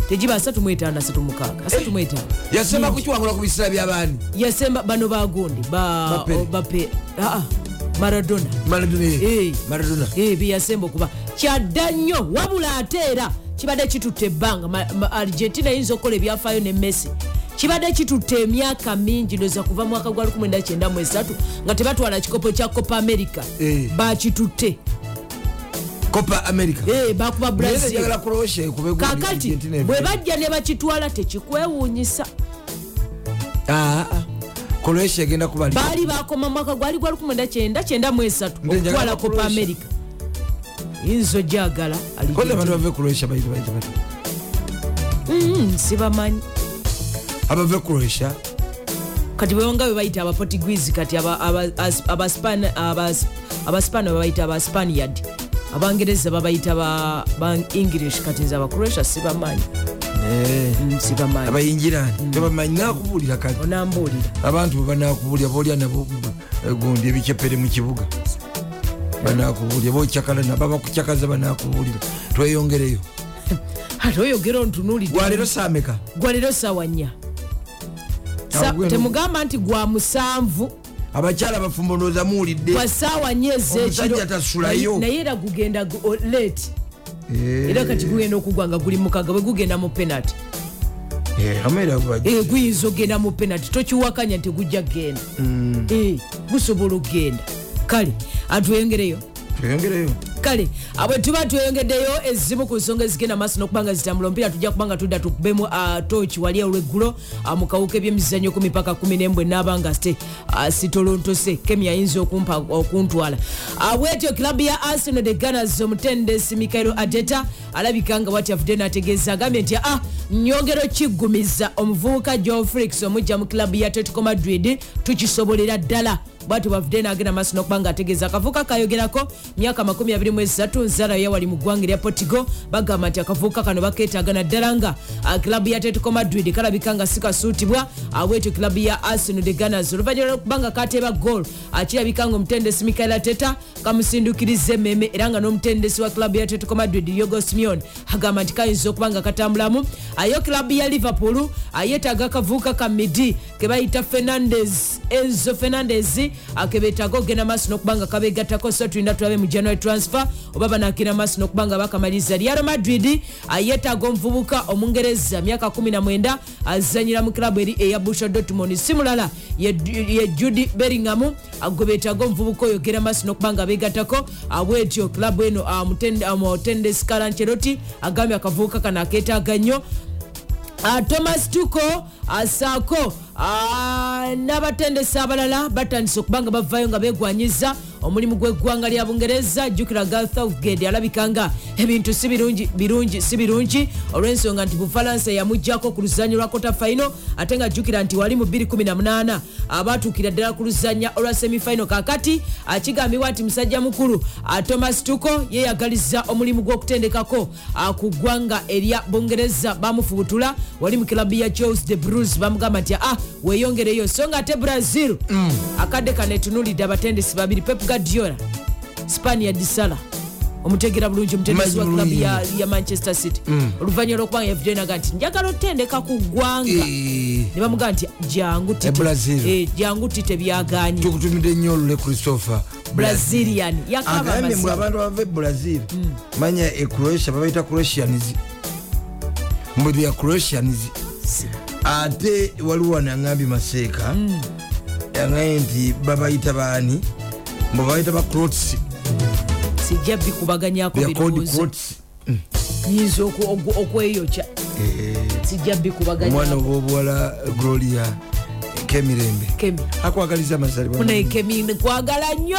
Speaker 3: tegiba 35
Speaker 2: yasema
Speaker 3: Mm.
Speaker 2: kukiwangula ku biseera by'abaani
Speaker 3: yasemba bano bagundi ba-
Speaker 2: Ba Pele.
Speaker 3: ba Pe- ah, ah, maradona
Speaker 2: maradona ye.
Speaker 3: Eh.
Speaker 2: maradona
Speaker 3: Eh, byeyasemba okuba kyadda nnyo wabula ate era kibadde kitutta ebbanga Ma- ma- argentina yinza okukola ebyafaayo ne messi kibadde kitutta emyaka mingi ndoza kuva mwaka gwa 1993 nga tebatwala kikopo kya copa america
Speaker 2: Eh.
Speaker 3: bakitutte
Speaker 2: copa america
Speaker 3: Eh, bakuba
Speaker 2: Naye
Speaker 3: brazil
Speaker 2: njagala croatia ekube goal
Speaker 3: kakati
Speaker 2: Argentina
Speaker 3: bwe
Speaker 2: evule.
Speaker 3: bajja ne bakitwala tekikwewuunyisa
Speaker 2: Ah, ah. croatia egenda kuba ali-
Speaker 3: baali bakoma mwaka gwali gwa 1993
Speaker 2: Nze njagala
Speaker 3: okutwala copa
Speaker 2: Croatia.
Speaker 3: america yinza ojagala
Speaker 2: Koze abantu bave croatia bayite bayite bati
Speaker 3: Hmm, sibamanyi
Speaker 2: abave croatia
Speaker 3: kati bwewanga bebayita abaportuguese kati aba- aba- as- abaspan- abas- abaspano bebayita abaspaniard abangereza babayita ba ba- english kati nze abacroatia sibamanyi
Speaker 2: Eh,
Speaker 3: Mm, sibamanyi Hmm.
Speaker 2: abayingirani tebamanyi nakubuulira kale
Speaker 3: onambuulira
Speaker 2: abantu bebanakubuulira boolya nabo eh, gundi ebicepere mu kibuga banakubuulira bokyakala nababakukyakaza banakubuulira tweyongereyo
Speaker 3: ate oyogera ontunuulidde
Speaker 2: gwalero saameka
Speaker 3: gwalero sawa nnya Sa-
Speaker 2: Ah, gwe-
Speaker 3: temugamba nti gwa musanvu
Speaker 2: abakyala bafumbo ndooza muwulidde
Speaker 3: kwa saawa nnya
Speaker 2: Omusajja tasulayo.
Speaker 3: ezekiro naye era gugenda gu- o- late
Speaker 2: Eh,
Speaker 3: era kati gugenda okugwa nga guli mukaga bwe gugenda mu penalty
Speaker 2: eh, ameera gwa-
Speaker 3: Eh, guyinza ogenda mu penalty tokiwakanya nti gujja kgenda Eh, gusobola okgenda kale atwengereyo
Speaker 2: tweyongereyo
Speaker 3: kale abwe tuba tweyongeddeyo ezimu ku nsonga ezigenda maaso n'okuba nga zitambula omupiira tujja kuba nga tudda tukubemu toki wali olweggulo ah, mu kawuka ebyemizannyo ku mipaka 11 naaba nga ste ah, sitolontose kemi ayinza okumpa- okuntwala Ah, bwetyo kilabu ya arsenal de gunners omutendesi mikairo ateta alabika nga watyavudde n'ategeeza agambye nti a nyogero kiggumiza omuvubuka john frix omujja mu kilabu ya atletico madrid tukisobolera ddala bwati bavudde nagenda maaso nokuba nga ategeeza akavuuka kayogerako myaka 23 nzala yawali mu ggwanga erya portugal bagamba nti akavuuka kano bakeetaaga naddala nga ah, kilabu ya atletico madrid kalabika nga sikasuutibwa abwetyo kilabu ya arsenal de gunners oluvanyuma lwokubanga kateeba goal kirabika nga omutendesi mikaela teta kamusindukiriza ememe era nga n'omutendesi wa kilabu ya atletico madrid yogo simeon agamba nti kayinza okuba nga katambulamu Ah, yo kilabu ya liverpool ah, yeetaaga akavuuka ka midi ke bayita fernandes enzo fernandes akebetaaga okugenda maaso n'okuba nga kabegattako so tulina tulabe mu january transfer oba banagenda maaso n'okuba nga bakamaliriza real madrid ah, yeetaaga omuvubuka omungereza myaka 19 azanyira mu kilabu eri eya busha dortmond si mulala ye ye judy bellingham agwe beetaaga omuvubuka oyo ogenda maaso n'okuba nga beegattako abwetyo kilabu eno ah, mutende- ah, mutendesi kalancheroti agambye akavubuka kano akeetaaga nnyo Ah, thomas tuko asaako ah, n'abatendesi abalala batandise okuba nga bavaayo nga begwanyiza omulimu gw'eggwanga lya bungereza jjukira gathouged alabika nga ebintu si birungi- birungi si birungi olw'ensonga nti bufalansa yamugjako ku luzannya lwa kota faino ate nga jjukira nti wali mu 218 abatuukira ddala ku luzannya olwa semifaino kakati ah, kigambibwa nti musajja mukulu ah, thomas tuko yeyagaliza omulimu gw'okutendekako ah, ku ggwanga erya bungereza bamufubutula wali mu kilabu ya chels de brus bamugamba nti a weyongereyo so nga ate brazil
Speaker 2: Mm.
Speaker 3: akadde kano etunulidde abatendesi babiri pep gadiola spania disala omutegera bulungi omutendesi wa
Speaker 2: Manyi
Speaker 3: kilabu
Speaker 2: bulungi. Mm.
Speaker 3: ya, ya manchester city oluvanyuma lwokubanga yavudde naga nti njagala otendeka ku ggwanga
Speaker 2: Eh,
Speaker 3: ne bamugamba nti jangu
Speaker 2: E
Speaker 3: tite
Speaker 2: Brazil.
Speaker 3: Eh, jangu tite byaganye
Speaker 2: tukutumidde nnyo olule christopher
Speaker 3: brazilian Mm. yakaba
Speaker 2: agambye mwe
Speaker 3: amazima.
Speaker 2: abantu abava e brazil manya e croatia babayita croatians mbwe bya croatians ate waliwo wano agambye maseeka
Speaker 3: Mm.
Speaker 2: agambye nti babayita baani mbwe babayita ba crots
Speaker 3: sijja bikubaganyako
Speaker 2: byacod
Speaker 3: birowoozo
Speaker 2: crots
Speaker 3: nyinza oku- ogu- okweyokya sijja
Speaker 2: omwana
Speaker 3: bikubaganyako
Speaker 2: oba obuwala gloria kemirembe
Speaker 3: kemi
Speaker 2: akwagaliza amazalibwa
Speaker 3: munaye kemi nkwagala nnyo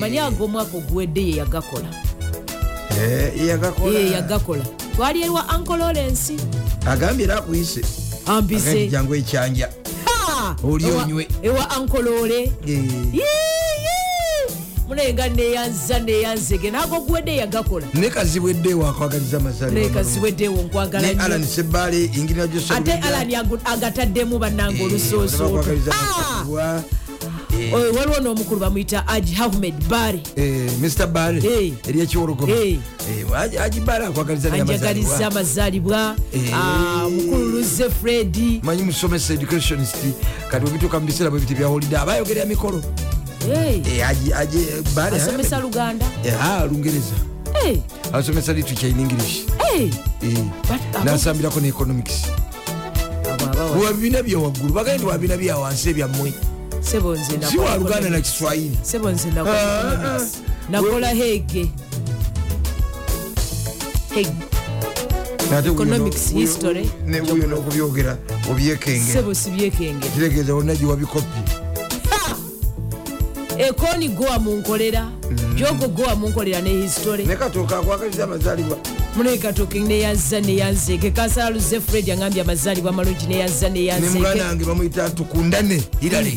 Speaker 3: manyi ago omwaka oguwedde ye yagakola
Speaker 2: Eh, yagakola.
Speaker 3: ye yagakola twali ewa anko lawrence
Speaker 2: agambye era akuyise
Speaker 3: ambise
Speaker 2: jangu ekyanja
Speaker 3: Ha!
Speaker 2: Oli
Speaker 3: Ewa-
Speaker 2: onywe.
Speaker 3: ewa anko lore
Speaker 2: Eh.
Speaker 3: munaye nga neyanza neyanzege nago guwedde yagakola
Speaker 2: ne kazibwedde wakwagaliza
Speaker 3: naye
Speaker 2: amazalibwa
Speaker 3: kasiweddewo nkwagala
Speaker 2: ne
Speaker 3: nnyo
Speaker 2: alan sebaale ingirira
Speaker 3: ate alani agu- agataddemu
Speaker 2: Eh,
Speaker 3: bannanga olusoosoto Ah! oyo waliwo n'omukulu bamuyita aji ahmed bari
Speaker 2: mr bale
Speaker 3: Eh.
Speaker 2: eryekiwologoma
Speaker 3: Eh.
Speaker 2: aji bale akwagaliza amazalibwa
Speaker 3: anjagaliza amazaalibwa
Speaker 2: Eh.
Speaker 3: Ah, mukulu luze fredi
Speaker 2: manyi musomesa educationist kati webituuka mu biseera bwe biti byawulidde abayogerera mikolo
Speaker 3: Eh,
Speaker 2: Eh, Haji- Haji Bale-
Speaker 3: asomesa luganda
Speaker 2: Eh, ah, lungereza
Speaker 3: Eh,
Speaker 2: asomesa literature in english
Speaker 3: eh,
Speaker 2: Eh.
Speaker 3: But- uh,
Speaker 2: nasambirako ne economics
Speaker 3: abo abawa-
Speaker 2: bwewabibiina byewaggulu bagende wabibiina byawansi ebyammwe
Speaker 3: Sebo nze nakola
Speaker 2: si wa luganda
Speaker 3: economics.
Speaker 2: na kiswahili
Speaker 3: Sebo nze nakola
Speaker 2: Ah, ah,
Speaker 3: economics.
Speaker 2: ah.
Speaker 3: nakola hege Hege.
Speaker 2: Ate wuyo
Speaker 3: Economics,
Speaker 2: no- wuyo-
Speaker 3: history.
Speaker 2: ne wuyo n'okubyogera obyekenge
Speaker 3: sebo sibyekengera
Speaker 2: kiregeeza wonna giwabikopi
Speaker 3: ekoni gowa munkolera
Speaker 2: Mm.
Speaker 3: jogo gowa munkolera ne histore
Speaker 2: nekatuuka akwagaliza amazaalibwa
Speaker 3: munekatoke neyanza neyanzeke kasala luze fred yangambye amazaalibwa amalungi neyanza
Speaker 2: ne
Speaker 3: neyanzeke
Speaker 2: muganda wange bamuyita tukundane irale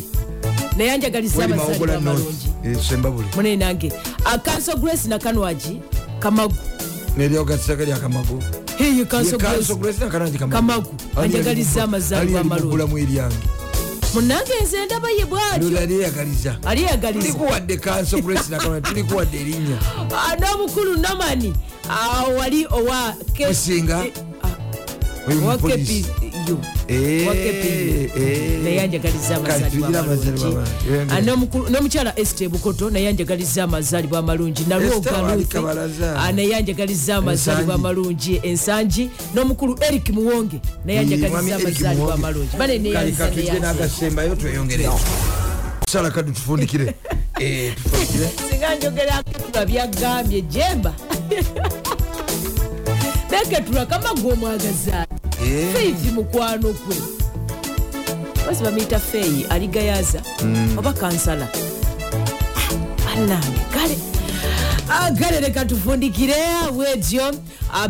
Speaker 3: Hmm. naye anjagaliza
Speaker 2: weli
Speaker 3: amazaalibwa
Speaker 2: mawogola
Speaker 3: amalungi
Speaker 2: north Eh, sembabule
Speaker 3: mune nange akanso grace nakanwagi kamagu
Speaker 2: neryogasaka lyakamago
Speaker 3: Hey, Council Grace Kamagu, anjagaliza amazaalibwa amalungi.
Speaker 2: amalungiulamu eryange
Speaker 3: munange nze ndaba ye bwatyo
Speaker 2: lola lyeyagaliza
Speaker 3: aliyagaliza
Speaker 2: tulikuwadde kanso grace nakama tulikuwadde erinnya
Speaker 3: Ah, n'omukulu namani ah, wali owa K-
Speaker 2: Musinga.
Speaker 3: eh, ah,
Speaker 2: Oyo
Speaker 3: owa
Speaker 2: mupoliisi.
Speaker 3: KPU.
Speaker 2: Eh,
Speaker 3: Owa KPU.
Speaker 2: eh.
Speaker 3: naye anjagaliza amazaalibwa
Speaker 2: Kati, amazaalibwa
Speaker 3: amalungi
Speaker 2: amalungi.
Speaker 3: Ah, n'omukulu- n'omukyala este bukoto naye anjagaliza amazaalibwa amalungi
Speaker 2: Esther wali
Speaker 3: nalwogalufe
Speaker 2: Kabalaza.
Speaker 3: naye anjagaliza amazaalibwa
Speaker 2: Ensangi.
Speaker 3: amalungi ensangi n'omukulu eric muwonge naye anjagaliza amazaalibwa amalungi bane neyanza
Speaker 2: kalika tujje
Speaker 3: neyanza
Speaker 2: nagasembayo tweyongereko sala kadu tufundikire Eh, tufuukire.
Speaker 3: singa njogerako byagambye jemba beketula kama gwomwagaza
Speaker 2: Eh.
Speaker 3: feithi mukwano gwe bazi bamuyita feeyi aligayaza oba kansala banange kale Ah, kale leka tufundikire bwetyo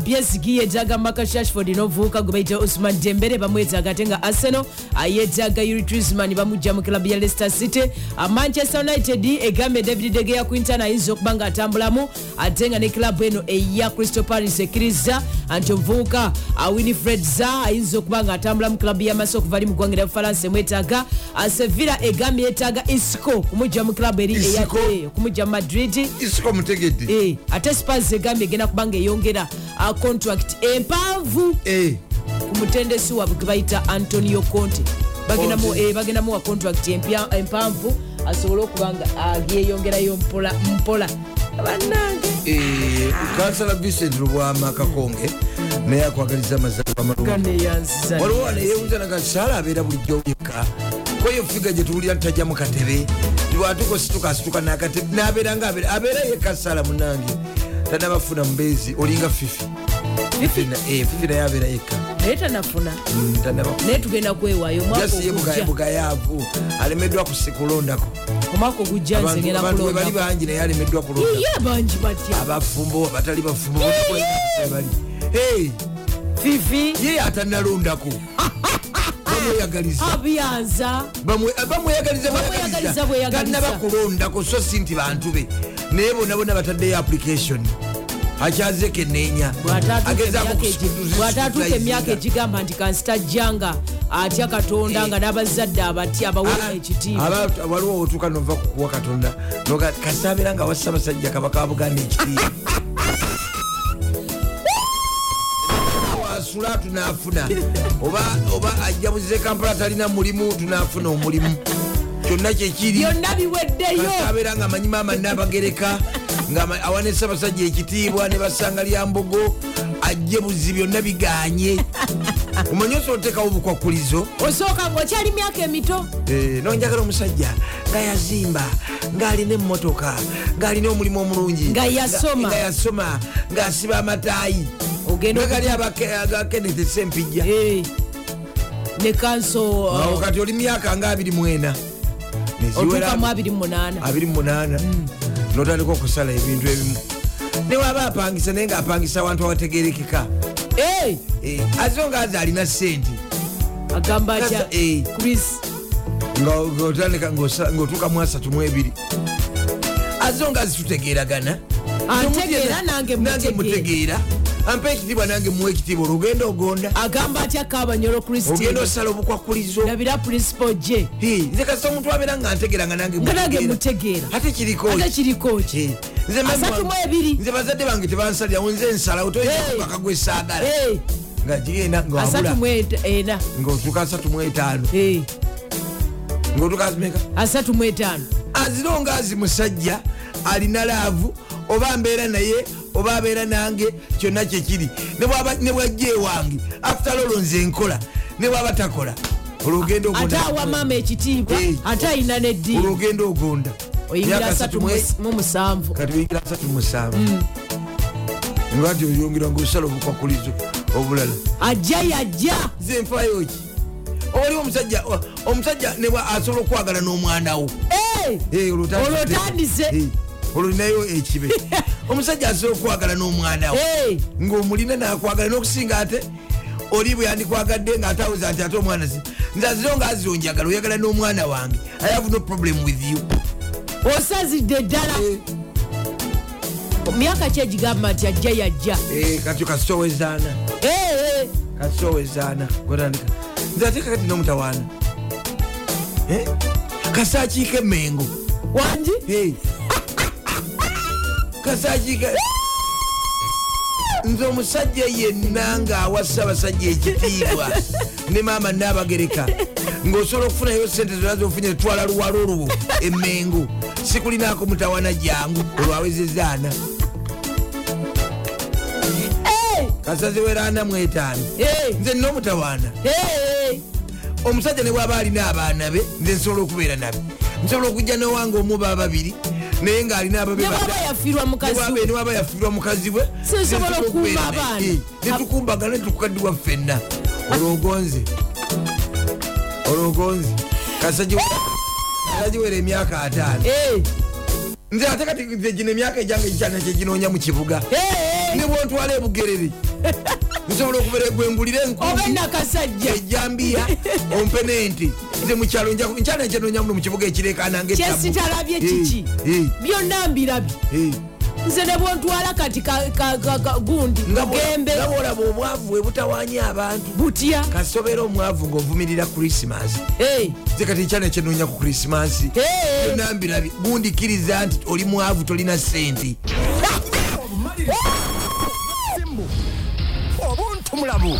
Speaker 3: bsg yetaaga maka shashford novuuka gwe bayita osman dembere bamwetaaga ate nga arsenal ah, yetaaga uri trisman bamugja mu klabu ya leicester city Ah, manchester united egambye david degeya quintan ayinza okuba nga atambulamu ate nga ne klabu eno eya crystal paris ekkiriza nti omuvubuka ah, winifred za ayinza okuba nga atambula mu klabu yamasa okuva ali mu ggwanga lya bufalansa emwetaaga Ah, sevilla egambye yetaaga isco kumugja mu klabu eri eya
Speaker 2: Isco?
Speaker 3: eh, okumugja mu madrid
Speaker 2: isiko mutegedde
Speaker 3: Eh, ate spars egambye egenda kubanga eyongera ah, contract empanvu
Speaker 2: Eh,
Speaker 3: ku mutendesi waabwe gwe bayita antonio conte Bagenda mu- eh, bagenda muwa contract empya- empanvu asobole okubanga yeyongerayo mpola mpola bannange
Speaker 2: eh, kansala vincent lubwama kakonge naye akwagaliza amazaalibwa amalungi
Speaker 3: ganeyanziza
Speaker 2: waliwo wano eyewunzanaga saala abeera bulijjo yekka koyo figa gye tuwulira ntajja mu katebe lwatuko situka asituka n'akatebe n'abeera nga abeera abeera yekka saala munange tanabafuna mubeezi olinga fifi fifi na- eh, fifi naye abeera yekka
Speaker 3: naye tanafuna
Speaker 2: Mm, tanabafuna
Speaker 3: naye tugenda kwewaayo omwaka
Speaker 2: jasi ye buga-
Speaker 3: ogujja
Speaker 2: bugayaavu alemeddwa kusi- kulondako
Speaker 3: omwaka ogujja nze
Speaker 2: abantu
Speaker 3: ngera
Speaker 2: abantu we bali
Speaker 3: kulonda
Speaker 2: bangi naye alemeddwa kulonda
Speaker 3: ye bangi batya
Speaker 2: abafumbo abatali bafumbo bali
Speaker 3: fifi
Speaker 2: ye atanalondako bamweyagaliza
Speaker 3: abiyanza Ah. Bamweyagaliza
Speaker 2: bamweyagaliza
Speaker 3: bweyagaliza.
Speaker 2: tanaba kulondako so si nti bantu be naye bona bona bataddeyo application akyaze keneenya
Speaker 3: bw'ataatuuka emyaka egigamba nti kansitajjanga atya
Speaker 2: Eh.
Speaker 3: katonda nga n'abazadde abatya abawa
Speaker 2: Ah.
Speaker 3: ekitiibwa
Speaker 2: waliwo otuuka nova kukuwa katonda noga kasaabira nga wasabasajja kabaka wa buganda ekitiibwa wasula tunafuna oba oba ajja buzize kampala talina mulimu tunafuna omulimu kyonna kyekiri
Speaker 3: byonna biweddeyo
Speaker 2: abeera nga amanyi maama nabagereka ngaawa ne sabasajja ekitiibwa ne basanga lya mbogo ajje buzi byonna biganye omanyi osobola otekawo obukwakulizo
Speaker 3: osooka ngaokyali myaka emito
Speaker 2: Eh, nonjagala omusajja nga yazimba ng'alina emmotoka ng'alina omulimu omulungi
Speaker 3: Nga yasoma.
Speaker 2: nga yasoma ng'asiba amataayi
Speaker 3: Ogenda
Speaker 2: nga gali abakenete sempijja
Speaker 3: Eh, ne kanso uh,
Speaker 2: awo kati oli myaka nga 24
Speaker 3: otuuka mu Hmm. 28
Speaker 2: 28 notandika okusala ebintu ebimu newaba apangisa naye ngaapangisa awantu awategerekeka
Speaker 3: Eh,
Speaker 2: Eh, azo ngaazi alina sente
Speaker 3: agamba atya
Speaker 2: Kasa- eh.
Speaker 3: chris
Speaker 2: Nga- ng'otandika ng'osa- ng'otuuka mu 32 azo ngaazi tutegeeragana
Speaker 3: antegeera Ah, nange
Speaker 2: nange
Speaker 3: mutegeera
Speaker 2: mutegeera ampa ekitiibwa nange muwa ekitiibwa olwo ogenda ogonda
Speaker 3: agamba atya kabanyolo
Speaker 2: ogenda
Speaker 3: christi
Speaker 2: osala obukwakulizo
Speaker 3: labira principal je
Speaker 2: Hey, nze kasita omuntu abeera nga ntegeera nga nange
Speaker 3: nga nange
Speaker 2: mutegeera.
Speaker 3: mutegeera
Speaker 2: ate kiriko
Speaker 3: ate kiriko ki
Speaker 2: Hey, nze mami
Speaker 3: Asatu
Speaker 2: wange-
Speaker 3: mu ebiri.
Speaker 2: nze bazadde bange tebansalirawo nze nsalawo
Speaker 3: Hey.
Speaker 2: toyinzakubaka gwe saagala
Speaker 3: Eh,
Speaker 2: nga gigenda
Speaker 3: asatu
Speaker 2: ngawabula
Speaker 3: mu ena- ena
Speaker 2: ngaotuuka 35
Speaker 3: Eh,
Speaker 2: ngaotuuka azimeka
Speaker 3: asatu mu etaano
Speaker 2: azira ongazi musajja alina laavu oba mbeera naye oba abeera nange kyonna kyekiri Ne bw'aba- ne bwajja ewange afutala olwo nze nkola ne bw'aba takola olwogenda
Speaker 3: Ah, ate awa maama ekitiibwa
Speaker 2: Eh.
Speaker 3: ate ayina neddiini
Speaker 2: olwogenda ogonda
Speaker 3: oyingira
Speaker 2: Myaka
Speaker 3: asatu
Speaker 2: mu-
Speaker 3: mu musanvu
Speaker 2: kati oyingira
Speaker 3: Hmm.
Speaker 2: 37 ngati oyongera ngaosala obukwakulizo obulala
Speaker 3: ajja yajja
Speaker 2: ze nfayoki oliwo omusajja omusajja nebwa asobola okwagala n'omwanawo
Speaker 3: Eh,
Speaker 2: Eh, olwo otandise.
Speaker 3: Olwo otandise.
Speaker 2: Eh, olwo olinayo ekibe omusajja asobola okwagala n'omwana we
Speaker 3: eh,
Speaker 2: ng'omulina nakwagala n'okusinga ate oli bwe yandikwagadde ng'atawuza nti ate omwana si nze aziro ngaazi onjagala oyagala n'omwana wange i have no problem with you
Speaker 3: osazidde ddala
Speaker 2: Eh,
Speaker 3: myaka ki egigamba nti ajja yajja
Speaker 2: Eh, katyo kasitowezaana
Speaker 3: Eh, eh,
Speaker 2: kasowezaana gotandika nze ate kakati n'omutawaana Eh? kasaakiika emengo
Speaker 3: wangi
Speaker 2: Hey. kasajika nze omusajja yenna ng'awa ssaabasajja ekitiibwa ne maama naabagereka ng'osobola okufunayo sente zonna zofunye zitwala luwala olwo emengo sikulinaako mutawana jangu olwawezezaana kasaziweraana mwetaano
Speaker 3: Eh,
Speaker 2: nze nna omutawaana
Speaker 3: eh, eh,
Speaker 2: omusajja ne bwaba alina abaana be nze nsobola okubeera nabe nsobola okujja newange omuba ababiri naye ng'alina ababe
Speaker 3: Newaba
Speaker 2: bata-
Speaker 3: yafiirwa mukazi
Speaker 2: Newaba-
Speaker 3: we.
Speaker 2: newaba yafiirwa mukazi we
Speaker 3: Si nsobola
Speaker 2: netusobola
Speaker 3: okukuuma
Speaker 2: okubeera naye.
Speaker 3: abaana.
Speaker 2: Eh, netukumbagana netukukaddiwa ffenna olwogonze olwogonze kasagiwera emyaka ataano
Speaker 3: Eh,
Speaker 2: nze ate kati nze gino emyaka egyange egikyalina kyeginoonya mu kibuga
Speaker 3: eh, eh.
Speaker 2: ne bwontwala ebugerere nsobola okubera gwengulira
Speaker 3: oba
Speaker 2: enkumbi
Speaker 3: nakasajja
Speaker 2: ejambiya ompe n'ente nze mukyalo nkyalina kyenoonya muno mu kibuga ekirekanange
Speaker 3: kyesitalabye kiki byonna mbirabye nze ne bwontwala kati ka- ka- ka- ka- gundi mugembe
Speaker 2: nga bwolaba obwavu bwe butawanya abantu
Speaker 3: butya
Speaker 2: kasobera omwavu ng'ovumirira krisimas
Speaker 3: Eh,
Speaker 2: nze kati ekyalina kyenoonya ku krisimasi
Speaker 3: eh.
Speaker 2: nambirabi gundikiriza nti oli mwavu tolina sente
Speaker 6: obuntu mulabu